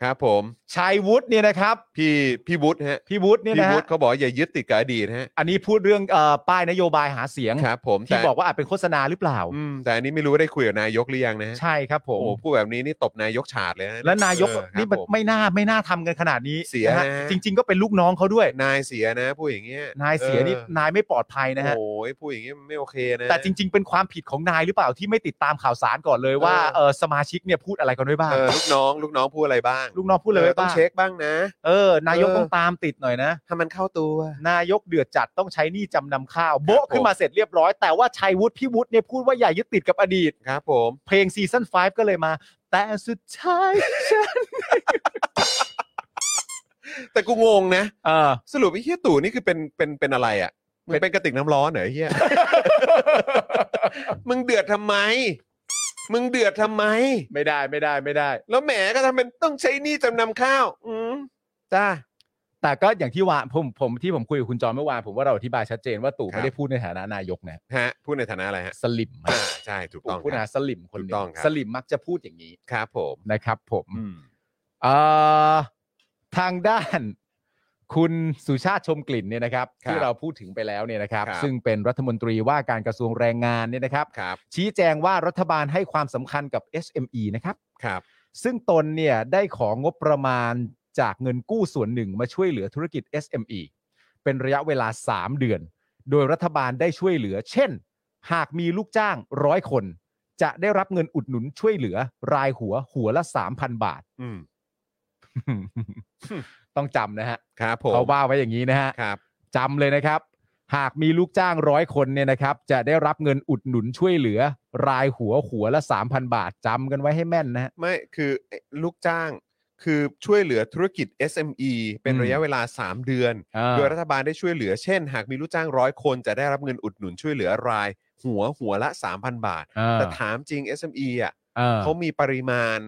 ครับผม
ชายวุฒิเนี่ยนะครับ
พี่พี่วุฒิฮะ
พี่วุฒิเนี่ย
พี่
นะ
วุ
ฮะ
ฒิเขาบอกอย่ายึดติดกับอดีตฮะ
อันนี้พูดเรื่องเอ่อป้ายนโยบายหาเสียง
ครับผม
ที่
แต่
บอกว่าอาจเป็นโฆษณาหรือเปล่า
อืมแต่อันนี้ไม่รู้ว่าได้คุยกับนายกหรือยังนะฮะ
ใช่ครับผ
โอ้
ม
โหพูดแบบนี้นี่ตบนายกฉาดเลยฮะ
และนายก
เออครับ
นี่มัน
ผม
ไม่น่าไม่น่าทำกันขนาดนี้
เสียนะ
ฮจริง ๆ ก็เป็นลูกน้องเขาด้วย
นายเสียนะพูดอย่างเงี้ย
นายเสียนี่
ออ
นายไม่ปลอดภัยนะฮะ
โอ้ยพูดอย่างนี้มันไม่โอเคนะ
แต่จริง ๆ เป็นความผิดของนายหรือเปล่าที่ไม่ติดตามข่าวสารก่อนเลยว่า
เออ
เออสมาชิกเนี่ยพูดอะไรกันไว้บ้าง
เออลูกน้องลูกน้องพูดอะไรบ้าง
ลูกน้องพูดอะไร
อ
ไว้
อต้อ
บ้าง ง
เช็คบ้างนะ
เออนายก
เออ
ต้องตามติดหน่อยนะ
ถ้ามันเข้าตัว
นายกเดือดจัดต้องใช้หนี้จำนำข้าว
ค
โบะ
รับผม
ขึ้นมาเสร็จเรียบร้อยแต่ว่าชัยวุฒิพี่วุฒิเนี่ยพูดว่าอย่ายึดติดกับอดีต
ครับผม
เพลงซีซั่น5ก็เลยมา แต่สุดท้ายฉัน
แต่กูงงนะ
เออ
สรุปไอ้เฮียตู่นี่คือเป็นเป็นเป็นอะไรอ่ะมึง
เป็น
เป็นกระติกน้ำร้อนเหรอไอ้เฮีย มึงเดือดทำไม มึงเดือดทำไม
ไม่ได้ไม่ได้ไม่ได้
แล้วแหมก็ทำเป็นต้องใช้หนี่จำนำข้าว อืมจ้า
แต่ก็อย่างที่ว่าผมผมที่ผมคุยกับคุณจอมเมื่อวานผมว่าเราอธิบายชัดเจนว่าตู่
ครับ
ไม่ได้พูดในฐานะนายกนะ
ฮะพูดในฐานะอะไรฮะ
สลิม
อ่าใช่ถูก
ตู่
ต้อง
พูด
ค
นะ
รับ
สลิมคนห
ถู
นึ
กต้อง
ง
ครับ
สลิมมักจะพูดอย่างนี้
ครับผม
นะครับ ผม
อืม
เอ่อทางด้าน คุณสุชาติชมกลิ่นเนี่ยนะครับ
ครับ
ที่เราพูดถึงไปแล้วเนี่ยนะครับ
ครับ
ซึ่งเป็นรัฐมนตรีว่าการกระทรวงแรงงานเนี่ยนะครับ
ครับ
ชี้แจงว่ารัฐบาลให้ความสำคัญกับ SME นะครับ
ครับ
ซึ่งตนเนี่ยได้ของงบประมาณจากเงินกู้ส่วนหนึ่งมาช่วยเหลือธุรกิจ SME เป็นระยะเวลา 3 เดือน โดยรัฐบาลได้ช่วยเหลือ เช่น หากมีลูกจ้างร้อยคน จะได้รับเงินอุดหนุนช่วยเหลือ รายหัวหัวละ 3,000 บาท
อืม
ต้องจำนะฮะ
ครับผม
เขาว่าไว้อย่างนี้นะฮะ
ครับ
จำเลยนะครับ หากมีลูกจ้างร้อยคนเนี่ยนะครับ จะได้รับเงินอุดหนุนช่วยเหลือ รายหัวหัวละ 3,000 บาทจำกันไว้ให้แม่นนะฮะ
ไม่คือไอ้ลูกจ้างคือช่วยเหลือธุรกิจ SME เป็น
อืม
ระยะเวลา 3 เดือน
อ่า
โดยรัฐบาลได้ช่วยเหลือเช่น หากมีลูกจ้างร้อยคนจะได้รับเงินอุดหนุนช่วยเหลือราย หัวหัวละ 3,000 บาท
อ่า
แต่ถามจริง SME อ่ะ
อ่า
เขามีปริมาณ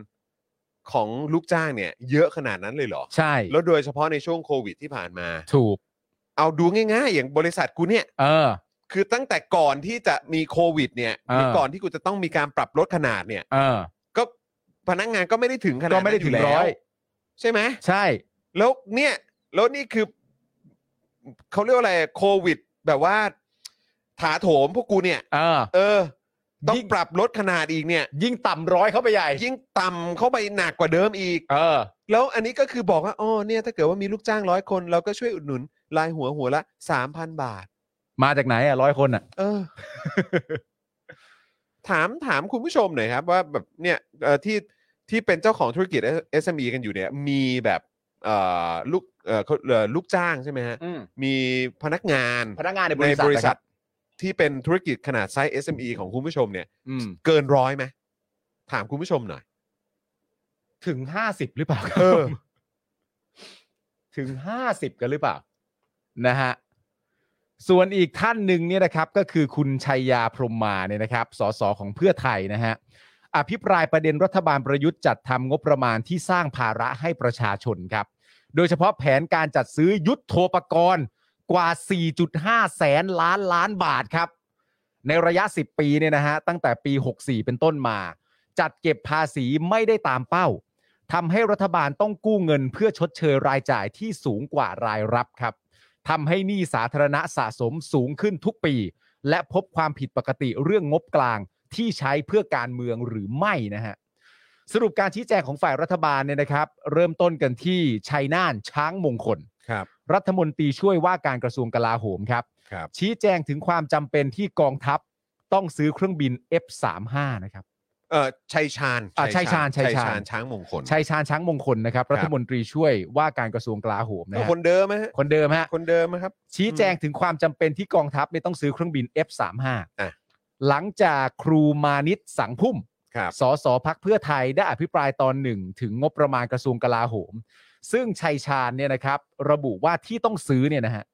ของลูกจ้างเนี่ย เยอะขนาดนั้นเลยเหรอ
ใช่
แล้วโดยเฉพาะในช่วงโควิดที่ผ่านมา
ถูก
เอาดูง่ายๆ อย่างบริษัทกูเนี่ย
เออ
คือตั้งแต่ก่อนที่จะมีโควิดเนี่ยหรือ
เออ
ก่อนที่กูจะต้องมีการปรับลดขนาดเนี่ย
เออ
ก็พนักงานก็ไม่ได้ถึงขนาด
ก็
นั้น
ไม่ได้ถึง
แล้ว
ร้อย
ใช่ไหม
ใช่
แล้วเนี่ยแล้วนี่คือเขาเรียกว่าอะไรโควิด แบบว่า ถาโถมพวกกูเนี่ย
เออ
เออ ต้อง
ยิ่ง
ปรับลดขนาดอีกเนี่ย
ยิ่งต่ำร้อยเข้าไปใหญ่
ยิ่งต่ำเข้าไปหนักกว่าเดิมอีก
เออ
แล้วอันนี้ก็คือบอกว่าอ๋อเนี่ย ถ้าเกิดว่ามีลูกจ้างร้อยคน เราก็ช่วยอุดหนุนรายหัวหัวละสามพันบาท
มาจากไหนอ่ะร้อยคนอ่ะ
เอ อ ถามถามคุณผู้ชมหน่อยครับ ว่าแบบเนี่ยเอ่อที่ที่เป็นเจ้าของธุรกิจ SME กันอยู่เนี่ย มีแบบเอ่อลูกเอ่อเขาเอ่อลูกจ้างใช่ไหมฮะ มีพนักงาน
พนักงานใน
ในบริษัท ที่เป็นธุรกิจขนาดไซส์ SME ของคุณผู้ชมเนี่ย
อืม
เกินร้อยไหมถามคุณผู้ชมหน่อย
ถึงห้าสิบหรือเปล่าครับ
เออ
ถึงห้าสิบกันหรือเปล่านะฮะส่วนอีกท่านหนึ่งเนี่ยนะครับ ก็คือคุณชัยยาพรหมมาเนี่ยนะครับสสของเพื่อไทยนะฮะอภิปรายประเด็นรัฐบาลประยุทธ์จัดทำงบประมาณที่สร้างภาระให้ประชาชนครับ โดยเฉพาะแผนการจัดซื้อยุทธโธปกรณ์กว่า 4.5 แสนล้านล้านบาทครับ ในระยะ 10 ปีเนี่ยนะฮะตั้งแต่ปี 64 เป็นต้นมา จัดเก็บภาษีไม่ได้ตามเป้าทำให้รัฐบาลต้องกู้เงินเพื่อชดเชยรายจ่ายที่สูงกว่ารายรับครับทำให้หนี้สาธารณะสะสมสูงขึ้นทุกปี และพบความผิดปกติเรื่องงบกลางที่ใช้เพื่อการเมืองหรือไม่นะฮะ สรุปการชี้แจงของฝ่ายรัฐบาลเนี่ยนะครับ เริ่มต้นกันที่ชัยน่านช้างมงคล
ครับ
รัฐมนตรีช่วยว่าการกระทรวงกลาโหมครับ
ครับ
ชี้แจงถึงความจำเป็นที่กองทัพต้องซื้อเครื่องบิน F35 นะครับ
เออชัยชาญ
อ่ะชัยชาญชัยชาญ
ช้างมงคล
ชัยชาญช้างมงคลนะครับ
ครับ
รัฐมนตรีช่วยว่าการกระทรวงกลาโหมนะ
ก็
ฮะ
คนเดิมไหมฮะ
คนเดิมฮะ
คนเดิมไหมครับ
ชี้แจงถึงความจำเป็นที่กองทัพเนี่ยต้องซื้อเครื่องบิน F35
อ่ะ
หลังจากครูมานิตสังพุ่ม
ครับ
สสพักเพื่อไทยได้อภิปรายตอนหนึ่งถึงงบประมาณกระทรวงกลาโหม ซึ่งชัยชาญเนี่ยนะครับ ระบุว่าที่ต้องซื้อเนี่ยนะฮะ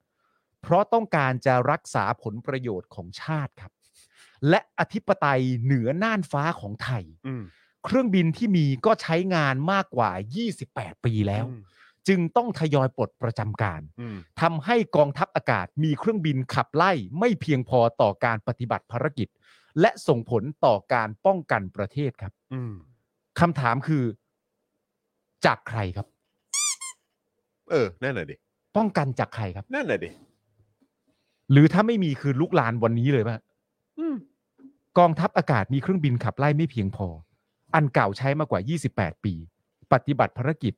เพราะต้องการจะรักษาผลประโยชน์ของชาติครับ และอธิปไตยเหนือน่านฟ้าของไทย
อืม
เครื่องบินที่มีก็ใช้งานมากกว่า 28 ปีแล้ว
อืม
จึงต้องทยอยปลดประจำการ
อืม
ทำให้กองทัพอากาศมีเครื่องบินขับไล่ไม่เพียงพอต่อการปฏิบัติภารกิจ และส่งผลต่อการป้องกันประเทศครับ
อืม
คำถามคือ จากใครครับ
เออ นั่นน่ะดิ
ป้องกันจากใครครับ
นั่นน่ะดิ
หรือถ้าไม่มีคือลุกลานวันนี้เลยป่ะ
อืม
กองทัพอากาศมีเครื่องบินขับไล่ไม่เพียงพอ อันเก่าใช้มากกว่า 28 ปี ปฏิบัติภารกิจ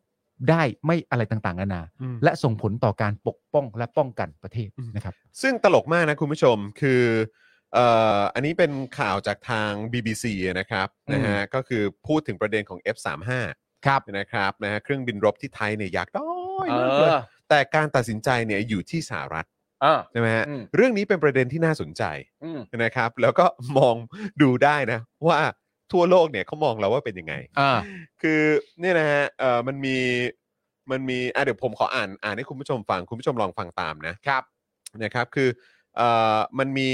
ได้ไม่อะไรต่างๆนานา
อืม
และส่งผลต่อการปกป้องและป้องกันประเทศนะครับ
ซึ่งตลกมากนะคุณผู้ชมคือเอ่ออันนี้เป็นข่าวจากทาง BBC นะครับ
อืม
นะฮะก็คือพูดถึงประเด็นของ F35
ครับ
นะครับนะฮะเครื่องบินรบที่ไทยเนี่ยอยากได้มากเลยแต่การตัดสินใจเนี่ยอยู่ที่สหรัฐ
เออ
ใช่ไหมฮะ
อืม
เรื่องนี้เป็นประเด็นที่น่าสนใจ
อืม
นะครับ แล้วก็มองดูได้นะว่าทั่วโลกเนี่ยเขามองเราว่าเป็นยังไง
อ่า
คือเนี่ยนะฮะเอ่อมันมีมันมีอ่ะเดี๋ยวผมขออ่านอ่านให้คุณผู้ชมฟังคุณผู้ชมลองฟังตามนะครับนะครับคือเอ่อมันมี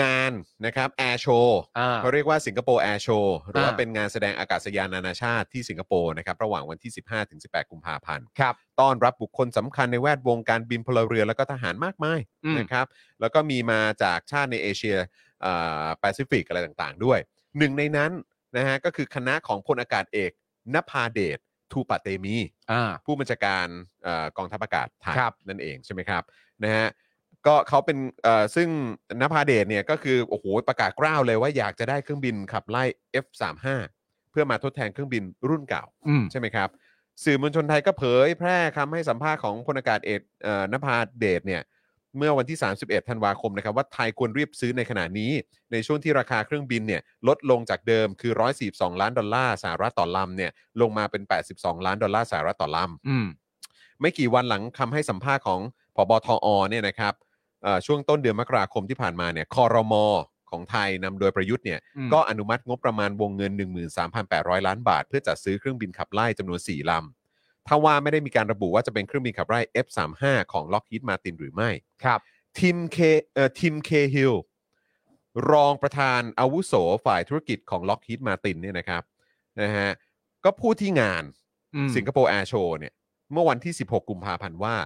งานนะครับแอร์โชว์
อ่า
เขาเรียกว่าสิงคโปร์แอร์โชว์หรือว่า
อ่า
เป็นงานแสดงอากาศยานนานาชาติที่สิงคโปร์นะครับระหว่างวันที่ 15 ถึง 18 กุมภาพันธ์
ครับ
ต้อนรับบุคคลสำคัญในแวดวงการบินพลเรือ แล้วก็ทหารมากมาย
อืม
นะครับแล้วก็มีมาจากชาติในเอเชียเอ่อแปซิฟิกอะไรต่างๆ ด้วย หนึ่งในนั้นนะฮะก็คือคณะของพลอากาศเอกนภาเดชทูปะเตมี
อ่า
ผู้บัญชาการเอ่อกองทัพอากาศไทย
ครับ
นั่นเองใช่ไหมครับนะฮะก็เขาเป็นเอ่อซึ่งนภาเดชเนี่ยก็คือโอ้โหประกาศกล้าวเลยว่าอยากจะได้เครื่องบินขับไล่ F35 เพื่อมาทดแทนเครื่องบินรุ่นเก่า
อืม
ใช่ไหมครับ สื่อมวลชนไทยก็เผยแพร่คำให้สัมภาษณ์ของพลอากาศเอกเอ่อนภาเดชเนี่ย เมื่อวันที่ 31 ธันวาคมนะครับว่าไทยควรรีบซื้อในขณะนี้ ในช่วงที่ราคาเครื่องบินเนี่ยลดลงจากเดิมคือ 142 ล้านดอลลาร์สหรัฐต่อลำเนี่ยลงมาเป็น 82 ล้านดอลลาร์สหรัฐต่อลำ
อืม
ไม่กี่วันหลังคำให้สัมภาษณ์ของผบทอเนี่ยนะครับเอ่อช่วงต้นเดือนมกราคมที่ผ่านมาเนี่ยคอรมอของไทยนำโดยประยุทธ์เนี่ย
อืม
ก็อนุมัติงบประมาณวงเงิน 13,800 ล้านบาท เพื่อจัดซื้อเครื่องบินขับไล่จำนวน 4ลำถ้าว่าไม่ได้มีการระบุว่าจะเป็นเครื่องบินขับไล่ F35 ของ Lockheed Martin หรือไม่
ครับ
ทีมเคเอ่อทีมเคฮิลรองประธานอาวุโสฝ่ายธุรกิจของ Lockheed Martin เนี่ยนะครับนะฮะก็พูดที่งาน
อืม
สิงคโปร์แอร์โชว์เนี่ยเมื่อวันที่ 16 กุมภาพันธ์ว่า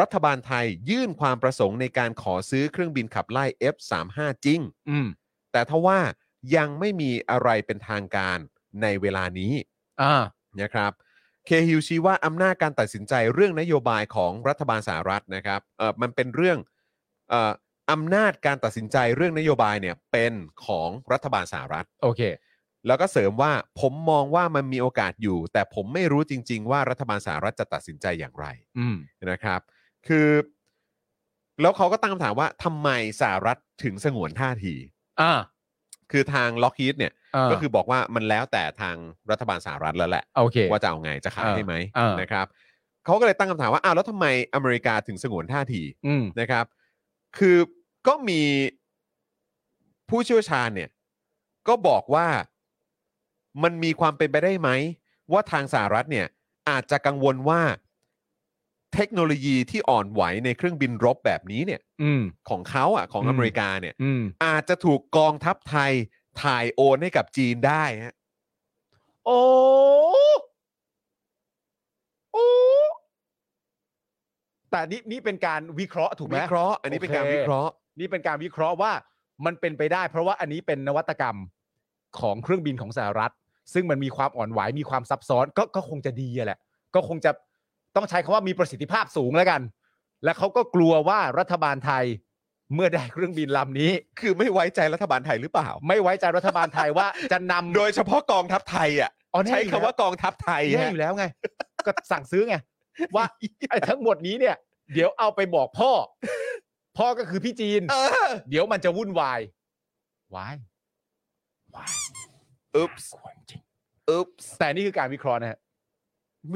รัฐบาลไทยยื่นความประสงค์ในการขอซื้อเครื่องบินขับไล่ F35 จริง
อืม
แต่ทว่ายังไม่มีอะไรเป็นทางการในเวลานี้
อ่า
นะครับเคฮิวชี้ว่าอำนาจการตัดสินใจเรื่องนโยบายของรัฐบาลสหรัฐนะครับเออมันเป็นเรื่องเอ่ออำนาจการตัดสินใจเรื่องนโยบายเนี่ยเป็นของรัฐบาลสหรัฐ
โอเค
แล้วก็เสริมว่าผมมองว่ามันมีโอกาสอยู่ แต่ผมไม่รู้จริง ๆ ว่ารัฐบาลสหรัฐจะตัดสินใจอย่างไร
อืม
นะครับ คือ แล้วเขาก็ตั้งคำถามว่าทำไมสหรัฐถึงสงวนท่าที
อ่า
คือทางล็อกฮีดเนี่ย
า
ก็คือบอกว่ามันแล้วแต่ทางรัฐบาลสหรัฐแล้วแหละ
โอเค
ว่าจะเอาไงจะขาย
เออ
ให้ไหม
เออ
นะครับเขาก็เลยตั้งคำถามว่าอ้าวแล้วทำไมอเมริกาถึงสงวนท่าที
อืม
นะครับ คือ ก็มีผู้เชี่ยวชาญเนี่ย ก็บอกว่ามันมีความเป็นไปได้ไหม ว่าทางสหรัฐเนี่ย อาจจะกังวลว่าเทคโนโลยีที่อ่อนไหวในเครื่องบินรบแบบนี้เนี่ย
อืม
ของเขาอ่ะของ
อืม
อเมริกาเนี่ย
อืม
อาจจะถูกกองทัพไทยถ่ายโอนให้กับจีนได้ฮะ
โอ้โอ้แต่นี่นี่เป็นการวิเคราะห์ถูกไหม
วิเคราะห์อันนี้
โอเค
เป็นการวิเคราะห์
นี่เป็นการวิเคราะห์ว่ามันเป็นไปได้ เพราะว่าอันนี้เป็นนวัตกรรมของเครื่องบินของสหรัฐ ซึ่งมันมีความอ่อนไหวมีความซับซ้อนก็ก็คงจะดีอะแหละ ก็คงจะต้องใช้คำว่ามีประสิทธิภาพสูงแล้วกัน และเขาก็กลัวว่ารัฐบาลไทยเมื่อได้เครื่องบินลำนี้
คือไม่ไว้ใจรัฐบาลไทยหรือเปล่า
ไม่ไว้ใจรัฐบาลไทยว่าจะนำ
โดยเฉพาะกองทัพไทยอ่ะ
อ๋อแน่
ใช้
อยู่
คำ
แล้ว
ว่ากองทัพไทย
แย่
ฮะ
อยู่แล้วไง ก็สั่งซื้อไง ว่าไอ้ทั้งหมดนี้เนี่ย เดี๋ยวเอาไปบอกพ่อ พ่อก็คือพี่จีน
เออ
เดี๋ยวมันจะวุ่นวายวายวาย
อุ๊บส์
ควรจริง
อึ๊บ
แต่นี่คือการวิเคราะห์นะฮะ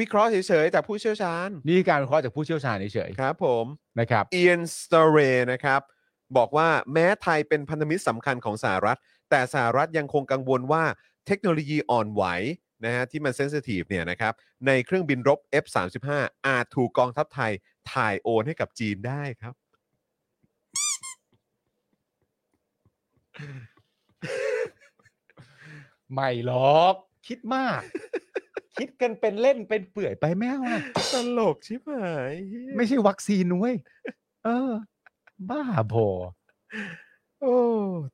วิเคราะห์เฉยๆจากผู้เชี่ยวชาญ
นี่คือการวิเคราะห์จากผู้เชี่ยวชาญเฉย
ครับผม
ๆนะครับ
เอียนสตอเรนะครับ บอกว่าแม้ไทยเป็นพันธมิตรสำคัญของสหรัฐ แต่สหรัฐยังคงกังวลว่าเทคโนโลยีอ่อนไหวนะฮะที่มันเซนซิทีฟเนี่ยนะครับ ในเครื่องบินรบ F35 อาจถูกกองทัพไทยถ่ายโอนให้กับจีนได้ครับ
ไม่หรอก คิดมาก คิดกันเป็นเล่นเป็นเปื่อยไปแม่วนะ
ตลกชิบหายเหี้ย
ไม่ใช่วัคซีนนุ้ยเออ บ้าบอ
โอ้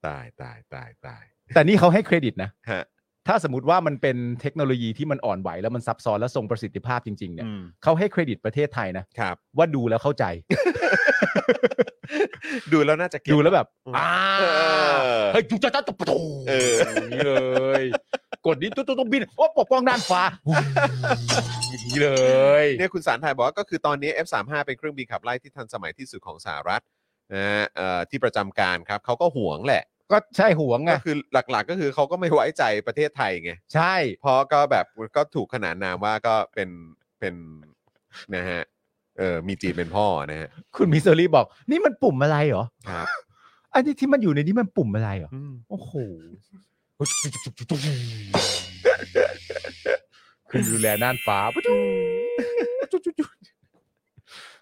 ตายตายตายตาย
แต่นี่เขาให้เครดิตนะ
ฮะ
ถ้าสมมติว่ามันเป็นเทคโนโลยีที่มันอ่อนไหวแล้วมันซับซ้อนและทรงประสิทธิภาพจริง ๆ เนี่ย
อืม
เขาให้เครดิตประเทศไทยนะครับ ว่าดูแล้วเข้าใจ
ดูแล้วน่าจะเก็ต
ดูแล้วแบบ
อืม
อ่า
เออ
เฮ้ยจุจ้าจ้าตุ๊บตุ๊บ
เออ
อย่างนี้เลย กดนี้ตุ๊บตุ๊บตุ๊บบินโอ้ปกป้องด้านฟ้าอย่างนี้เลย
เนี่ยคุณสารไทยบอกว่าก็คือตอนนี้ F35 เป็นเครื่องบินขับไล่ที่ทันสมัยที่สุดของสหรัฐนะฮะเอ่อที่ประจำการครับเขาก็ห่วงแหละ
ก็ใช่ห่วงไง
ก็คือหลักๆ ก็คือเขาก็ไม่ไว้ใจประเทศไทยไง
ใช่
เพราะก็แบบก็ถูกขนานนามว่าก็เป็นเป็นนะฮะเออมีจีนเป็นพ่อนะฮะ
คุณมิสซอรี่บอก นี่มันปุ่มอะไรเหรอ
ครับ
อันนี้ที่มันอยู่ในนี้มันปุ่มอะไรเหรอ
อืม
โอ้โหคือดูแลน่านฟ้า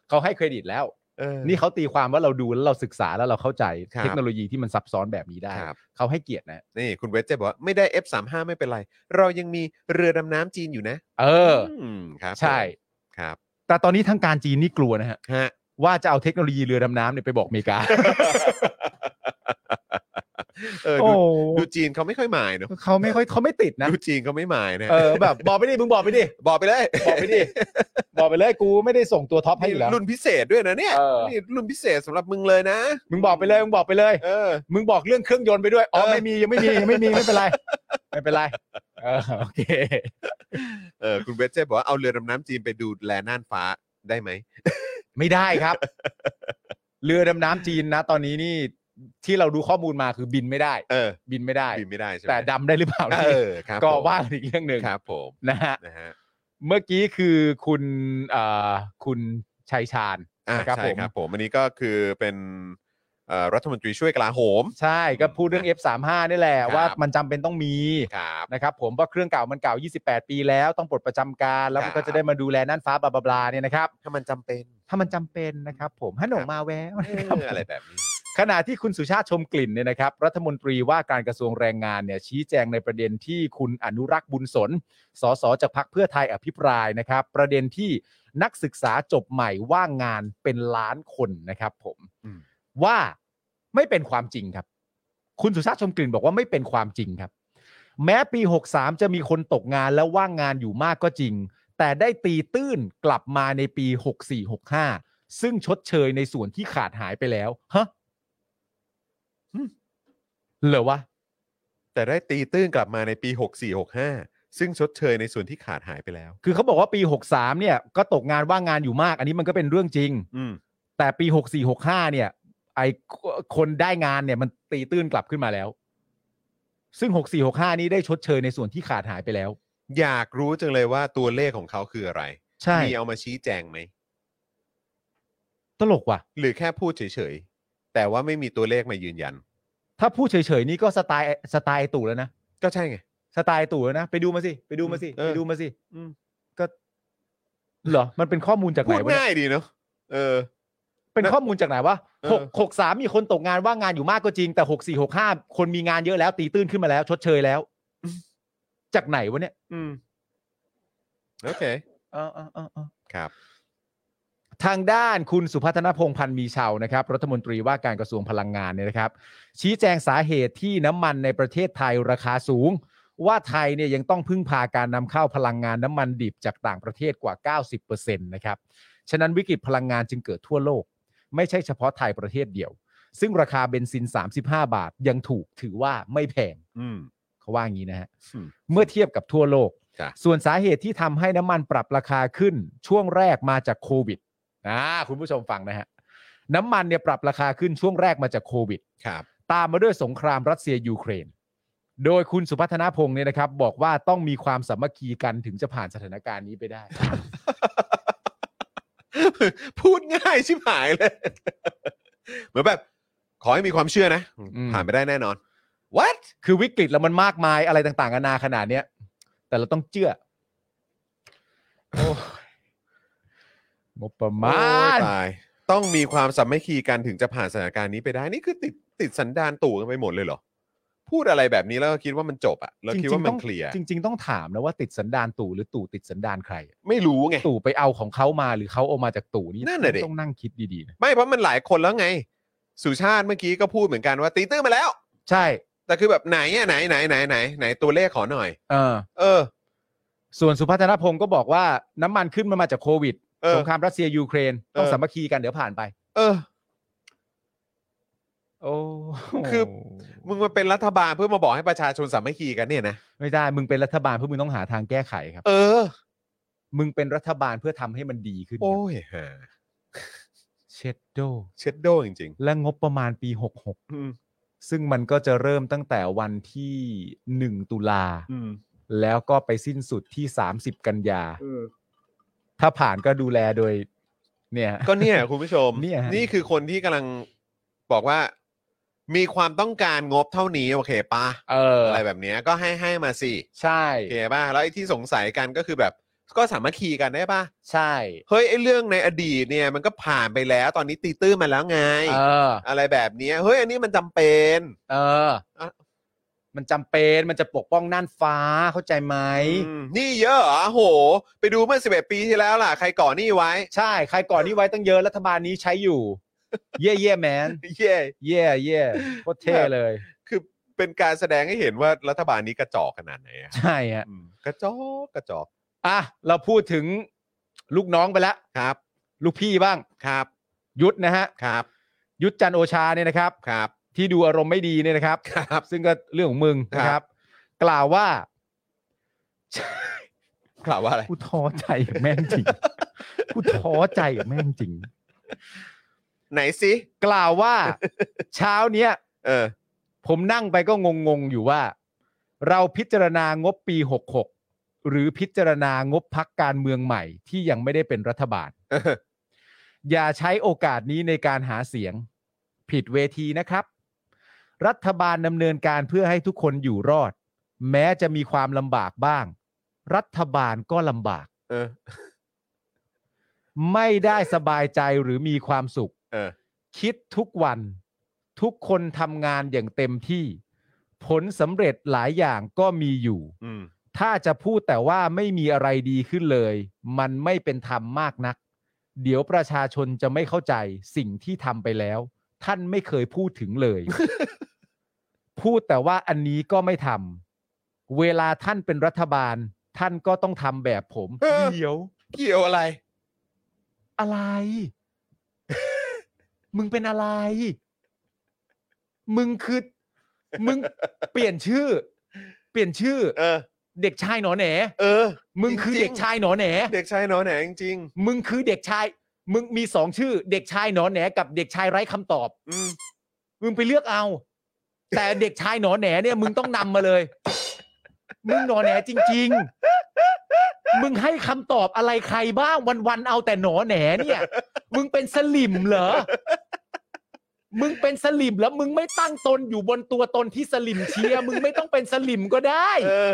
เขาให้เครดิตแล้ว
เออ
นี่เขาตีความว่าเราดูแล้วเราศึกษาแล้วเราเข้าใจ
ครับ
เทคโนโลยีที่มันซับซ้อนแบบนี้ได้
ครับ
เขาให้เกียรตินะ
นี่คุณเวสเจบอกว่าไม่ได้ F35 ไม่เป็นไร เรายังมีเรือดำน้ำจีนอยู่นะ
เออ
มครับ
ใช่
ครับ
แต่ตอนนี้ทางการจีนนี่กลัวนะฮะ
ฮะ
ว่าจะเอาเทคโนโลยีเรือดำน้ำเนี่ยไปบอกอเมริก า
เออ
โอ้
ดูดูจีนเขาไม่ค่อยหมายเนอะ
เขาไม่ค่อยเขาไม่ติดนะ
ดูจีนเขาไม่หมายนะ
เออแบบบอกไปดิมึงบอกไปดิ
บอกไปเลย
บอกไปดิบอกไปเลยกูไม่ได้ส่งตัวท็อปให้อยู่แล้ว
รุ่นพิเศษด้วยนะเนี่ย
เออ
นี่รุ่นพิเศษสำหรับมึงเลยนะ
มึงบอกไปเลยมึงบอกไปเลย
เออ
มึงบอกเรื่องเครื่องยนต์ไปด้วยอ๋อ
เออ
ไม่มียังไม่มียังไม่มีไม่เป็นไรไม่เป็นไรเออโอเค
เออคุณเวสเจบอกว่าเอาเรือดำน้ำจีนไปดูแลน่านฟ้าได้ไหม
ไม่ได้ครับ เรือดำน้ำจีนนะ ตอนนี้นี่ที่เราดูข้อมูลมาคือบินไม่ได้
เออ
บินไม่ได้
บินไม่ได้ใช่ไหม
แต่ดำได้หรือเปล่านี่
เออครับ
ก็
ผม
ว่าอีกเรื่องหนึ่ง
ครับผม
นะฮะ
นะฮะ
เมื่อกี้คือคุณเอ่อคุณชัยชาญ
อ่ะ
นะครับ
ใช่
ผม
ครับผมอันนี้ก็คือเป็นเอ่อรัฐมนตรีช่วยกลาโหม
ใช่ก็พูดเรื่อง F35 นี่แหละ
ครับ
ว่ามันจำเป็นต้องมี
ครับ
นะครับผมเพราะเครื่องเก่ามันเก่า 28 ปีแล้วต้องปลดประจำการแล้วมัน
ค
ก็
รับ
จะได้มาดูแลน่านฟ้าบลาบลาบลาเนี่ยนะครับ
ถ้ามันจำเป็น
ถ้ามันจำเป็นนะครับผมฮันหนงมาแววนะครับ
เอออะไรแบบนี้
ขณะที่คุณสุชาติชมกลิ่นเนี่ยนะครับ รัฐมนตรีว่าการกระทรวงแรงงานเนี่ยชี้แจงในประเด็นที่คุณอนุรักษ์บุญสน สสจากพักเพื่อไทยอภิปรายนะครับ ประเด็นที่นักศึกษาจบใหม่ว่างงานเป็นล้านคนนะครับผมว่าไม่เป็นความจริงครับ คุณสุชาติชมกลิ่นบอกว่าไม่เป็นความจริงครับ แม้ปี 63 จะมีคนตกงานและว่างงานอยู่มากก็จริง แต่ได้ตีตื้นกลับมาในปี 64-65 ซึ่งชดเชยในส่วนที่ขาดหายไปแล้วฮะหึเหรอวะ
แต่ได้ตีตื้นกลับมาในปี 6465 ซึ่งชดเชยในส่วนที่ขาดหายไปแล้ว
คือเขาบอกว่าปี 63 เนี่ยก็ตกงานว่างงานอยู่มาก อันนี้มันก็เป็นเรื่องจริง
อืม
แต่ปี 64-65 เนี่ย ไอคนได้งานเนี่ยมันตีตื้นกลับขึ้นมาแล้ว ซึ่ง 64-65 นี้ได้ชดเชยในส่วนที่ขาดหายไปแล้ว
อยากรู้จังเลยว่าตัวเลขของเขาคืออะไร
ใช่
มีเอามาชี้แจงไหม
ตลกว่ะ
หรือแค่พูดเฉย แต่ว่าไม่มีตัวเลขมายืนยัน
ถ้าพูดเฉยๆนี่ก็สไตล์สไตล์ตู่แล้วนะ
ก็ใช่ไง
สไตล์ตู่แล้วนะ ไปดูมาสิ ไปดูมาสิ
เออ
ไปดูมาสิ
อืม
ก็เหรอ มันเป็นข้อมูลจากไห
พู
น
ด
วะเนี่ย
ง่ายดีเนาะเออ
เป็นข้อมูลจากไหนวะ
เออ
หกหกสามมีคนตกงานว่างงานอยู่มากก็จริง แต่หกสี่หกห้าคนมีงานเยอะแล้ว ตีตื้นขึ้นมาแล้ว ชดเชยแล้ว จากไหนวะเนี่ย
อืมโอเค
เออเออเออเออ
ครับ
ทางด้านคุณสุพัฒนพงษ์พันธ์มีเชาวนะครับ รัฐมนตรีว่าการกระทรวงพลังงานเนี่ยนะครับ ชี้แจงสาเหตุที่น้ำมันในประเทศไทยราคาสูง ว่าไทยเนี่ยยังต้องพึ่งพาการนำเข้าพลังงานน้ำมันดิบจากต่างประเทศกว่า 90%นะครับ ฉะนั้นวิกฤตพลังงานจึงเกิดทั่วโลก ไม่ใช่เฉพาะไทยประเทศเดียว ซึ่งราคาเบนซิน 35 บาทยังถูกถือว่าไม่แพง
อืม
เขาว่าอย่างนี้นะฮะ
อืม
เมื่อเทียบกับทั่วโลก
จ้ะ
ส่วนสาเหตุที่ทำให้น้ำมันปรับราคาขึ้น ช่วงแรกมาจากโควิดอ่าคุณผู้ชมฟังนะฮะ น้ำมันเนี่ยปรับราคาขึ้นช่วงแรกมาจากโควิด
ครับ
ตามมาด้วยสงครามรัสเซียยูเครน โดยคุณสุพัฒนาพงศ์เนี่ยนะครับ บอกว่าต้องมีความสามัคคีกันถึงจะผ่านสถานการณ์นี้ไปได้
พูดง่ายชิบหายเลย เหมือนแบบ ขอให้มีความเชื่อนะ
อืม
ผ่านไปได้แน่นอน what
คือวิกฤตแล้วมันมากมายอะไรต่างๆนานาขนาดเนี้ยแต่เราต้องเชื่อโอ้ยงบประมา
โอ้
ณ
ยตายต้องมีความสามัคคีกันถึงจะผ่านสถานการณ์นี้ไปได้ นี่คือติดติดสันดานตู่กันไปหมดเลยเหรอ พูดอะไรแบบนี้แล้วก็คิดว่ามันจบอะแล้วคิดว่ามัน
จงๆต้อง
เคลียร์
จริง ๆ ต้องถามนะว่าติดสันดานตู่หรือตู่ติดสันดานใคร
ไม่รู้ไง
ตู่ไปเอาของเขามาหรือเขาเอามาจากตู่นี่
นั่นน่ะดิ
ต้องนั่งคิดดีๆนะ
ไม่เพราะมันหลายคนแล้วไง สุชาติเมื่อกี้ก็พูดเหมือนกันว่าตีตื้อมาแล้ว
ใช่
แต่คือแบบไหนอะไหนไหนไหนไหนไหนตัวเลขขอหน่อย
เออ
เออ
ส่วนสุพัฒนพงศ์ก็บอกว่าน้ำมันขึ้นมามาจากโควิด
เออ
สงครามรัสเซียยูเครน ต้อง
เออ
สามัคคีกันเดี๋ยวผ่านไป
เออ
โอ้
คือ มึงมาเป็นรัฐบาลเพื่อมาบอกให้ประชาชนสามัคคีกันเนี่ยนะ
ไม่ได้มึงเป็นรัฐบาลเพื่อมึงต้องหาทางแก้ไขครับ
เออ
มึงเป็นรัฐบาลเพื่อทำให้มันดีขึ้น
โอ้ยฮะ
เชดโด
เช็ดโดจริง
และงบประมาณปี
ๆ อืม
66ซึ่งมันก็จะเริ่มตั้งแต่วันที่หนึ่งตุลา
อืม
แล้วก็ไปสิ้นสุดที่ 30 กันยา ถ้าผ่านก็ดูแลโดย เนี่ย
ก็เนี่ยคุณผู้ชม
เนี่ยฮะ
คือคนที่กำลังบอกว่า มีความต้องการงบเท่านี้ โอเคปะ
เออ
อะไรแบบเนี้ยก็ให้ให้มาสิ
ใช่
โอเคป่ะแล้วไอ้ที่สงสัยกันก็คือแบบ ก็สามัคคีกันได้ป่ะ
ใช่
เฮ้ยไอ้เรื่องในอดีตเนี่ยมันก็ผ่านไปแล้วตอนนี้ตีตื้อมาแล้วไง
เออ
อะไรแบบเนี้ยเฮ้ยอันนี้มันจำเป็น
เออ
อะ
มันจำเป็นมันจะปกป้องน่านฟ้าเข้าใจไหม
อืมนี่เยอะเหรอโห ไปดูเมื่อ11 ปีที่แล้วล่ะใครก่อหนี้ไว้
ใช่ ใครก่อนนี้ไว้ตั้งเยอะรัฐบาลนี้ใช้ อยู่ เย่เย่แมน
เย่
เย่เย่โคตรเท่เลย
คือเป็นการแสดงให้เห็นว่ารัฐบาลนี้กระจอกขนาดไหนอะ
ใช่ฮะ
อืมกระจอกกระจอก
อ่ะ เราพูดถึงลูกน้องไปแล้ว
ครับ
ลูกพี่บ้าง
ครับ
ยุทธนะฮะ
ครับ
ยุทธจันทร์โอชาเนี่ยนะครับ
ครับ
ที่ดูอารมณ์ไม่ดีเนี่ยนะครับ
ครับ
ซึ่งก็เรื่องของมึงนะค
ครั
รับ
บ
กล่าวว่า
กล่าวว่าอะไร
กูท้อใจกับแม่งจริง กูท้อใจกับแม่งจริง
ไหนสิ
กล่าวว่า เช้าเนี้ย
เออ
ผมนั่งไปก็งงๆอยู่ว่า เราพิจารณางบปี 66 หรือพิจารณางบพักการเมืองใหม่ที่ยังไม่ได้เป็นรัฐบาล
เออ
อย่าใช้โอกาสนี้ในการหาเสียง ผิดเวทีนะครับ รัฐบาลดำเนินการเพื่อให้ทุกคนอยู่รอด แม้จะมีความลำบากบ้าง รัฐบาลก็ลำบาก
เออ
ไม่ได้สบายใจหรือมีความสุข
เออ
คิดทุกวัน ทุกคนทำงานอย่างเต็มที่ ผลสำเร็จหลายอย่างก็มีอยู่
อืม
ถ้าจะพูดแต่ว่าไม่มีอะไรดีขึ้นเลย มันไม่เป็นธรรมมากนัก เดี๋ยวประชาชนจะไม่เข้าใจสิ่งที่ทำไปแล้ว ท่านไม่เคยพูดถึงเลย พูดแต่ว่าอันนี้ก็ไม่ทำเวลาท่านเป็นรัฐบาล ท่านก็ต้องทำแบบผมเดี๋ยว
เกี่ยวอะไร
อะไร มึงเป็นอะไร มึงคือ มึง เปลี่ยนชื่อ เปลี่ยนชื่อ
เออ
เด็กชายหนอแหน
เออ
มึงคือ
จริงๆ
เด็กชายหนอแหน
เด็กชายหนอแหนจริง
มึงคือเด็กชาย มึงมีสองชื่อ เด็กชายหนอแหน กับเด็กชายไร้คำตอบ
ๆอืม
มึงไปเลือกเอา แต่เด็กชายหนอแหนเนี่ย มึงต้องนำมาเลย มึงหนอแหนจริง ๆ มึงให้คำตอบอะไรใครบ้างวันๆเอาแต่หนอแหนเนี่ย มึงเป็นสลิมเหรอ มึงเป็นสลิมแล้วมึงไม่ตั้งตนอยู่บนตัวตนที่สลิมเชียร์มึงไม่ต้องเป็นสลิมก็ได้
เออ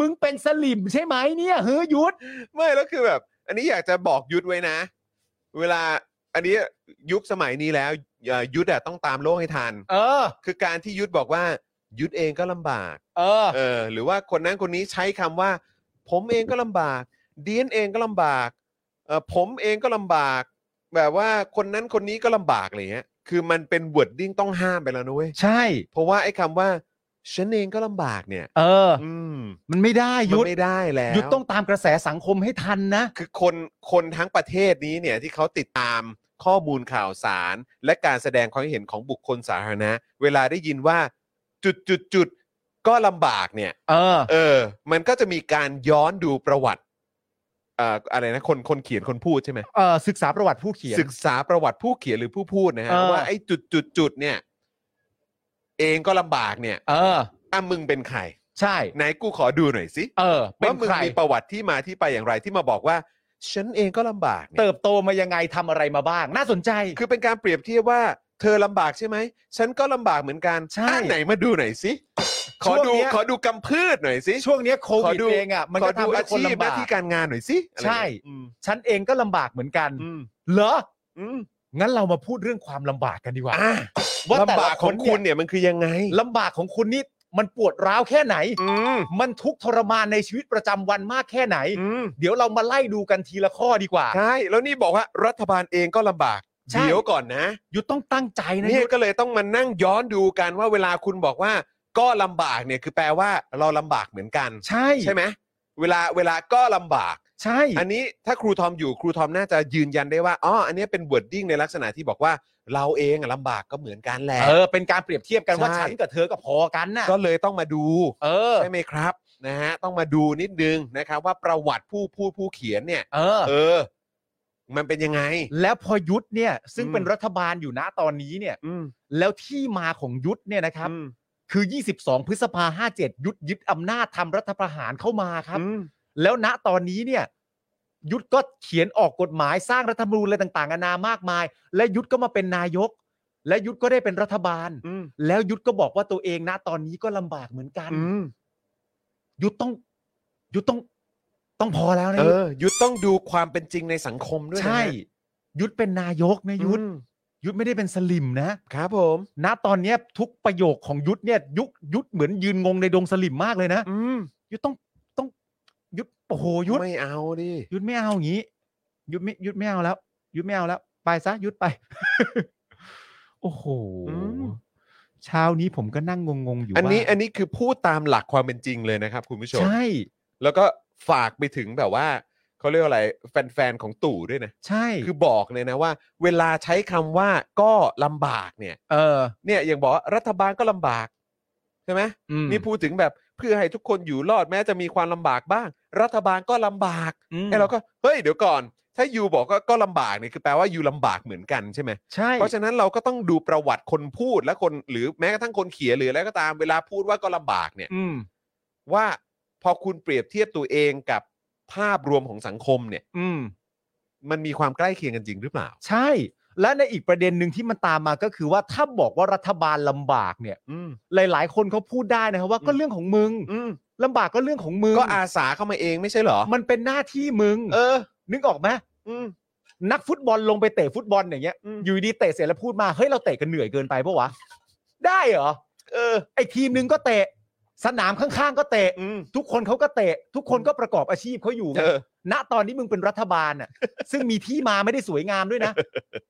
มึงเป็นสลิมใช่ไหมเนี่ยเฮ้ยยุทธ
ไม่แล้วคือแบบ อันนี้อยากจะบอกยุทธไว้นะ เวลาอันนี้ยุคสมัยนี้แล้วเอ่อยุทธอะต้องตามโลกให้ทัน
เออ
คือการที่ยุทธบอกว่า ยุทธเองก็ลำบาก
เออ
เออหรือว่าคนนั้นคนนี้ใช้คำว่า ผมเองก็ลำบากดีนเองก็ลำบากเออผมเองก็ลำบาก แบบว่าคนนั้นคนนี้ก็ลำบากอะไรเงี้ยคือมันเป็นวอร์ดดิ้งต้องห้ามไปแล้วนะเว้ย
ใช่
เพราะว่าไอ้คำว่าฉันเองก็ลำบากเนี่ย
เออ
อืม
มันไม่ได้
มัน
ยุทธ
ไม่ได้แล้ว
ยุทธต้องตามกระแสสังคมให้ทันนะ
คือคนคนทั้งประเทศนี้เนี่ยที่เขาติดตามข้อมูลข่าวสาร และการแสดงความเห็นของบุคคลสาธารณะ เวลาได้ยินว่าจุดจุดจุดก็ลำบากเนี่ย
เออ
เออ มันก็จะมีการย้อนดูประวัติเอ่ออะไรนะคนคนเขียนคนพูดใช่ไหม
เออศึกษาประวัติผู้เขียน
ศึกษาประวัติผู้เขียนหรือผู้พูดนะฮะ
เออ
ว่าไอ้จุดจุดจุดเนี่ย เองก็ลำบากเนี่ย
เออ
อ่ะมึงเป็นใคร
ใช่
ไหนกูขอดูหน่อยสิ
เออ เป็
ว่าน มึง
ใคร
มีประวัติที่มาที่ไปอย่างไรที่มาบอกว่า ฉันเองก็ลำบากเนี่ย
เติบโตมายังไงทำอะไรมาบ้าง น่าสนใจ
คือเป็นการเปรียบเทียบว่าเธอลำบากใช่ไหม ฉันก็ลำบากเหมือนกัน
ใช่
อ่ะไหนมาดูหน่อยสิ ขอดู
ช่วงเนี้ย
ขอดูกำพืชหน่อยสิ
ช่วงเนี้ยโค
ขอ
วิด
ดู
เองอ่ะ มัน
ข
ก็
อดู
ทำให้
อา
คน
ชีพห
ลำ
น้า
บาก
ที่การงานหน่อยสิอะไร
ใช่
อย่างเงี้ยอืม
ฉันเองก็ลำบากเหมือนกัน
อืม
เหรอ
อืม
งั้นเรามาพูดเรื่องความลำบากกันดีกว่า
อ่ะ
ว่าแต่
ลำ
ละ
บาก
ค
ของ
น
คุณ
เนี่
เนี่ย
ย
มันคือยังไง
ลำบากของคุณนี่มันปวดร้าวแค่ไหน
อืม
มันทุกข์ทรมานในชีวิตประจำวันมากแค่ไหน
อืม
เดี๋ยวเรามาไล่ดูกันทีละข้อดีกว่า
ใช่แล้วนี่บอกว่ารัฐบาลเองก็ลำบาก
ใช่
เดี๋ยวก่อนนะ
ยุทธต้องตั้งใจนะ
เนี่ย
ยุทธ
ก็เลยต้องมานั่งย้อนดูกันว่าเวลาคุณบอกว่า ก็ลำบากเนี่ยคือแปลว่าเราลำบากเหมือนกัน
ใช่
ใช่ไหมเวลาเวลาก็ลำบาก
ใช่
อันนี้ถ้าครูทอมอยู่ครูทอมน่าจะยืนยันได้ว่าอ๋ออันนี้เป็น wording ในลักษณะที่บอกว่า เราเองอะลำบากก็เหมือนกันแหละ
เออเป็นการเปรียบเทียบกันว่า
ใช่
ฉันกับเธอก็พอกันนะ
ก็เลยต้องมาดู
เออ
ใช่ไหมครับนะฮะต้องมาดูนิดนึงนะครับว่าประวัติผู้พูดผู้เขียนเนี่ย
เออ
เออ มันเป็นยังไง
แล้วพอยุทธเนี่ย ซึ่ง
อืม
เป็นรัฐบาลอยู่นะตอนนี้เนี่ย
อืม
แล้วที่มาของยุทธเนี่ยนะครับ
อืม
คือ 22 พฤษภา57 ยุทธยึดอำนาจทำรัฐประหารเข้ามาครับ
อืม
แล้วณตอนนี้เนี่ย ยุทธก็เขียนออกกฎหมายสร้างรัฐธรรมนูญอะไรต่างๆนานามากมาย และยุทธก็มาเป็นนายก และยุทธก็ได้เป็นรัฐบาล
อืม
แล้วยุทธก็บอกว่าตัวเองนะตอนนี้ก็ลำบากเหมือนกัน
อืม
ยุทธต้อง ยุทธต้องต้องพอแล้วนะ
เออยุ
ยุทธ
ทธต้องดูความเป็นจริงในสังคมด้วยนะ
ใช่ ยุทธเป็นนายกนะยุทธ
อืม
ยุทธไม่ได้เป็นสลิมนะครับ
ผม
ณตอนเนี้ยทุกประโยคของยุทธเนี่ยยุทธยุทธเหมือนยืนงงในดงสลิมมากเลยนะ
อืม
ยุทธต้องต้องยุทธโอ้โหยุทธ
ไม่เอาดิ
ยุดไม่เอาอย่างนี้ยุดไม่ยุดไม่เอาแล้ว ยุดไม่เอาแล้ว ไปซะยุดไป โอ้โหเช้านี้ผมก็นั่งงงๆอยู่
อันนี้
ว่า
อันนี้คือพูดตามหลักความเป็นจริงเลยนะครับ คุณผู้ชม
ใช่
แล้วก็ฝากไปถึงแบบว่าเขาเรียกว่าอะไรแฟนๆของตู่ด้วยนะ
ใช่
คือบอกเลยนะว่า เวลาใช้คำว่าก็ลำบากเนี่ย
เออ
เนี่ยอย่างบอกว่ารัฐบาลก็ลำบากใช่ไหม
อืม
นี่พูดถึงแบบเพื่อให้ทุกคนอยู่รอดแม้จะมีความลำบากบ้าง รัฐบาลก็ลำบาก
อืม
ไอ้เราก็เฮ้ยเดี๋ยวก่อน ถ้ายูบอกก็ก็ลำบากเนี่ยคือแปลว่ายูลำบากเหมือนกันใช่ไหม
ใช่
เพราะฉะนั้นเราก็ต้องดูประวัติคนพูดและคนหรือแม้กระทั่งคนเขียนหรืออะไรก็ตามเวลาพูดว่าก็ลำบากเนี่ย
อืม
ว่าพอคุณเปรียบเทียบตัวเองกับภาพรวมของสังคมเนี่ย
อืม
มันมีความใกล้เคียงกันจริงหรือเปล่า
ใช่ และในอีกประเด็นหนึ่งที่มันตามมาก็คือว่าถ้าบอกว่ารัฐบาลลำบากเนี่ย
อืม
หลาย ๆ คนเขาพูดได้นะครับว่า
อืม
ก็เรื่องของมึง
อืม
ลำบากก็เรื่องของมึง
ก็อาสาเข้ามาเองไม่ใช่เหรอ
มันเป็นหน้าที่มึง
เออ
นึกออกไหม
อืม
นักฟุตบอลลงไปเตะฟุตบอลอย่างเงี้ย
อืม
อยู่ดีเตะเสร็จแล้วพูดมาเฮ้ยเราเตะกันเหนื่อยเกินไปปะวะ ได้เหรอ
เออ
ไอทีมหนึงก็เตะ สนามข้างๆก็เตะ
อืม
ทุกคนเขาก็เตะ ทุกคนก็ประกอบอาชีพเขาอยู่ไง
เออ
ณตอนนี้มึงเป็นรัฐบาลน่ะ ซึ่งมีที่มาไม่ได้สวยงามด้วย นะ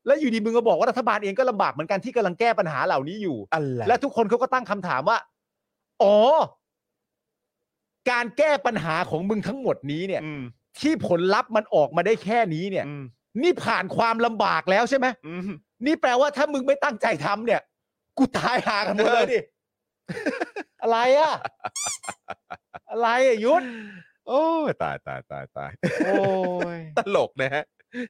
แล้วอยู่ดีมึงก็บอกว่ารัฐบาลเองก็ลำบากเหมือนกันที่กำลังแก้ปัญหาเหล่านี้อยู่
อะไร
และทุกคนเขาก็ตั้งคำถามว่าอ๋อการแก้ปัญหาของมึงทั้งหมดนี้เนี่ย
อืม
ที่ผลลัพธ์มันออกมาได้แค่นี้เนี่ย
อืม
นี่ผ่านความลำบากแล้วใช่ไหม
อืม
นี่แปลว่าถ้ามึงไม่ตั้งใจทำเนี่ย กูตายหากันหมด เลยดิ อะไรอ่ะ อะไรอ่ะยุทธ
โอ้ยตายตายตายตาย
โอ้ย
ตลกนะฮะ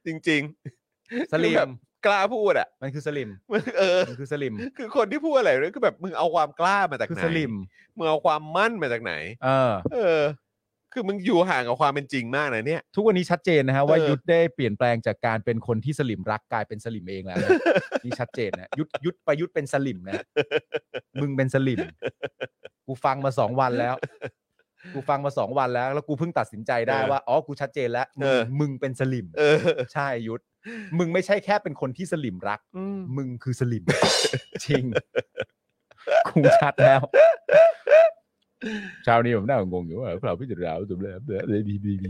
จริงๆ
สลิ
คือแบ
ม
บกล้าพูดอ่ะ
มันคือสลิม
มันเออ
มันคือสลิม
คือคนที่พูดอะไรเนี่ยคือแบบมึงเอาความกล้ามาจาก
คือ
ไหน
สลิม
มึงเอาความมั่นมาจากไหน
เออ
เออ คือมึงอยู่ห่างกับความเป็นจริงมากนะเนี่ย
ทุกวันนี้ชัดเจนนะฮะว่า
เออ
ยุทธได้เปลี่ยนแปลงจากการเป็นคนที่สลิมรักกลายเป็นสลิมเองแล้ว นะ นี่ชัดเจนนะยุทธยุทธประยุทธ์เป็นสลิมนะ มึงเป็นสลิม กูฟังมาสองวันแล้ว กูฟังมาสองวันแล้ว แล้วกูเพิ่งตัดสินใจได้
เออ
ว่าอ๋อกูชัดเจนแล้วมึง
เออ
มึงเป็นสลิม
เออ
ใช่ยุทธมึงไม่ใช่แค่เป็นคนที่สลิมรัก มึงคือสลิม จริง กูชัดแล้วเช้านี้ผมน่างงอยู่ว่าเราพิจารณาตุ่มแล้วเลยบีบีบี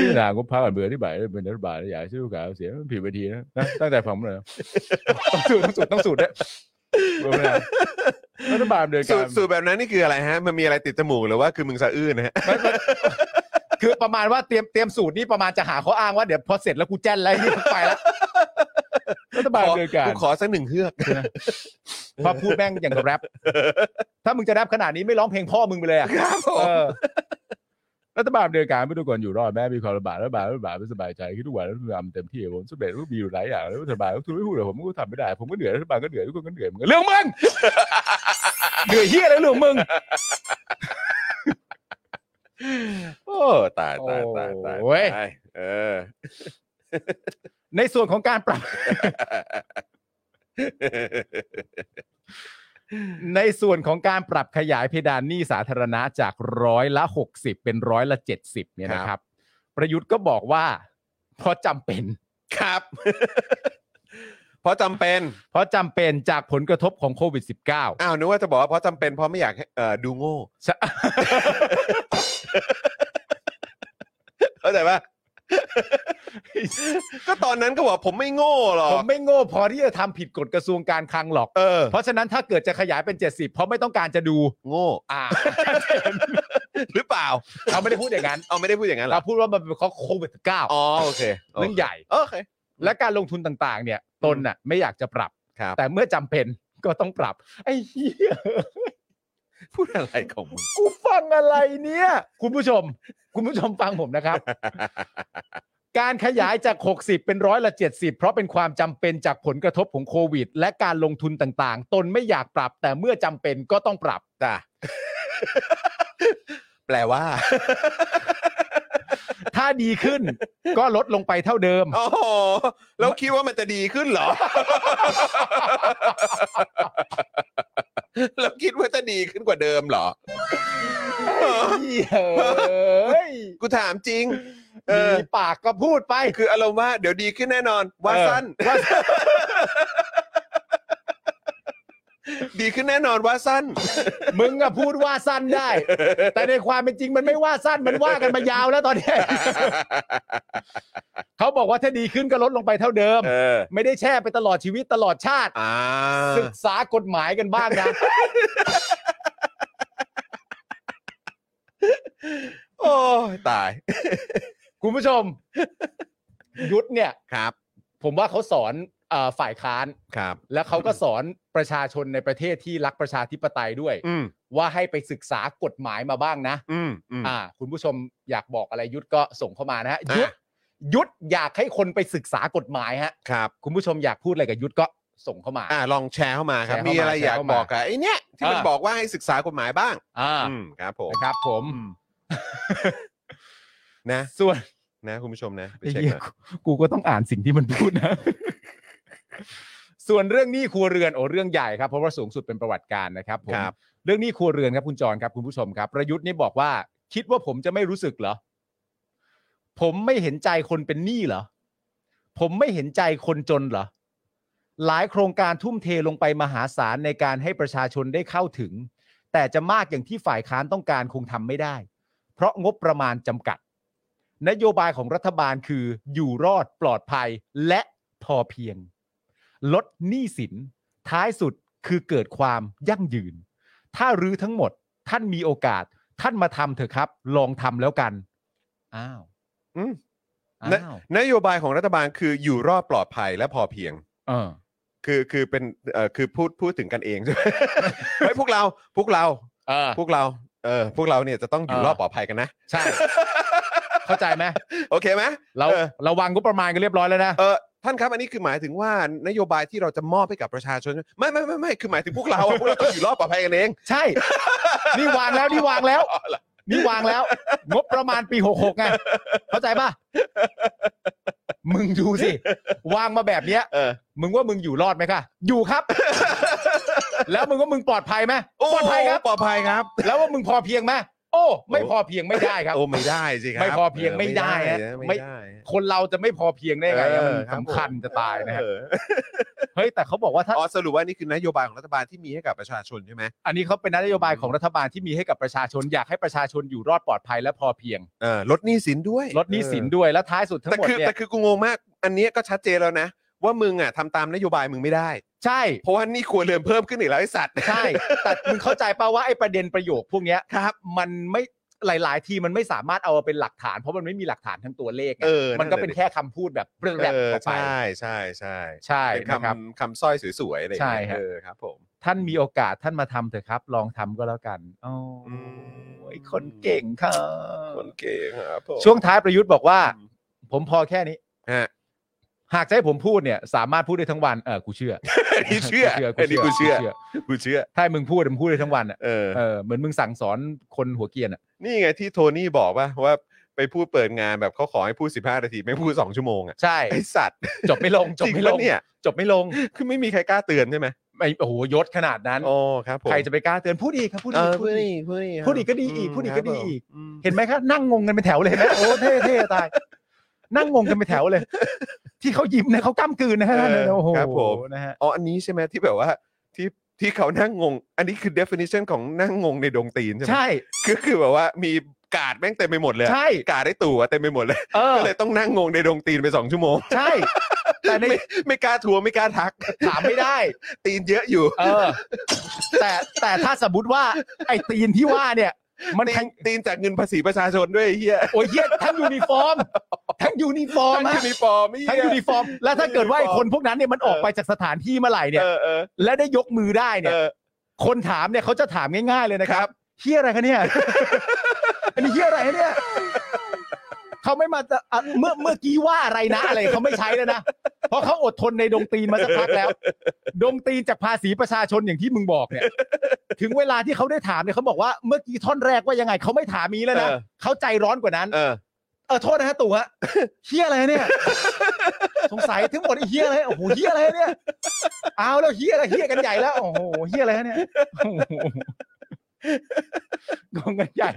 พิจารณางบพักการเมืองที่บ่ายเป็นรัฐบาลอยากให้ชื่อลูกสาวเสียผิดวิธีนะนะตั้งแต่ผมเลยนะต้องสูตรต้องสูตรต้องสูตรด้วยรัฐบาลเดิน
สู
กา
ตร
ร
สูตรแบบนั้นนี่คืออะไรฮะ มันมีอะไรติดจมูกหรือว่าคือมึงสะอื้นนะฮะ
คือประมาณว่าเตรียมเตรียมสูตรนี่ประมาณจะหาข้ออ้างว่าเดี๋ยวพอเสร็จแล้วกูแจ้นแล้วนี่ไป แล้วรัฐบาล
ขอ
เดินการ
กูขอสักหนึ่งเฮือก
ใช่ไหมพอพูดแม่งอย่างกับแรปถ้ามึงจะแรปขนาดนี้ไม่ร้องเพลงพ่อมึงไปเลยอ่ะ
ครับผ
เอ
ม
อรัฐบาลเดินการไม่ทุกคนอยู่รอดแม่มีความลำบากรัฐบาลรัฐบาลไม่สบายใจคิดทุกวันรัฐบาลทำเต็มที่ผมสำเร็จก็มีอยู่หลายอย่างแล้วรัฐบาลก็ทุนไม่พูดเลยผมก็ทำไม่ได้ผมก็เหนื่อยรัฐบาลก็เหนื่อยทุกคนก็เหนื่อยเหมือนกันเรื่องมึง เหนื่อยเฮียอะไรเรื่องมึง
โอ้ตายตายตายตาย
โอ้ย
ตายเออ
ในส่วนของการปรับ ในส่วนของการปรับขยายเพดานหนี้สาธารณะจากร้อยละ 60 เป็นร้อยละ 70เนี่
ค
ย
รับ
นะครับ ประยุทธ์ก็บอกว่า เพราะจำเป็น
ครับ เพราะจำเป็น
เพราะจำเป็นจากผลกระทบของโควิด -19
อ้าวนึกว่าจะบอกว่าเพราะจำเป็นเพราะไม่อยากให้เอ่อดูโง่
ใช่
เข้าใจปะก็ตอนนั้นก็บอกผมไม่โง่หรอ
ผ
ก
มไม่โง่พอที่จะทำผิดกฎกระทรวงการคลังหรอก
เออ
เพราะฉะนั้นถ้าเกิดจะขยายเป็น 70 เพราะไม่ต้องการจะดู
โง่
อ่า
หรือเปล่า
เขาไม่ได้พูดอย่างนั้น
เอาไม่ได้พูดอย่างนั้นเหร
เรา
อ
พูดว่ามันเป็นเพราะโควิด -19
อ๋อโอเค
เรื่องใหญ่
โอเค
และการลงทุนต่างๆ เนี่ยตนน่ะไม่อยากจะปรับ
ครับ
แต่เมื่อจำเป็นก็ต้องปรับ ไอ้เหี้ย
พูดอะไรของมึง
กูฟังอะไรเนี่ย คุณผู้ชม คุณผู้ชมฟังผม นะครับ การขยายจาก 60 เป็นร้อยละ 70 เพราะเป็นความจำเป็นจากผลกระทบของโควิด และการลงทุนต่างๆ ตนไม่อยากปรับ แต่เมื่อจำเป็นก็ต้องปรับ
จ้ะ แปลว่า
ถ้าดี ขึ้น ก็ลดลงไปเท่าเดิม
โอ้โหแล้วคิดว่ามันจะดีขึ้นเหรอ แล้วคิดว่าจะดีขึ้นกว่าเดิมเหรอ
เฮ้ย
กูถามจริง เออ
มีปากก็พูดไป
คืออารมณ์ว่าเดี๋ยวดีขึ้นแน่นอน ว่า
เออ
สั้น ดีขึ้นแน่นอนว่าสั้น
มึงอะพูดว่าสั้นได้ แต่ในความเป็นจริงมันไม่ว่าสั้นมันว่ากันมายาวแล้วตอนเนี้ย เขาบอกว่าถ้าดีขึ้นก็ลดลงไปเท่า เดิม
เออ
ไม่ได้แช่ไปตลอดชีวิตตลอดชาติ
อ่า
ศึกษากฎหมายกันบ้างนะ
โอ้ยตาย
คุณผู้ชม ยุทธเนี่ย
ครับ
ผมว่าเขาสอนเอ่อฝ่ายค้าน
ครับ
แล้วเขาก็สอนประชาชนในประเทศที่รักประชาธิปไตยด้วย
อืม
ว่าให้ไปศึกษากฎหมายมาบ้างนะ
อืมอืม
อ่า คุณผู้ชมอยากบอกอะไรยุทธก็ส่งเข้ามานะฮะ
อ่ะ
ยุทธยุทธอยากให้คนไปศึกษากฎหมายฮะ
ครับ
คุณผู้ชมอยากพูดอะไรกับยุทธก็ส่งเข้ามา
อ่าลองแชร์เข้ามาครับ
แชร์
มี
เข้ามา
อะไร
แชร์
อยาก
เข้ามา
บอกกับไอ้เนี้ยที่มัน
อ่า
บอกว่าให้ศึกษากฎหมายบ้าง
อ่า
อืมครับผม
นะครับ ผม
นะ
ส่วน
นะคุณผู้ชมนะไป
ไอ้
เช็ค
เหี้
ห
ย
น่อย
กูกูก็ต้องอ่านสิ่งที่มันพูดนะ ส่วนเรื่องหนี้ครัวเรือนโอ้เรื่องใหญ่ครับเพราะว่าสูงสุดเป็นประวัติการนะครับผม
ครับ
เรื่องหนี้ครัวเรือนครับคุณจรครับคุณผู้ชมครับ ประยุทธ์นี่บอกว่า คิดว่าผมจะไม่รู้สึกเหรอ ผมไม่เห็นใจคนเป็นหนี้เหรอ ผมไม่เห็นใจคนจนเหรอ หลายโครงการทุ่มเทลงไปมหาศาลในการให้ประชาชนได้เข้าถึง แต่จะมากอย่างที่ฝ่ายค้านต้องการคงทำไม่ได้ เพราะงบประมาณจำกัด นโยบายของรัฐบาลคืออยู่รอดปลอดภัยและพอเพียง ลดหนี้สิน ท้ายสุดคือเกิดความยั่งยืน ถ้ารื้อทั้งหมด ท่านมีโอกาส ท่านมาทำเถอะครับ ลองทำแล้วกัน อ้าว
อืม
อ้
นะ
าวน
โยบายของรัฐบาลคืออยู่รอดปลอดภัยและพอเพียง
เออ
คือคือเป็นเอ่อคือพูดพูดถึงกันเอง ใช่ไหม ไม่พวกเราพวกเรา
เออ
พวกเราเออพวกเราเนี่ยจะต้องอยู่
เออ
รอดปลอดภัยกันนะ
ใช่ เข้าใจไหม
โอเคไหม
เรา
เออ
เราวางงบประมาณกันเรียบร้อยแล้วนะ
เออ ท่านครับ อันนี้คือหมายถึงว่านโยบายที่เราจะมอบให้กับประชาชน ไม่ไม่ไม่ไม่คือหมายถึงพวกเราอะพวกเราก็อยู่รอดปลอดภัยกันเอง
ใช่ นี่วางแล้วนี่วางแล้ว นี่วางแล้ว งบประมาณปีหกหกไงเข้าใจป่ะ มึงดูสิ วางมาแบบเนี้ย
เออ
มึงว่ามึงอยู่รอดไหมคะอยู่ครับ แล้วมึงว่ามึงปลอดภัยไหม
โ
ปลอดภัยครับ
ปลอดภัยครับ
แล้วว่ามึงพอเพียงไหมโอ้ ไม่พอเพียงไม่ได้ครับ
โอ้ไม่ได้สิครับ
ไม่พอเพียงไม่ได้ฮะ
เออไม่ได้ฮะ
คนเราจะไม่พอเพียงได้ไงอะมัน
เออครับ
สำคัญจะตายนะฮะ
เออ
เฮ้ยแต่เขาบอกว่าถ้า
อ๋อสรุปว่านี่คือนโยบายของรัฐบาลที่มีให้กับประชาชนใช่ไหม
อันนี้เขาเป็นนโยบายของรัฐบาลที่มีให้กับประชาชนอยากให้ประชาชนอยู่รอดปลอดภัยและพอเพียง
เออลดหนี้สินด้วย
ลดหนี้สิน
เออ
ด้วยและท้ายสุดทั้
แต่
งหมด
คือ
เนี่
แต่
ย
คือกูงงมาก อันเนี้ยก็ชัดเจนแล้วนะ ว่ามึงอ่ะทำตามนโยบายมึงไม่ได้
ใช่
เพราะว่าหนี่ครัวเรือนเพิ่มขึ้นอีกแล้วไอ้สัตว์
ใช่ แต่มึงเข้าใจป่าว่าไอ้ประเด็นประโยคพวกเนี้ย
ครับ
มันไม่หลาย ๆ ที่มันไม่สามารถเอามาเป็นหลักฐาน เพราะมันไม่มีหลักฐานทั้งตัวเลขไง
เออ
มันก็เป็นแค่คำพูดแบบเรื่องแรป
เออ
ออกไป
ใช่ใช่ใช่
ใช่
เป็น
นะครับ
คำคำสร้อยสวยๆอะไรอย่างเงี้ย
ใช่ฮะ
เออครับผม
ท่านมีโอกาสท่านมาทำเถอะครับ ลองทำก็แล้วกันโอ้
อืม
ยคนเก่งครับ
คนเก่งครับผม
ช่วงท้ายประยุทธ์บอกว่า ผมพอแค่นี้
ฮะ
หากจะให้ผมพูดเนี่ย สามารถพูดได้ทั้งวันเออกูเชื่อ
อันนี้เชื่ออันนี้กูเชื่อกูเชื่อ
ถ้ามึงพูดมึงพูดได้ทั้งวันอ่ะ
เออ
เออเหมือนมึงสั่งสอนคนหัวเกรียนอ่ะ
นี่ไงที่โทนี่บอกว่าว่าไปพูดเปิดงานแบบเขาขอให้พูด 15 นาที ไม่พูด 2 ชั่วโมงอ่ะ
ใช่
ไอสัตว์
จบไม่ลงจบ
จริง
ไม่ล
ปะ
ง
เนี่ย
จบไม่ลง
คือไม่มีใครกล้าเตือนใช่ไหม
ไม่โอ้โหยศขนาดนั้น
อ๋อครับผม
ใครจะไปกล้าเตือนพูดอีกครับพูด
เอ
อี
อ
กพู
พู
ด
ด
อี
อี
ก
กพูดอีก
พูดอีกก็ดีอีก
ม
พูดอีกก็
ค
ดี
รับผม
อีก
ม
เห็นไหมครับนั่งงงกันเป็นแถวเลยเห็นไหมโอ้เท่เท่ตาย นั่งงงกันเป็นแถวเลย ที่เขายิ้มนะเขาก้ามกลืนนะฮะ
เออ
โอ้โห
ครับผม
นะฮะ
อ๋อ อันนี้ใช่ไหมที่แบบว่าที่ที่เขานั่งงง อันนี้คือ definition ของนั่งงงในดงตีนใช่ไหม
ใช่
คือคือแบบว่ามีกาดแม่งเต็มไปหมดเลยอะ
ใช่
กาดได้ตู่อะเต็มไปหมดเลย
เออ
ก็เลยต้องนั่งงงในดงตีนไปสองชั่วโมง
ใช่ แต่ใน
ไม่ไม่กล้าทัวร์ไม่กล้าทัก
ถามไม่ได้
ตีนเยอะอยู่
เออ แต่แต่ถ้าสมมติว่า ไอ้ตีนที่ว่าเนี่ย มัน
ตีน
ทั้ง
ตีนจากเงินภาษีประชาชนด้วยไอ้เฮีย
โอ้ยเหี้ยทั้งยูนิฟอร์ม ทั้งยูนิฟอร์ม
ทั้งยู
ฮะ
นิฟอร์มไอ้เหี้
ทั้งยูนิฟอร์ม แล้วถ้าเกิดว่าไอ้คนพวกนั้นเนี่ยมันออกไปจากสถานที่เมื่อไหร่เนี่ย
เออเออ
และได้ยกมือได้เนี่ย
เออ
คนถามเนี่ยเขาจะถามง่ายๆเลยนะครับเฮียอะไรคะเนี่ย อันนี้เฮียอะไรคะเนี่ยเขาไม่มาจะอ่ะเมื่อเมื่อกี้ว่าอะไรนะอะไรเขาไม่ใช้แล้วนะเพราะเขาอดทนในดงตีนมาสักพักแล้ว ดงตีนจากภาษีประชาชนอย่างที่มึงบอกเนี่ย ถึงเวลาที่เขาได้ถามเนี่ยเขาบอกว่าเมื่อกี้ท่อนแรกว่ายังไงเขาไม่ถามนี้แล้วนะ
เออ
เขาใจร้อนกว่านั้น
เออ
เออโทษนะฮะตู่ฮะ เฮียอะไรเนี่ย สงสัยทั้งหมดไอ้เฮียอะไรโอ้โหเฮียอะไรเนี่ยเอาแล้วเฮียอะไรเฮียกันใหญ่แล้วโอ้โหเฮียอะไรเนี่ยโอ้โหงงกันใหญ่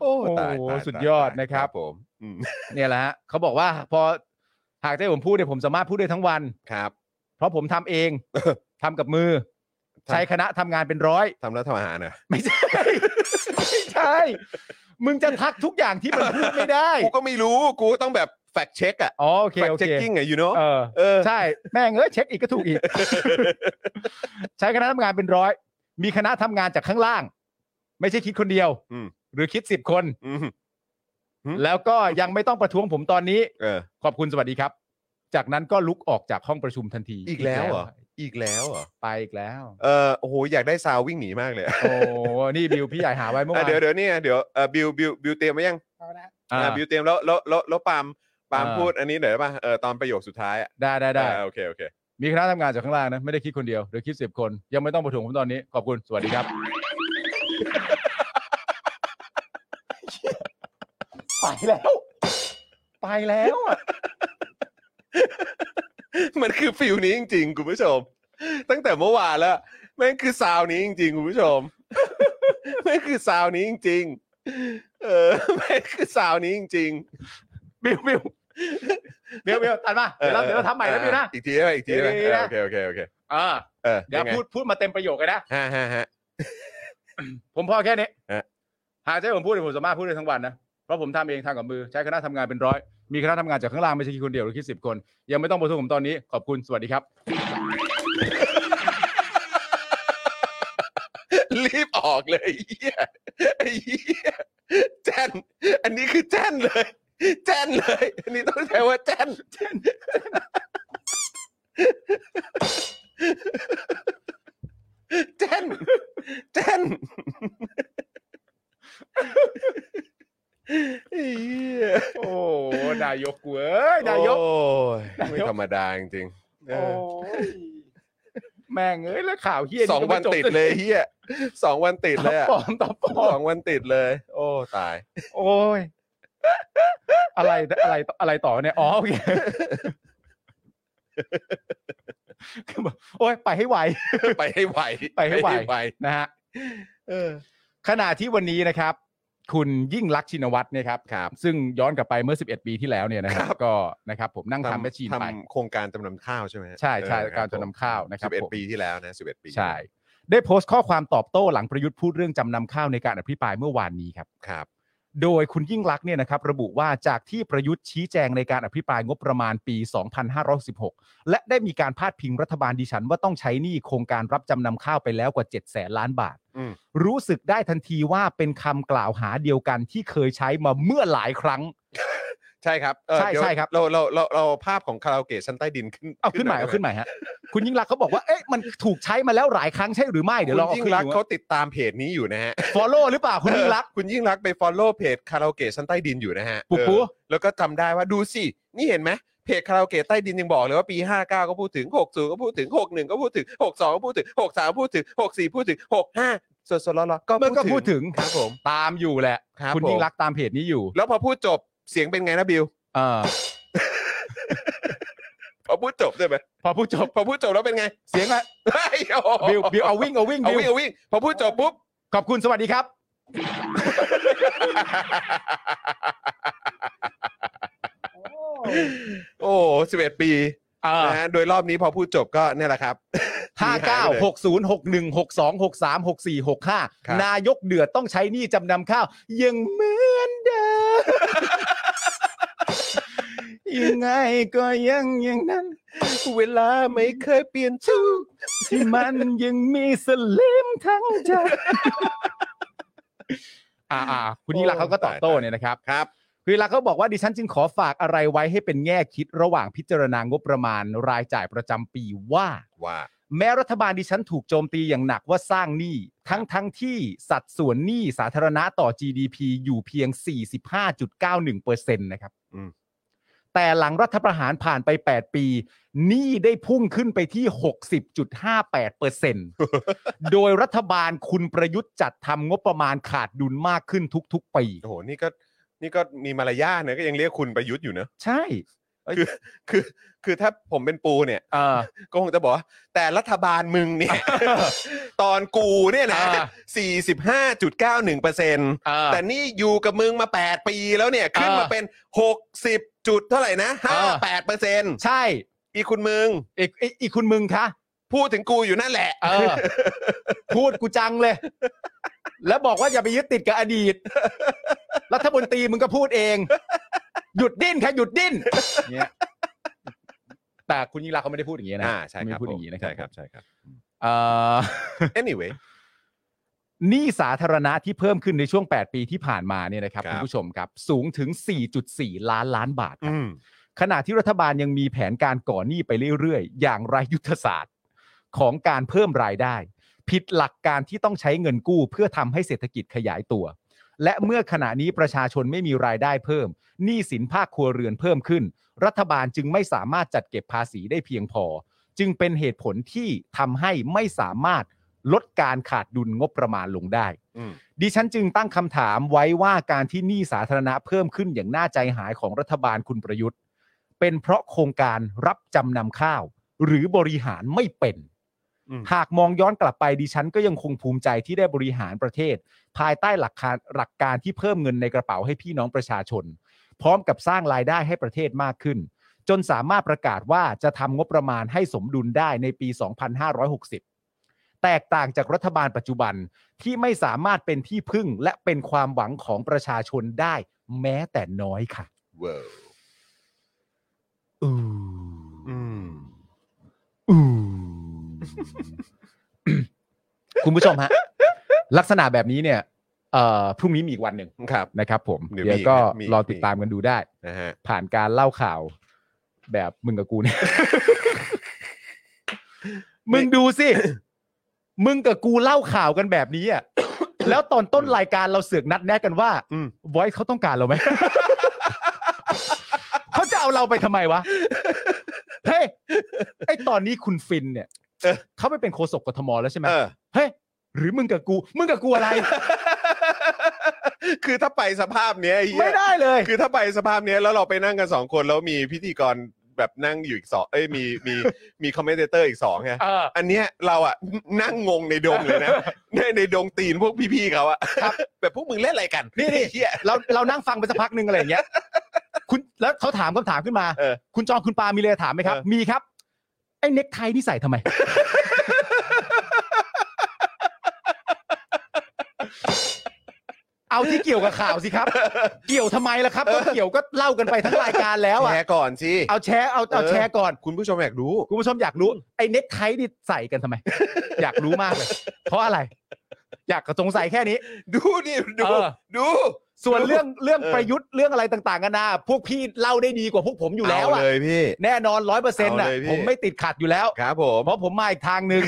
โอ้ตาย
โอ้
ตาตา
สุดยอดนะครับ
ผมอืม
เนี่ยแหละฮะเขาบอกว่า พอหากได้ผมพูดเนี่ยผมสามารถพูดได้ทั้งวัน
ครับ
เพราะผมทำเองทำกับมือ ใช้คณะทำงานเป็นร้อย
ทำรัฐประหารเหรอ
ไม่ใช่ไม่ใช่มึงจะทักทุกอย่างที่มันพูดไม่ได้
กูก็ไม่รู้กูต้องแบบแฟกเช็คอะ
อ๋อโอเค
แฟก
โอ
เช็ค
เค
กิ้งอะยูโน
เออ
เออ
ใช่ แม่งเอ้ยเช็คอีกก็ถูกอีก ใช้คณะทำงานเป็นร้อย มีคณะทำงานจากข้างล่าง ไม่ใช่คิดคนเดียว
อืม
หรือคิดสิบคน
อืม อืม
แล้วก็ยังไม่ต้องประท้วงผมตอนนี้
เออ
ขอบคุณสวัสดีครับ จากนั้นก็ลุกออกจากห้องประชุมทันที
อีกแล้วเหร อีกแล้วเหรอ
ไปอีกแล้ว
เออโอ้โหอยากได้ซาววิ่งหนีมากเลยอะ
โอ้นี่บิวพี่ใหญ่หาไว้เมื่อ
อ่ะ
วาน
เดี๋ยวเดี๋ยวเนี่ยเดี๋ยวเออบิวบิวบิวเตรียมไว้ยัง
อ่า
อ่ะบิวเตรียมแล้วแล้วแล้วแล้วปาล์มปาล์ม
อ่า
พูดอันนี้หน่อยได้ป่ะเออตอนประโยคสุดท้ายอะ
ได้ได้ได้
อ่าโอเคโอเค
มีคณะทำงานจากข้างล่างนะไม่ได้คิดคนเดียวหรือคิดสิบคน ยังไม่ต้องประท้วงผมตอนนี้ ขอบคุณสวัสดีครับ ไปแล้ว ไปแล้วอ่ะ
มันคือฟิลนี้จริงๆคุณผู้ชม ตั้งแต่เมื่อวานแล้วแม่งคือซาวนี้จริงๆคุณผู้ชม แม่งคือซาวนี้จริงๆเอ อแม่งคือซาวนี้จริง
บิว บิวบิวบิวตัดมา
ๆ
เดี๋ยวเราเดี๋ยวเราทำใหม่แล้วบิวนะ
อ่อีกทีได้ไหมอีกทีได้ไหม
อีกทีนะ
โอเคโอเคโอเค
เออ
เออ
เดี๋ยว
งไง
พูดพูดมาเต็มประโยคเลยนะ
ฮะฮะฮะ
ผมพอแค่นี้
ฮะ
หากใช้ผมพูดผมสามารถพูดได้ทั้งวันนะ เพราะผมทำเองทำกับมือใช้คณะทำงานเป็นร้อย มีคณะทำงานจากข้างล่างไม่ใช่คิดคนเดียวหรือคิดสิบคน ยังไม่ต้องประท้วงผมตอนนี้ ขอบคุณสวัสดีครับ
รีบออกเลยไอ้เหี้ยไอ้เหี้ยแจนอันนี้คือแจนเลยแจนเลย อันนี้ต้องใช้ว่าแจนแจนแจนแจนไอ้เหี้ย
โอ้
นนายกกูเอ้ยนายก
โอ้ยไม่
นายก
ธรรมดาจริงๆเอ
โอ้
อย
แม่งเอ้ยแล้วข่าวเฮีย
สองวันติดเลยเฮียสองวันติด
ต
เล
อย บ
อะ
ปอมตอบปอ
สอ
ม
งวันติดเลย โอ้ตาย
โอ้ยอะไรอะไรอะไรต่อเนี่ยอ๋อโอเค
คือแบบโอ้ยไปให้ไว
ไปให้ไหว
ไปให้ไหว นะฮะ
เออ
ขณะที่วันนี้นะครับ คุณยิ่งลักษณ์ชินวัตรเนี่ยครับ
ครับ
ซึ่งย้อนกลับไปเมื่อ 11 ปีที่แล้วเนี่ยนะครับ ก็นะครับผมนั่งทำแมชชีนไป
ทำโครงการจำนำข้าวใช่ไหม
ใช่ใช่
เออคบ
การจำนำข้าวนะครับ
11
ผม
ปีที่แล้วนะ11 ปี
ใช่ ได้โพสต์ข้อความตอบโต้หลังประยุทธ์พูดเรื่องจำนำข้าวในการอภิปรายเมื่อวานนี้ครับ
ครับ
โดยคุณยิ่งลักษณ์เนี่ยนะครับระบุว่าจากที่ประยุทธ์ชี้แจงในการอภิปรายงบประมาณปี 2516 และได้มีการพาดพิงรัฐบาลดิฉันว่าต้องใช้หนี้โครงการรับจำนำข้าวไปแล้วกว่า 7 0 0แสนล้านบาท
อืม
รู้สึกได้ทันทีว่าเป็นคำกล่าวหาเดียวกันที่เคยใช้มาเมื่อหลายครั้ง
ใช่ครับเออ
ใช่
เดี๋ยว
ใช่ครับ
เราเราเราเราภาพของคาราโอเกะชั้นใต้ดินขึ้น
เอาขึ้นใหม่เอาขึ้นใหม่ฮะคุณยิ่งลักษณ์เขาบอกว่าเอ๊ะมันถูกใช้มาแล้วหลายครั้งใช่หรือไม่
เดี๋
เดี๋
ย
ยว ว
เรา
เราเอา
ยิ่ง
ขึ้น
รักษ
ดู
ณ์เขาติดตามเพจนี้อยู่นะฮะ
ฟอลโล่หรือเปล่าคุณยิ่งลักษณ์
คุณยิ่งรักษณ์ไป follow เพจคาราโอเกะชั้นใต้ดินอยู่นะฮะ
ปุ๊บ
เออ
ปุ๊บ
แล้วก็จำได้ว่าดูสิ นี่เห็นไหมเพจคาราโอเกะใต้ดินยังบอกเลยว่าปี 59 ก็พูดถึง 60 ก็พูดถึง 61 ก็พูดถึง 62 ก็พูดถึง 63 ก็พูดถึง 64 พูดถึง 65สดๆร้อนๆก็
มันก็พูดถึง
ครับผม
ตามอยู่แหละ
ครับ
คุณยิ่
ผ
ง
ม
ลักษณ์ตามเพจนี้อยู่
แล้วพอพูดจบเสียงเป็นไงนะบิว
เออ
พอพูดจบใช่ไหม
พอพูดจบ
พอพูดจบแล้วเป็นไง
เสียงอะ
เฮ้ยโอ้โห
บิวบิวเอาวิ่งเอาวิ่ง
เอา
บิ
วิ่ง
ว
เอาวิ่งพอพูดจบปุ๊บ
ขอบคุณสวัสดีครับ
โอ้สิบเอ็ดปี
เออ
นะฮะโดยรอบนี้พอพูดจบก็เนี่ยแหละครับ
ห้าเก้าหกศูนย์หกหนึ่งหกสองหกสามหกสี่หกห้า
ครับ
นายกเดือดต้องใช้หนี้จำนำข้าว ยังเหมือนเดิม ยังไงก็ยังอย่างนั้น
เวลาไม่เคยเปลี่ยนชื่อ
ที่มันยังมีสลิมทั้งใจ อ่าอ่าคุณยิ่งรักษณ์เขาก็ตอบโต้เนี่ยนะครับ
ครับ
คือหลักเขาบอกว่าดิฉันจึงขอฝากอะไรไว้ให้เป็นแง่คิดระหว่างพิจารณางบประมาณรายจ่ายประจำปีว่า
ว่า
แม้รัฐบาลดิฉันถูกโจมตีอย่างหนักว่าสร้างหนี้ทั้งทั้งที่สัดส่วนหนี้สาธารณะต่อ GDP อยู่เพียง 45.91%นะครับ
อืม
แต่หลังรัฐประหารผ่านไป 8 ปีหนี้ได้พุ่งขึ้นไปที่ 60.58%โดยรัฐบาลคุณประยุทธ์จัดทำงบประมาณขาดดุลมากขึ้นทุกๆปี
โอ้โหนี่ก็นี่ก็มีมารยาทนะก็ยังเรียกคุณประยุทธ์อยู่เนอะ
ใช่
คือ คือถ้าผมเป็นปูเนี่ย
เออ
ก็คงจะบอกว่าแต่รัฐบาลมึงเนี่ย ตอนกูเนี่ยนะ
อ่า
45.91เปอร์เซ็นต์
เออ
แต่นี่อยู่กับมึงมา 8 ปีแล้วเนี่ย ขึ้นมา
เออ
เป็น 60 จุดเท่าไหร่นะ
เออ
58เปอร์เซ็นต์
ใช่
อีคุณมึง
อีกอีกอีกคุณมึงคะ
พูดถึงกูอยู่นั่นแหละ
เออ พูดกูจังเลย แล้วบอกว่าอย่าไปยึดติดกับอดีต รัฐมนตรีมึงก็พูดเอง หยุดดิ้นค่ะหยุดดิ้นเนี่ยแต่คุณยิ่งรักษณ์เขาไม่ได้พูดอย่างนี้นะ
ใช่ครับ
ไม่พูดอย่างนี้นะ
ใช่ครับ
ผม
ใช่ครับ
เอ่อ
anyway
หนี้สาธารณะที่เพิ่มขึ้นในช่วง 8 ปีที่ผ่านมาเนี่ยนะครับ
ครับ
คุณผู้ชมครับ สูงถึง 4.4 ล้านล้านบาทครับ
อืม
ขณะที่รัฐบาลยังมีแผนการก่อหนี้ไปเรื่อยๆ อย่างไรยุทธศาสตร์ ของการเพิ่มรายได้ ผิดหลักการที่ต้องใช้เงินกู้เพื่อทำให้เศรษฐกิจขยายตัว และเมื่อขณะนี้ประชาชนไม่มีรายได้เพิ่มหนี้สินภาคครัวเรือนเพิ่มขึ้น รัฐบาลจึงไม่สามารถจัดเก็บภาษีได้เพียงพอ จึงเป็นเหตุผลที่ทำให้ไม่สามารถลดการขาดดุลงบประมาณลงได้
อืม
ดิฉันจึงตั้งคำถามไว้ว่าการที่หนี้สาธารณะเพิ่มขึ้นอย่างน่าใจหายของรัฐบาลคุณประยุทธ์ เป็นเพราะโครงการรับจำนำข้าว หรือบริหารไม่เป็น
อืม
หากมองย้อนกลับไปดิฉันก็ยังคงภูมิใจที่ได้บริหารประเทศ ภายใต้หลักการหลักการที่เพิ่มเงินในกระเป๋าให้พี่น้องประชาชน พร้อมกับสร้างรายได้ให้ประเทศมากขึ้น จนสามารถประกาศว่าจะทำงบประมาณให้สมดุลได้ในปี 2560 แตกต่างจากรัฐบาลปัจจุบันที่ไม่สามารถเป็นที่พึ่งและเป็นความหวังของประชาชนได้แม้แต่น้อยค่ะ
เวิร์
อือ
อืม
อืม คุณผู้ชมฮะ ลักษณะแบบนี้เนี่ยเอ่อพรุ่งนี้มีอีกวันหนึ่ง
ครับ
นะครับผม
เดี๋ยว
เดี๋ยว
มี
ก็
ครับมี
รอติดตามกันดูได้
นะฮะ
ผ่านการเล่าข่าว แบบมึงกับกูเนี่ย มึงดูสิ มึงกับกูเล่าข่าวกันแบบนี้อ่ะ แล้วตอนต้นรายการเราเสือกนัดแนะกันว่า
อืม
ไว้เขาต้องการเราไหม เอาเราไปทำไมวะ เฮ้ยไอตอนนี้คุณฟินเนี่ย
เออ
เขาไปเป็นโฆษกกทมแล้วใช่ไหม
เออ
เฮ้ยหรือมึงกับกู มึงกับกูอะไร
คือถ้าไปสภาพเนี้ยอ้เหี้ย
ไม่ได้เลย
คือถ้าไปสภาพเนี้ยแล้วเราไปนั่งกันสองคนแล้วมีพิธีกรแบบนั่งอยู่อีกสองเอ้ยมีมีมีคอมเมนเตอร์อีกสองไง
เออ
อันเนี้ยเราอะนั่งงงในดงเลยนะ ในในดงตีนพวกพี่ๆเขาอะ แบบพวกมึงเล่นอะไรกัน
นี่นี่
ไอ้เหี้ย
เราเรานั่งฟังไปสักพักหนึ่งอะไรอย่างเงี้ย คุณแล้วเขาถามคำถามขึ้นมา
เออ
คุณจองคุณปามีเลยถามไหมครับ
เออ
มีครับ ไอ้เน็กไทนี่ใส่ทำไม เอาที่เกี่ยวกับข่าวสิครับ เกี่ยวทำไมล่ะครับก็เกี่ยวก็เล่ากันไปทั้งรายการแล้วอ่ะ
แชร์ก่อนสิ
เอาแชร์เอาเอา
เออ
แชร์ก่อน
คุณผู้ชมอยากรู้
คุณผู้ชมอยากรู้ ไอ้เน็กไทนี่ใส่กันทำไม อยากรู้มากเลย เพราะอะไร อยากสงสัยแค่นี้
ดูดิดู
เออ
ดู
ส่วนเรื่องเรื่อง
เออ
ประยุทธ์เรื่องอะไรต่างๆกันานาพวกพี่เล่าได้ดีกว่าพวกผมอยู่แล้ว
เา
อะ
เลยพี่
แน่นอนร้อยเปอร์เซ็นต์
เอา
อ่ะ
เลยพี่
ผมไม่ติดขัดอยู่แล้ว
ครับผม
เพราะผมมาอีกทางหนึ่ง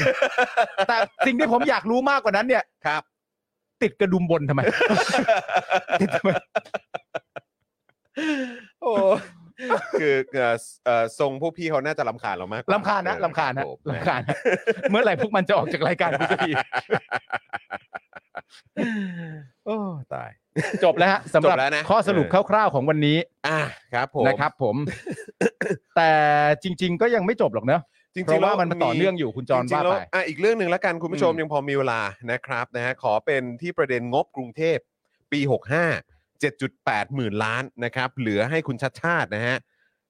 แต่ สิ่งที่ผมอยากรู้มากกว่านั้นเนี่ย
ครับ
ติดกระดุมบนทำไม ติดทำไม
โอ้คือเอ่อเอ่อทรงพวกพี่เขาน่าจะลำคาญเรามากกว่
ลำคาญนะ
เออ
ลำคาญนะ
รับผม
ลำคาญนะเมื่อไหร่พวกมันจะออกจากรายการกูสักที
โอ้ตาย
จบแล้วฮะสำหรั
จ
บ
บแล้วนะ
ข้อสรุปคร่าวๆของวันนี้
อ่ะครับผม
นะครับ ผม แต่จริง ๆ ก็ยังไม่จบหรอกเนอะ
จริง
เพราะ
ๆ
ว่ามันต่อเนื่อง
มี
อยู่คุณจร
จริง
ว่า
ๆแล้ว
ไป
อ่ะอีกเรื่องหนึ่งแล้วกันคุณผู้ชม
อืม
ยังพอมีเวลานะครับนะฮะขอเป็นที่ประเด็นงบกรุงเทพปี 65 7.8 หมื่นล้านนะครับ เหลือให้คุณชัดชาตินะฮะ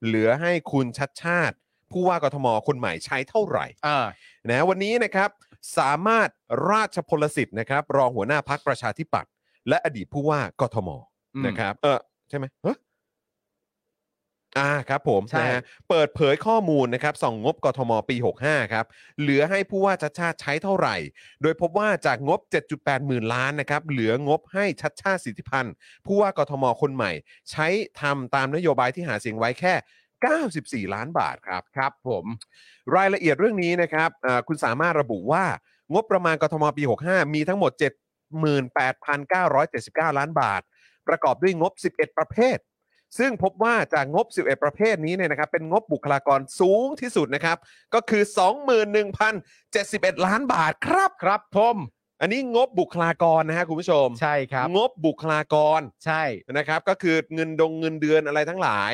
เหลือให้คุณชัดชาติ ผู้ว่ากทมคนใหม่ใช้เท่าไหร่
อ่า
นะวันนี้นะครับสามารถราชพลสิทธิ์นะครับ รองหัวหน้าพักประชาธิปัตย์และอดีตผู้ว่ากทม
อืม
นะครับ เออใช่ไหมเฮ้ยอ่าครับผม
ใช่
นะฮะเปิดเผยข้อมูลนะครับส่องงบกทมปี 65 ครับ เหลือให้ผู้ว่าชัดชาติใช้เท่าไหร่ โดยพบว่าจากงบ 7.8 หมื่นล้านนะครับ เหลืองบให้ชัดชาติสิทธิพันธ์ผู้ว่ากทมคนใหม่ ใช้ทำตามนโยบายที่หาเสียงไว้แค่ 94 ล้านบาทครับ
ครับ ผม
รายละเอียดเรื่องนี้นะครับอ่าคุณสามารถระบุว่า งบประมาณกทมปี 65 มีทั้งหมด 78,979 ล้านบาท ประกอบด้วยงบ 11 ประเภท ซึ่งพบว่าจากงบ 11 ประเภทนี้เนี่ยนะครับ เป็นงบบุคลากรสูงที่สุดนะครับ ก็คือ 21,071 ล้านบาทครับ
ครับผม
อันนี้งบบุคลากรนะฮะคุณผู้ชม
ใช่ครับ
งบบุคลากร
ใช่
นะครับ ก็คือเงินดงเงินเดือนอะไรทั้งหลาย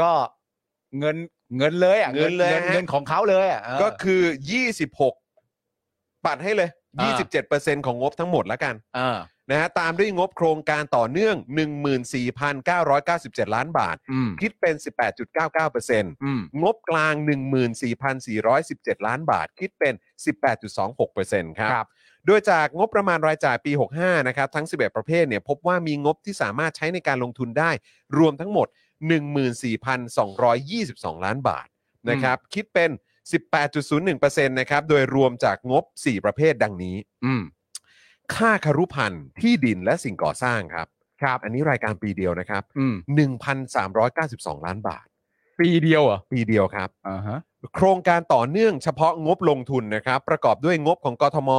ก็เงินเงินเลยอ่ะ
เงินเลย
เงิน
ฮะ
เงินของเขาเลยอ่ะเออ
ก็คือ 26 ปัดให้เลย
อ่
27%ของงบทั้งหมดแล้วกัน
เออ
นะฮะ ตามด้วยงบโครงการต่อเนื่อง 14,997 ล้านบาท
อืม
คิดเป็น 18.99%
อืม
งบกลาง 14,417 ล้านบาท คิดเป็น 18.26%ครับ
ครับ
โดยจากงบประมาณรายจ่ายปี 65 นะครับ ทั้ง 11 ประเภทเนี่ยพบว่ามีงบที่สามารถใช้ในการลงทุนได้ รวมทั้งหมด 14,222 ล้านบาทนะครับ คิดเป็น 18.01%นะครับ โดยรวมจากงบ 4 ประเภทดังนี้
อืม
ค่าคารุพันธ์ที่ดินและสิ่งก่อสร้างครับ
ครับ
อันนี้รายการปีเดียวนะครับ
อืม
1,392 ล้านบาท
ปีเดียวเหรอ่ะ
ปีเดียวครับ
อ่าฮะ
โครงการต่อเนื่องเฉพาะงบลงทุนนะครับ ประกอบด้วยงบของกทม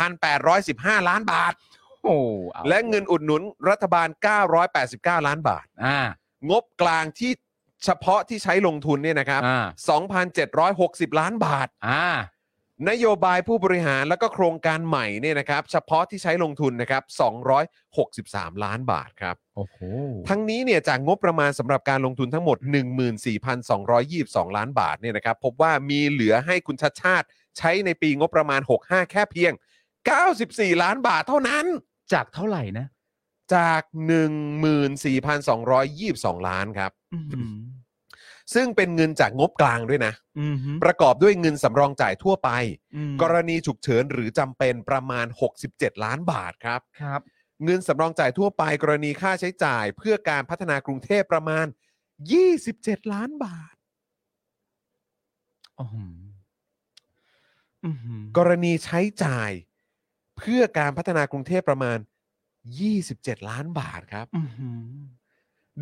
8,815 ล้านบาท
โอ้อา
และเงินอุดหนุนรัฐบาล 989 ล้านบาท
อ่าง
บกลางที่เฉพาะที่ใช้ลงทุนเนี่ยนะครับ
อ่า
2,760 ล้านบาท
อ่าน
โยบายผู้บริหารแล้วก็โครงการใหม่เนี่ยนะครับ เฉพาะที่ใช้ลงทุนนะครับ 263 ล้านบาทครับ
โอ้โห
ทั้งนี้เนี่ยจากงบประมาณสำหรับการลงทุนทั้งหมด 14,222 ล้านบาทเนี่ยนะครับ พบว่ามีเหลือให้คุณชัดชาติใช้ในปีงบประมาณ 65 แค่เพียง 94 ล้านบาทเท่านั้น
จากเท่าไหร่นะ
จาก 14,222 ล้านครับ
อืม
ซึ่งเป็นเงินจากงบกลางด้วยนะ
อืม
ประกอบด้วยเงินสำรองจ่ายทั่วไป
อืม
กรณีฉุกเฉินหรือจำเป็นประมาณ 67 ล้านบาทครับ
ครับ
เงินสำรองจ่ายทั่วไป กรณีค่าใช้จ่ายเพื่อการพัฒนากรุงเทพประมาณ 27 ล้านบาท
อืมอืม
กรณีใช้จ่าย เพื่อการพัฒนากรุงเทพประมาณ 27 ล้านบาทครับ
อืม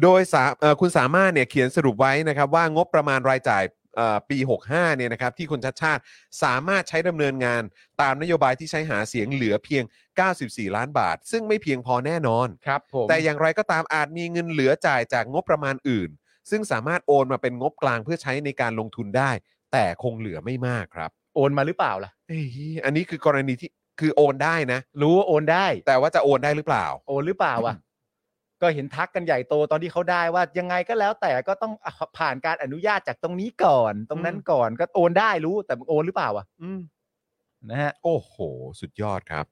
โดยสาเอ่อคุณสามารถเนี่ยเขียนสรุปไว้นะครับ ว่างบประมาณรายจ่ายเอ่อปี 65 เนี่ยนะครับ ที่คุณชัดชาติสามารถใช้ดำเนินงาน ตามนโยบายที่ใช้หาเสียงเหลือเพียง 94 ล้านบาท ซึ่งไม่เพียงพอแน่นอน
ครับผม
แต่อย่างไรก็ตามอาจมีเงินเหลือจ่ายจากงบประมาณอื่น ซึ่งสามารถโอนมาเป็นงบกลางเพื่อใช้ในการลงทุนได้ แต่คงเหลือไม่มากครับ
โอนมาหรือเปล่าล่ะ
เอ้ยอันนี้คือกรณีที่คือโอนได้นะ
รู้ว่าโอนได้
แต่ว่าจะโอนได้หรือเปล่า
โอนหรือเปล่าอ่ะ ก็เห็นทักกันใหญ่โตตอนที่เขาได้ว่ายังไงก็แล้วแต่ก็ต้องอ่ะผ่านการอนุญาตจากตรงนี้ก่อน ตรงนั้นก่อนก็โอนได้รู้แต่โอนหรือเปล่าอ่ะนะฮะ
โอ้โห สุดยอดครับ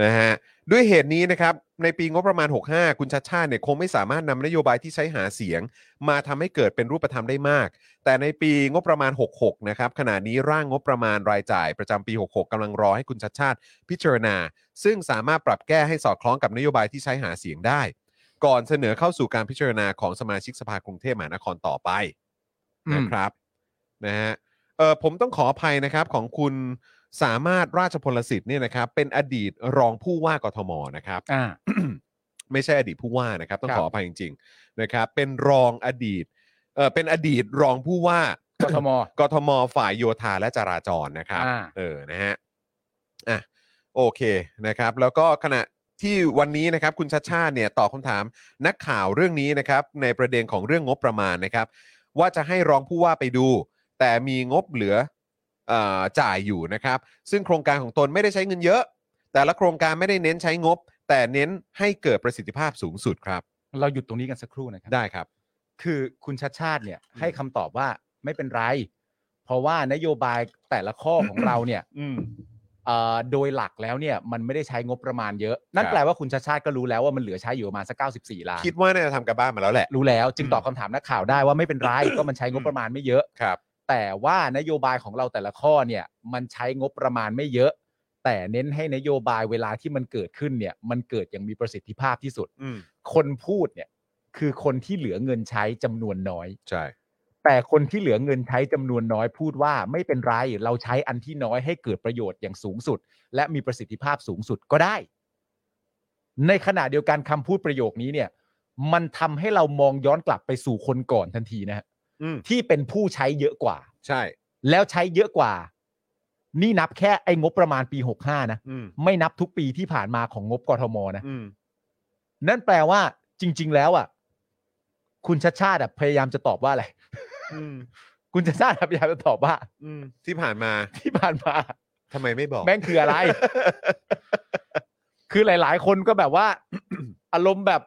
นะฮะด้วยเหตุนี้นะครับ ในปีงบประมาณ 65 คุณชัดชาติเนี่ยคงไม่สามารถนำนโยบายที่ใช้หาเสียง มาทำให้เกิดเป็นรูปธรรมได้มาก แต่ในปีงบประมาณ 66 นะครับ ขณะนี้ร่างงบประมาณรายจ่ายประจำปี 66กำลังรอให้คุณชัดชาติพิจารณา ซึ่งสามารถปรับแก้ให้สอดคล้องกับนโยบายที่ใช้หาเสียงได้ ก่อนเสนอเข้าสู่การพิจารณาของสมาชิกสภากรุงเทพมหานครต่อไป
อืม
นะครับนะฮะเออผมต้องขออภัยนะครับของคุณ สามารถราชพลสิทธิ์เนี่ยนะครับเป็นอดีตรองผู้ว่ากทมนะครับ
อ่า
ไม่ใช่อดีตผู้ว่านะครับ ต้อง
ครับ
ขออภัยจริงๆนะครับเป็นรองอดีตเออเป็นอดีตรองผู้ว่าก
ทม
กทมฝ่ายโยธาและจราจรนะครับ
อ่า
เออ นะฮะ อ่ะ โอเค นะครับ แล้วก็ขณะที่วันนี้นะครับ คุณชัดชาติเนี่ยตอบคำถามนักข่าวเรื่องนี้นะครับ ในประเด็นของเรื่องงบประมาณนะครับ ว่าจะให้รองผู้ว่าไปดู แต่มีงบเหลือเอ่อจ่ายอยู่นะครับ ซึ่งโครงการของตนไม่ได้ใช้เงินเยอะ แต่ละโครงการไม่ได้เน้นใช้งบ แต่เน้นให้เกิดประสิทธิภาพสูงสุดครับ
เราหยุดตรงนี้กันสักครู่นะครับ
ได้ครับ
คือคุณชัดชาติเนี่ย
อืม
ให้คำตอบว่าไม่เป็นไร เพราะว่านโยบายแต่ละข้อของเราเนี่ย
อืม
เอ่อโดยหลักแล้วเนี่ยมันไม่ได้ใช้งบประมาณเยอะ นั่น
ครับ
แปลว่าคุณชัดชาติก็รู้แล้วว่ามันเหลือใช้อยู่ประมาณสัก94 ล้าน
คิดว่าน่าจะทำกับบ้านมาแล้วแหละ
รู้แล้วจึงตอบคำถามนักข่าวได้ว่าไม่ เป็นไร ก็มันใช้งบประมาณไม่เยอะ
ครับ
แต่ว่านโยบายของเราแต่ละข้อเนี่ยมันใช้งบประมาณไม่เยอะ แต่เน้นให้นโยบายเวลาที่มันเกิดขึ้นเนี่ยมันเกิดอย่างมีประสิทธิภาพที่สุด
อืม
คนพูดเนี่ยคือคนที่เหลือเงินใช้จำนวนน้อย
ใช่
แต่คนที่เหลือเงินใช้จำนวนน้อยพูดว่าไม่เป็นไรเราใช้อันที่น้อยให้เกิดประโยชน์อย่างสูงสุด และมีประสิทธิภาพสูงสุดก็ได้ ในขณะเดียวกันคำพูดประโยคนี้เนี่ย มันทำให้เรามองย้อนกลับไปสู่คนก่อนทันทีนะฮะ
อืม
ที่เป็นผู้ใช้เยอะกว่า
ใช่
แล้วใช้เยอะกว่า นี่นับแค่ไอ้งบประมาณปี65นะ
อืม
ไม่นับทุกปีที่ผ่านมาของงบกทมนะ
อืม
นั่นแปลว่า จริง ๆ แล้วอ่ะ คุณชัดชาติอะพยายามจะตอบว่าอะไร
อืม
คุณชัดชาติอะพยายามจะตอบว่า
อืม ที่ผ่านมา
ที่ผ่านมา
ทำไมไม่บอก
แม่งคืออะไร คือหลาย ๆ คนก็แบบว่า อารมณ์แบบ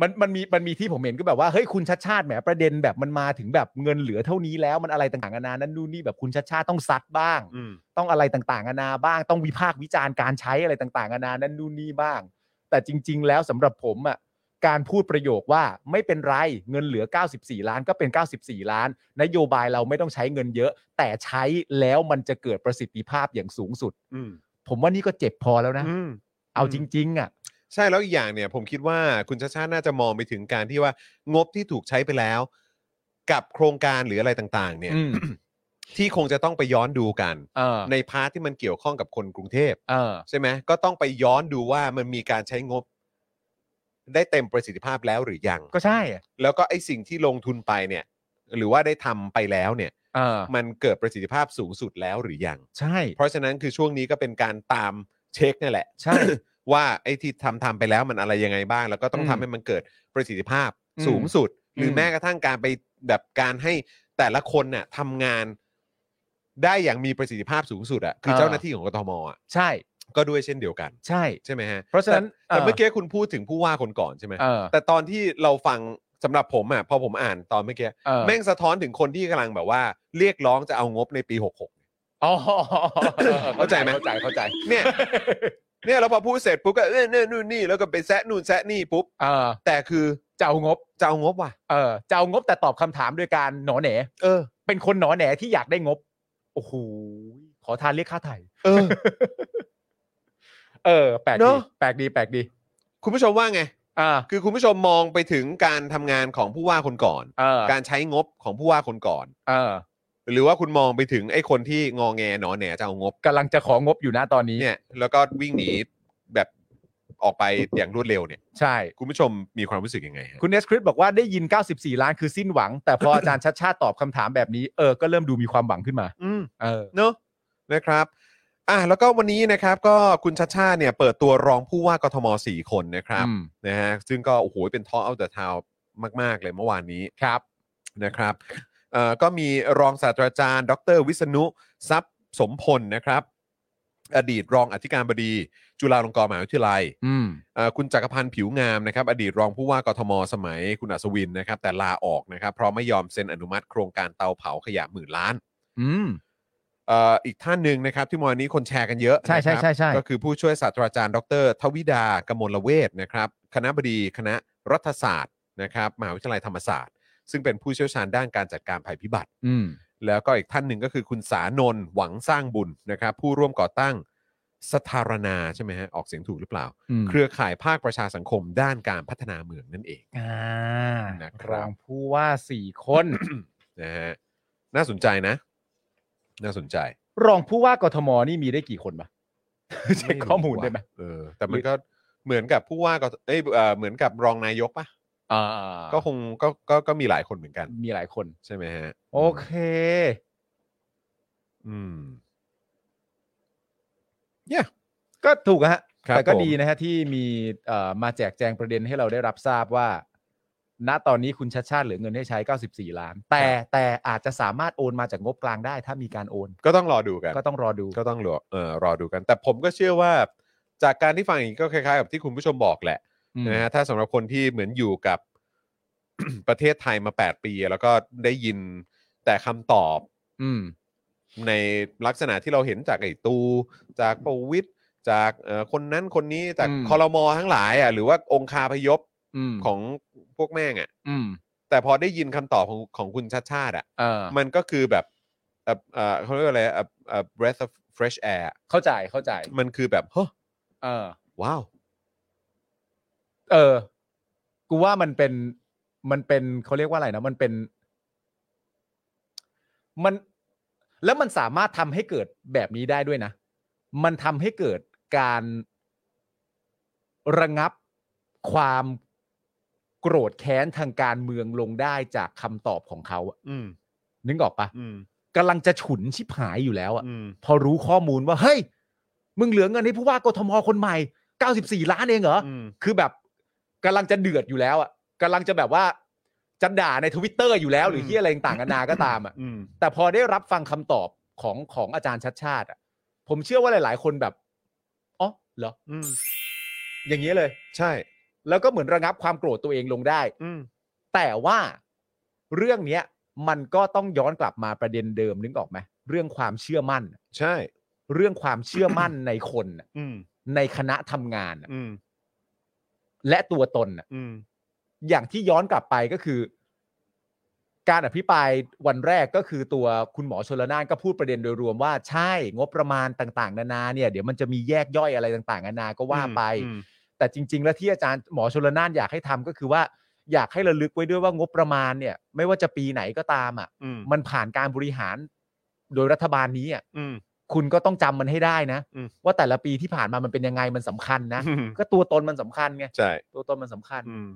มันมันมีมันมีที่ผมเห็นก็แบบว่าเฮ้ยคุณชัดชาติแหมประเด็นแบบมันมาถึงแบบเงินเหลือเท่านี้แล้วมันอะไรต่างๆนานานั่นนู่นนี่แบบคุณชัดชาติต้องซัดบ้าง
อืม
ต้องอะไรต่างๆนานาบ้าง ต้องวิพากษ์วิจารณ์การใช้อะไรต่างๆนานานั่นนู่นนี่บ้าง แต่จริง ๆ แล้วสำหรับผมอ่ะการพูดประโยคว่าไม่เป็นไรเงินเหลือ 94 ล้านก็เป็น 94 ล้าน นโยบายเราไม่ต้องใช้เงินเยอะ แต่ใช้แล้วมันจะเกิดประสิทธิภาพอย่างสูงสุด
อืม
ผมว่านี่ก็เจ็บพอแล้วนะ
อืม
เอาจริง ๆ อ่ะ
ใช่แล้วอีกอย่างเนี่ยผมคิดว่าคุณชาชาติน่าจะมองไปถึงการที่ว่างบที่ถูกใช้ไปแล้ว กับโครงการหรืออะไรต่างๆ เนี่ย
อืม
ที่คงจะต้องไปย้อนดูกัน
เออ
ในพาร์ทที่มันเกี่ยวข้องกับคนกรุงเทพ
เออ
ใช่ไหมก็ต้องไปย้อนดูว่ามันมีการใช้งบ ได้เต็มประสิทธิภาพแล้วหรือยัง
ก็ใช่อะ
แล้วก็ไอ้สิ่งที่ลงทุนไปเนี่ย หรือว่าได้ทำไปแล้วเนี่ย
เออ
มันเกิดประสิทธิภาพสูงสุดแล้วหรือยัง
ใช่
เพราะฉะนั้นคือช่วงนี้ก็เป็นการตามเช็คนี่แหละ
ใช่
ว่าไอ้ที่ทำทำไปแล้วมันอะไรยังไงบ้าง แล้วก็ต้อง
อืม
ทำให้มันเกิดประสิทธิภาพ
อืม
สูงสุด หรืออ
ม
แม้กระทั่งการไปแบบการให้แต่ละคนน่ะทำงานได้อย่างมีประสิทธิภาพสูงสุดอะคือเจ้าหน้าที่ของกทมอ่ะ
ใช่
ก็ด้วยเช่นเดียวกัน
ใช่
ใช่ไหมฮะ
เพราะฉะนั้น
แต่แต่
เอ่อ
เมื่อกี้คุณพูดถึงผู้ว่าคนก่อนใช่ไหม
เออ
แต่ตอนที่เราฟังสำหรับผมอ่ะพอผมอ่านตอนเมื่อกี้
เออ
แม่งสะท้อนถึงคนที่กำลังแบบว่า เรียกร้องจะเอางบในปี 66
อ๋อ
เข้าใจไหม
เข้าใจเข้าใจ
เนี่ย เนี่ยเราพอพูดเสร็จปุ๊บก็เออเนี่ยนู่นนี่แล้วก็ไปแซะนู่นแซะนี่ปุ๊บ
เออ
แต่คือ
จะเอางบ
จะเอางบว่ะ
เออจะเอางบแต่ตอบคำถามด้วยการหนอแหน
เออ
เป็นคนหนอแหนที่อยากได้งบ โอ้โหขอทานเรียกค่าไถ่
เออ
เออแปลก
เน
ดี
อะ
แปลกดีแปลกดี
คุณผู้ชมว่าไง
อ่า
คือคุณผู้ชมมองไปถึงการทำงานของผู้ว่าคนก่อน
เออ
การใช้งบของผู้ว่าคนก่อน
เออ
หรือว่าคุณมองไปถึงไอ้คนที่งอแงหนอแหนจะเอางบ
กำลังจะของบอยู่นะตอนนี้
เนี่ย แล้วก็วิ่งหนีแบบออกไปอย่างรวดเร็วเนี่ย
ใช่
คุณผู้ชมมีความรู้สึกยังไงฮะ
คุณเนสคริสบอกว่าได้ยิน 94 ล้านคือสิ้นหวัง แต่พออาจารย์ชัดชาติตอบคำถามแบบนี้เออก็เริ่มดูมีความหวังขึ้นมา
อืม
เออ
เนอะนะครับอ่ะแล้วก็วันนี้นะครับก็คุณชัดชาติเนี่ยเปิดตัวรองผู้ว่ากทม 4 คนนะครับ
อืม
นะฮะซึ่งก็โอ้โหเป็นทอเอาเดอะทาว มาก ๆ เลยเมื่อวานนี้
ครับ
นะครับเอ่อก็มีรองศาสตราจารย์ ดร วิษณุทรัพย์สมพลนะครับ อดีตรองอธิการบดี จุฬาลงกรณ์มหาวิทยาลัย
อืม
เอ่อคุณจักรพันธ์ผิวงามนะครับ อดีตรองผู้ว่ากทมสมัยคุณอัศวินนะครับ แต่ลาออกนะครับ เพราะไม่ยอมเซ็นอนุมัติโครงการเตาเผาขยะหมื่นล้าน
อืม
เอ่ออีกท่านหนึ่งนะครับ ที่เมอวานนี้คนแชร์กันเยอะ
ใช่ใช่
นะครับ
ใช่ใช่
ก็คือผู้ช่วยศาสตราจารย์ ดร ทวิดากมลเวทนะครับคณะบดีคณะรัฐศาสตร์นะครับมหาวิทยาลัยธรรมศาสตร์ ซึ่งเป็นผู้เชี่ยวชาญด้านการจัดการภัยพิบัติ
อืม
แล้วก็อีกท่านหนึ่งก็คือคุณสานนท์หวังสร้างบุญนะครับ ผู้ร่วมก่อตั้งสถารณาใช่ไหมฮะออกเสียงถูกหรือเปล่า
อืม
เครือข่ายภาคประชาสังคมด้านการพัฒนาเมืองนั่นเอง
อ่า
นะ
นะ
ค
ค
รั
รับ บผู้ว่าสี่คน
นะฮะน่าสนใจนะ น่าสนใจ
รองผู้ว่ากทมนี่มีได้กี่คนปะเช็คข้อมูลได้ไหม
เออ แต่มันก็เหมือนกับผู้ว่าก็เอ้ยเอ่อเหมือนกับรองนายกปะ
อ่า
ก็คงก็ก็ก็มีหลายคนเหมือนกัน
มีหลายคน
ใช่ไหมฮะ
โอเค
อืมเนี่ย
ก็ถูกฮะ
ครับ
แต่ก็
ผม
ดีนะฮะที่มีเอ่อมาแจกแจงประเด็นให้เราได้รับทราบว่า ณตอนนี้คุณชัดชาติเหลือเงินให้ใช้ 94 ล้าน แต่แต่อาจจะสามารถโอนมาจากงบกลางได้ถ้ามีการโอน
ก็ต้องรอดูกัน
ก็ต้องรอดู
ก็ต้องรอเออรอดูกัน แต่ผมก็เชื่อว่า จากการที่ฟังอย่างนี้ก็คล้ายๆกับที่คุณผู้ชมบอกแหละ
อืม
นะฮะถ้าสำหรับคนที่เหมือนอยู่กับ ประเทศไทยมา 8 ปี แล้วก็ได้ยินแต่คำตอบ
อืม
ในลักษณะที่เราเห็นจากไอ้ตู จากประวิทย์จากเอ่อคนนั้นคนนี้จาก
อืม
คอรมอทั้งหลายอ่ะหรือว่าองคาพยพ
อืม
ของพวกแม่งอ่ะ
อืม
แต่พอได้ยินคำตอบของของคุณชัดชาติอ่ะ
เออ
มันก็คือแบบเอ่อเอ่อเขาเรียกว่าอะไรเอ่อเอ่อ breath of fresh air อะ
เข้าใจเข้าใจ
มันคือแบบเฮ้อ
เออ
ว้าว
เออ กูว่ามันเป็นมันเป็นเขาเรียกว่าอะไรนะ มันเป็น มัน แล้วมันสามารถทำให้เกิดแบบนี้ได้ด้วยนะ มันทำให้เกิดการระงับความโกรธแค้นทางการเมืองลงได้จากคำตอบของเขาอะ
อืม
นึกออกปะ
อืม
กำลังจะฉุนชิบหายอยู่แล้วอะ
อืม
พอรู้ข้อมูลว่า เฮ้ย มึงเหลือเงินให้ผู้ว่ากทมคนใหม่ 94 ล้านเองเหรอ
อืม
คือแบบกำลังจะเดือดอยู่แล้วอ่ะกำลังจะแบบว่าจะด่าในทวิตเตอร์อยู่แล้ว หรือที่อะไรต่างกันานาก็ ตามอ่ะ
อืม
แต่พอได้รับฟังคำตอบของของอาจารย์ชัดชาติอ่ะ ผมเชื่อว่าหลาย ๆ คนแบบอ๋อเหรอ
อืม
อย่างนี้เลย
ใช่
แล้วก็เหมือนระงับความโกรธตัวเองลงได้
อืม
แต่ว่าเรื่องเนี้ย มันก็ต้องย้อนกลับมาประเด็นเดิมนึกออกไหมเรื่องความเชื่อมั่น
ใช่
เรื่องความเชื่อมั่น ในคนน่ะ
อืม
ในคณะทำงานน่ะ
อืม
และตัวตนน่ะ
อืม
อย่างที่ย้อนกลับไปก็คือ การอภิปรายวันแรกก็คือตัวคุณหมอชลนานก็พูดประเด็นโดยรวมว่าใช่งบประมาณต่าง ๆ นานาเนี่ยเดี๋ยวมันจะมีแยกย่อยอะไรต่าง ๆ นานาก็ว่าไป
อืม
แต่จริง ๆ แล้วที่อาจารย์หมอชลนานอยากให้ทำก็คือว่าอยากให้ระลึกไว้ด้วยว่างบประมาณเนี่ย ไม่ว่าจะปีไหนก็ตามอ่ะ
อืม
มันผ่านการบริหารโดยรัฐบาลนี้อ่ะ
อืม
คุณก็ต้องจำมันให้ได้นะ
อืม
ว่าแต่ละปีที่ผ่านมามันเป็นยังไงมันสำคัญนะ
อืม
ก็ตัวตนมันสำคัญไง
ใช่
ตัวตนมันสำคัญ
อืม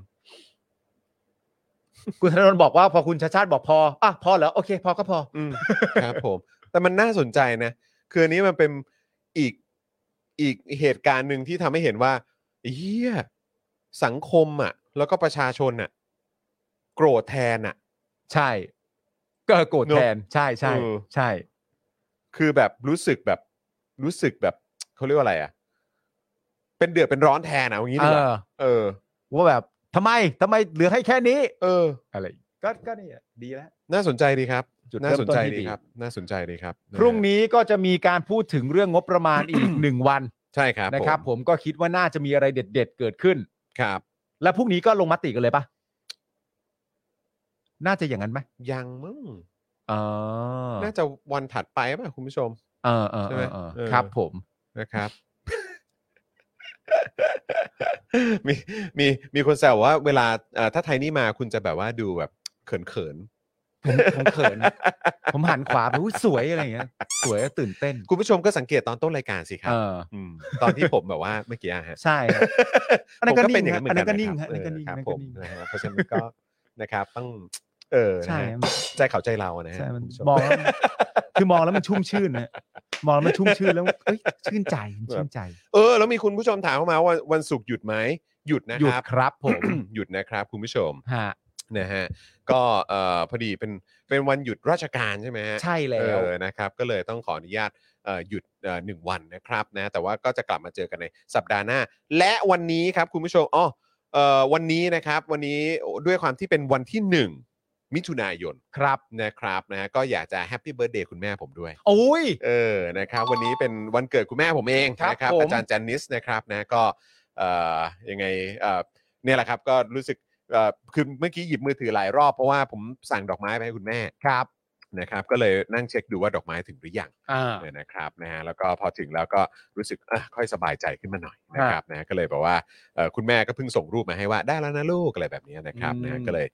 คุณธนนท์บอกว่าพอคุณชาชาติบอกพออ่ะพอเหรอโอเค พอก็พอ
อืม ครับผม แต่มันน่าสนใจนะ คืออันนี้มันเป็นอีก อีกเหตุการณ์หนึ่งที่ทำให้เห็นว่าเฮียสังคมอ่ะ แล้วก็ประชาชนอ่ะ โกรธแทนอ่ะ
ใช่ ก็โกรธแทนใช่ใช่
เออ
ใช่
คือแบบรู้สึกแบบ รู้สึกแบบเขาเรียกว่าอะไรอ่ะ เป็นเดือดเป็นร้อนแทนอ่ะเอางี้
เอ
ดีกว่า
อ
เออ
ว่าแบบทำไมทำไมเหลือให้แค่นี้
เออ
อะไร ก็ก็นี่อะดีแล้ว
น่าสนใจดีครับ
จุด
น่า
เริ่ม
สน
ต้น
ใจ
ที่
ดี
ดี
ครับ น่าสนใจดีครับะฮะ
พรุ่งนี้ก็จะมีการพูดถึงเรื่องงบประมาณอีก หนึ่งวัน
ใช่ครับ
นะครับ ผมก็คิดว่าน่าจะมีอะไรเด็ด ๆ เกิดขึ้น
ครับ
แล้วพรุ่งนี้ก็ลงมติกันเลยปะน่าจะอย่างนั้นไหม
ยังมั้ง
อ๋อ
น่าจะวันถัดไปป่ะคุณผู้ชม
เออเออ
ใช่
เอ
ไหม
อเออ
เออ
ครับผม
นะครับ มีมีมีคนแซวว่าเวลาเอ่อถ้าไทยนี่มาคุณจะแบบว่าดูแบบเขินเขิน
ผมผมเขินนะ ผมหันขวาไปอุ๊ยสวยอะไรอย่างเงี้ย สวยตื่นเต้น
ๆคุณผู้ชมก็สังเกตตอนต้นรายการสิครั
เอบ อ
มตอนที่ผมแบบว่าเมื่อกี้อะฮะ
ใช่ฮะ อันนั้นก็
ผมเป็นอย่างนั้นเหมือนกั
นิ่
นะ
ง
ครับ
ฮะอันนั้นก็นิ่ง
เออค
ฮะ
รับผม
อันนั้นก็นิ่ง
นะฮะเพราะฉะนั้นก็ นะครับ ต้อง เออ
ใช่
นะฮะใจเขาใจเรานะฮะ
ใช่มัน
คุณผู้ชม
มองแล้วมันคือมองแล้วมันชุ่มชื่นนะมองแล้วมันชุ่มชื่นแล้วเอ้ยชื่นใจมันชื่นใจ
เออแล้วมีคุณผู้ชมถามเข้ามาว่าวันศุกร์หยุดไหมหยุดนะ
หยุ
ค
ด
รับ
ครับผม
หยุดนะครับคุณผู้ชม
ฮะ
นะฮะก็เอ่อพอดีเป็นเป็นวันหยุดราชการใช่ไหมฮะ
ใช่แล้ว
เออนะครับ ก็เลยต้องขออนุญาตเอ่อหยุดเอ่อหนึ่งวันนะครับนะ แต่ว่าก็จะกลับมาเจอกันในสัปดาห์หน้า และวันนี้ครับคุณผู้ชมอ๋อเอ่อวันนี้นะครับ วันนี้ด้วยความที่เป็นวันที่ 1 มิถุนายน
ครับ
นะครับนะก็อยากจะแฮปปี้เบิร์ดเดย์คุณแม่ผมด้วย
โอ้ย
เออ นะครับ วันนี้เป็นวันเกิดคุณแม่ผมเอง
ครับ
นะครับ
ผม
อาจารย์จันนิสนะครับนะ ก็เอ่อยังไงเอ่อเนี่ยแหละครับ ก็รู้สึกเอ่อคือเมื่อกี้หยิบมือถือหลายรอบเพราะว่าผมสั่งดอกไม้ไปให้คุณแม่
ครับ
นะครับก็เลยนั่งเช็คดูว่าดอกไม้ถึงหรือยัง
อ่า
เนี่ยนะครับนะฮะแล้วก็พอถึงแล้วก็รู้สึกเอ้อค่อยสบายใจขึ้นมาหน่อยนะครับนะก็เลยแบบว่าเอ่อคุณแม่ก็เพิ่งส่งรูปมาให้ว่าได้แล้วนะลูกอะไรแบบนี้นะครับนะ
อืม
ก็เลย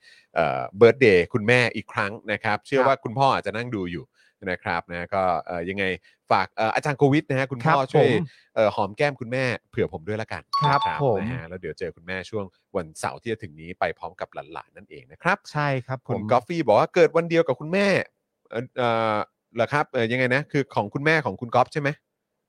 เบิร์ดเดย์คุณแม่อีกครั้งนะครับ เชื่อว่าคุณพ่ออาจจะนั่งดูอยู่นะครับนะก็เอ่อยังไงฝากเอ่ออาจารย์โควิดนะฮะคุณ
ครั
พ่
บ
อ
ผ
ช่วย
ม
เอ่อหอมแก้มคุณแม่เผื่อผมด้วยละกัน
ครับ
นะ
ผม
นะฮะแล้วเดี๋ยวเจอคุณแม่ช่วงวันเสาร์ที่จะถึงนี้ไปพร้อมกับหลานๆนั่นเองนะครับ
ใช่ครับ
ผม
ณ
กอฟฟี่บอกว่าเกิดวันเดียวกับคุณแม่เอ่อเอ่อเหรอครับเอ่อยังไงนะ คือของคุณแม่ของคุณกอฟใช่ไหม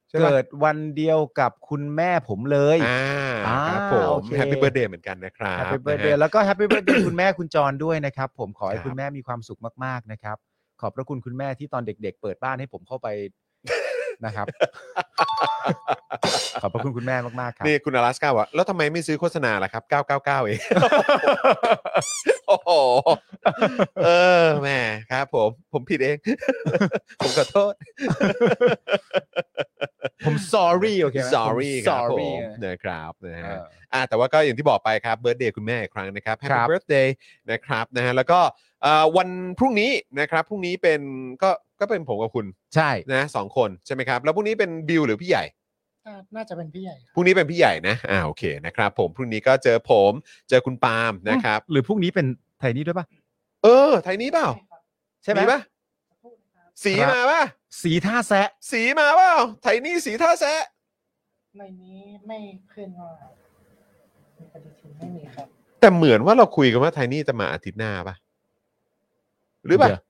ใช่ปะ
เกิดวันเดียวกับคุณแม่ผมเลย
อ่า
อ่า
ครับผม
โอเค
แฮปปี้เบิร์ดเดย์เหมือนกันนะครับ
แฮปปี้เบิร์ดเด
นะฮะ
ย์แล้วก็แฮปปี้เบิร์ดเดย์ คุณแม่คุณจรด้วยนะครับ ผมขอให้
ครับ
คุณแม่มีความสุขมากๆนะครับ ขอบพระคุณคุณแม่ที่ตอนเด็ก ๆ เปิดบ้านให้ผมเข้าไป นะครับ ขอบพระคุณคุณแม่มากๆครับ
นี่คุณอลาสก้าว่าแล้วทำไมไม่ซื้อโฆษณาล่ะครับ 999 เอง โอ้โห เออแหม่ครับผม ผมผิดเอง ผมขอโทษ
ผม sorry โอเคไหมผม
sorry ครับผม
sorry
นะครับนะ
เอ
ฮะ
อ
อ่าแต่ว่าก็อย่างที่บอกไปครับเบิร์ d เดย์คุณแม่อีกครั้งนะครับ
ค
Happy
รับ
Birthday นะครับนะฮะแล้วก็เอ่อวันพรุ่งนี้นะครับพรุ่งนี้เป็นก็ก็เป็นผมกับคุณ
ใช่
นะสองคนใช่ไหมครับ แล้วพรุ่งนี้เป็นบิวหรือพี่ใหญ่
อ่าน่าจะเป็นพี่ใหญ่ครับ
พรุ่งนี้เป็นพี่ใหญ่นะอ่าโอเคนะครับผมพรุ่งนี้ก็เจอผมเจอคุณปาล์มนะครับ
หรือพรุ่งนี้เป็นไทยนี่ด้วยป่ะ
เออไทยนี้เปล่า
ใช่ไหม
ป่ะสี
ครับ
มาป่ะ
สีท่าแซะ
สีมาเปล่าไทยนี่สีท่าแซะ
ในนี้ไม่ขึ้นว่ามีปฏิทินไม่มีครับ
แต่เหมือนว่าเราคุยกันว่าไทยนี่จะมาอาทิตย์หน้าป่ะหรือเปล่า
เดี๋ยว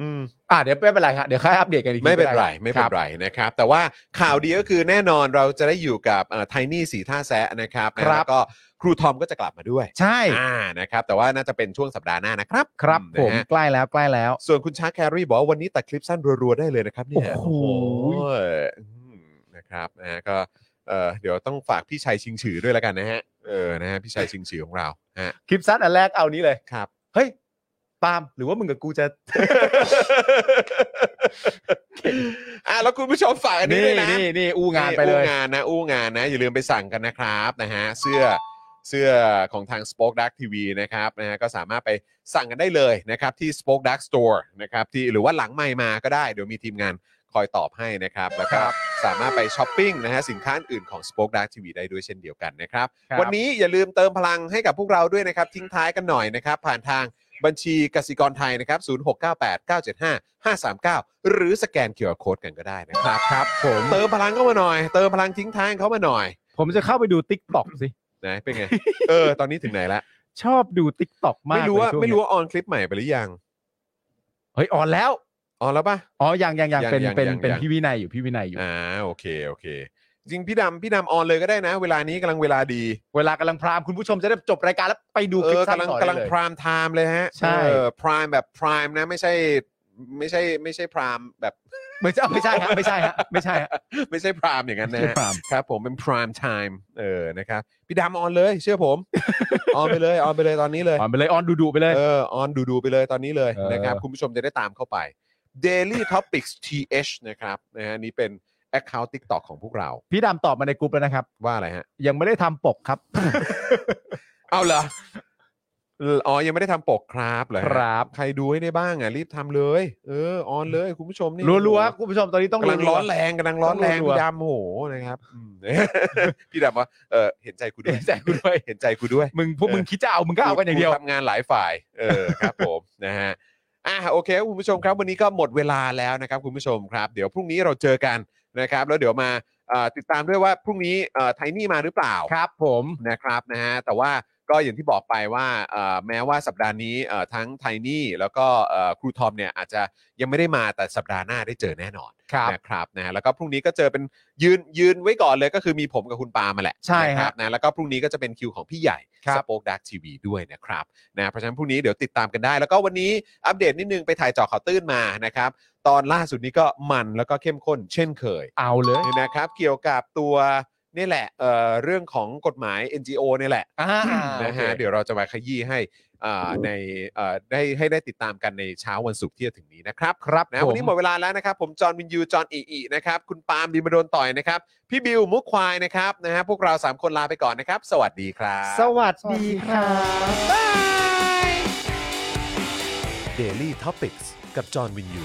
อืม
อ่ะเดี๋ยวไม่เป็นไรครับเดี๋ยวค่อยอัปเดตกันอีกที
ไม่เป็นไรไม่เป็น
คบ
ไรนะครับ แต่ว่าข่าวดีก็คือแน่นอนเราจะได้อยู่กับไทนี่อ Tiny สีท่าแซะนะครับ
ครับ
แล้วก็ครูทอมก็จะกลับมาด้วย
ใช่
อ่านะครับ แต่ว่าน่าจะเป็นช่วงสัปดาห์หน้านะครับ
ครับ
อื
ผม
นะฮะ
ใกล้แล้วใกล้แล้ว
ส่วนคุณชาร์คแครีบอกว่าวันนี้ตัดคลิปสั้นรัวๆได้เลยนะครับเนี่ย
โอ้โห
ยอืมนะครับนะฮะก็เอ่อเดี๋ยวต้องฝากพี่ชัยชิงฉือด้วยแล้วกันนะฮะเออนะฮะพี่ชัยชิงฉือของเรา ฮะ
คลิปสั้นอันแรกเอานี้เลย
ครับ
เฮ้ย ปาล์มหรือว่ามึงกับกูจะ
อ่ะแล้วคุณผู้ชมฝากอันนี้ด้วยนะ
นี่นี่อู้งานไปเลย
อู้งานนะอู้งานนะ อย่าลืมไปสั่งกันนะครับนะฮะเสื้อเสื้อของทาง Spoke Dark TV นะครับนะฮะก็สามารถไปสั่งกันได้เลยนะครับที่ Spoke Dark Store นะครับที่หรือว่าหลังไม่มาก็ได้ เดี๋ยวมีทีมงานคอยตอบให้นะครับ แล้วก็สามารถไปช้อปปิ้งนะฮะสินค้าอื่นของ Spoke Dark TV ได้ด้วยเช่นเดียวกันนะครับ
ครับ
วันนี้อย่าลืมเติมพลังให้กับพวกเราด้วยนะครับ ทิ้งท้ายกันหน่อยนะครับ ผ่านทางบัญชีกสิกรไทยนะครับ 0698975539 หรือสแกน QR Code กันก็ได้นะครับ
ครับผม
เติมพลังเข้ามาหน่อย เติมพลังทิ้งท้ายเขามาหน่อย
ผมจะเข้าไปดูติ๊กต็อกสิ
นะเป็นไง เออ ตอนนี้ถึงไหนละ
ชอบดูติ๊กต็อกมาก
ไม่รู้ว่า
ในช่ง
ไม่รู้
เนี้ย
ว่าออนคลิปใหม่ไปหรือยัง
เฮ้ย อ่อนแล้ว
ออนแล้วปะ
อ๋อ ยังยังยัง
ยัง
เป็น
ยัง
เป็น
ยัง
เป็น
ยัง
พี่วินัยอยู่พี่วินัยอยู่
อ่าโอเคโอเค จริงพี่ดำพี่ดำออนเลยก็ได้นะ เวลานี้กำลังเวลาดี
เวลากำลังพรามคุณผู้ชมจะได้จบรายการแล้วไปดู
เอ
คลิป
อ
สั้น
กำลั
ต่อ
งำ
กได้
ลัง
เลย
พรามไทม์เลยฮะ
ใช่
เออพรามแบบพรามนะไม่ใช่ ไม่ใช่ไม่ใช่พรามแบบ
ไม่ใช่ไม่ใช่ฮะไม่ใช่ฮะไม่ใช่ฮะ
ไม่ใช่พรามอย่างนั้น
ไม่
นะ
ใช่
ฮะ
พราม
ครับผมเป็นพรามไทม์เออนะครับพี่ดำออนเลยเชื่อผม ออนไปเลยออนไปเลยตอนนี้เลย
อ่อนไปเลยออนดูดูไปเลย
เออออนดูดูๆไปเลยตอนนี้เลย
เออ
นะครับ คุณผู้ชมจะได้ตามเข้าไป Daily Topics TH นะครับนะฮะนี่เป็น Account TikTok ของพวกเรา
พี่ดำตอบมาในกลุ่มแล้วนะครับ
ว่าอะไรฮะ
ยังไม่ได้ทำปกครับ
เอาเหรออ๋อ ยังไม่ได้ทำปกครับเหรอฮะ
ครับ
ใครดูให้ได้บ้างอ่ะ รีบทำเลย เออ ออนเลยคุณผู้ชมนี่
รัวๆคุณผู้ชมตอนนี้ต้อง
กำลัง
วๆ
ร้อนแรงกำลังร้อนแรง
ต้องรัวๆ
พี่ดำโอ้โหนะครับอืม พี่ดำว่าเออเห็นใจกูด้วย
เห็นใจกูด้วย
เห็นใจกูด้วย
มึงพวกมึงคิดจะเอามึงก็เอากันอย่างเดียว
ทำงานหลายฝ่าย เออครับ ผม นะฮะอ่ะโอเคครับคุณผู้ชมครับวันนี้ก็หมดเวลาแล้วนะครับคุณผู้ชมครับ เดี๋ยวพรุ่งนี้เราเจอกันนะครับ แล้วเดี๋ยวมาเอ่อติดตามด้วยว่าพรุ่งนี้ไทนี่อ Tiny มาหรือเปล่า
ครับผม
นะครับนะฮะแต่ว่า ก็อย่างที่บอกไปว่าเอ่อแม้ว่าสัปดาห์นี้เอ่อทั้งไทนี่แล้วก็เอ่อครูทอมเนี่ยอาจจะยังไม่ได้มาแต่สัปดาห์หน้าได้เจอแน่นอน
ครับ
นะครับนะแล้วก็พรุ่งนี้ก็เจอเป็นยืนยืนไว้ก่อนเลยก็คือมีผมกับคุณปาล์มมาแหละ
ใช่
นะค
ฮะ
รับนะแล้วก็พรุ่งนี้ก็จะเป็นคิวของพี่ใหญ่
ครับ
สปอคดักทีวีด้วยนะครับนะเพราะฉะนั้นพรุ่งนี้เดี๋ยวติดตามกันได้ แล้วก็วันนี้อัปเดตนิดนึงไปถ่ายเจอข่าวตื้นมานะครับตอนล่าสุดนี้ก็มันแล้วก็เข้มข้นเช่นเคย
เอาเลย
นี่นะครับเกี่ยวกับตัวนี่แหละเอ่อเรื่องของกฎหมาย NGO นี่แหละ
อ่า
นะ
โอเค
ฮะเดี๋ยวเราจะมาขยี้ให้อ่าในเอ่อได้ให้ได้ติดตามกันในเช้าวันศุกร์ที่จะถึงนี้นะครับ
ครับ
นะ
ผม
วันนี้หมดเวลาแล้วนะครับ ผมจอห์นวินยูจอห์นอีอีนะครับ คุณปาล์มบีมาโดนต่อยนะครับ พี่บิวมุกควายนะครับนะฮะพวกเรา 3 คนลาไปก่อนนะครับ สวัสดีครับ
สวัส
สวัส
ดี
ดี
ค
ค
รั
รับ บ
Daily Topics กับจอห์นวินยู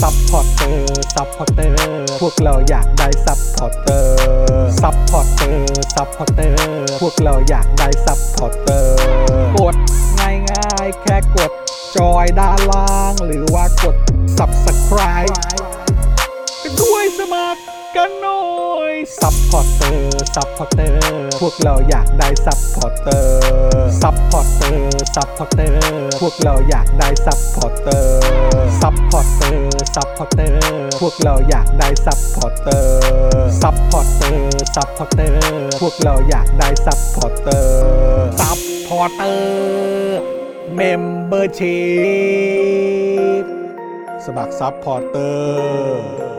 ซัพพอร์เตอร์ ซัพพอร์เตอร์ พวกเราอยากได้ซัพพอร์เตอร์ ซัพพอร์เตอร์ ซัพพอร์เตอร์ พวกเราอยากได้ซัพพอร์เตอร์ กดง่ายง่ายๆแค่กด จอยด้านล่าง หรือว่ากด subscribe กันด้วยสมัครกันหน่อย ซัพพอร์เตอร์ ซัพพอร์เตอร์ พวกเราอยากได้ซัพพอร์เตอร์ ซัพพอร์เตอร์ ซัพพอร์เตอร์ พวกเราอยากได้ซัพพอร์เตอร์ ซัพพอร์เตอร์ ซัพพอร์เตอร์ พวกเราอยากได้ซัพพอร์เตอร์ ซัพพอร์เตอร์ ซัพพอร์เตอร์ พวกเราอยากได้ซัพพอร์เตอร์ ซัพพอร์เตอร์ เมมเบอร์ชีพสมัครซัพพอร์เตอร์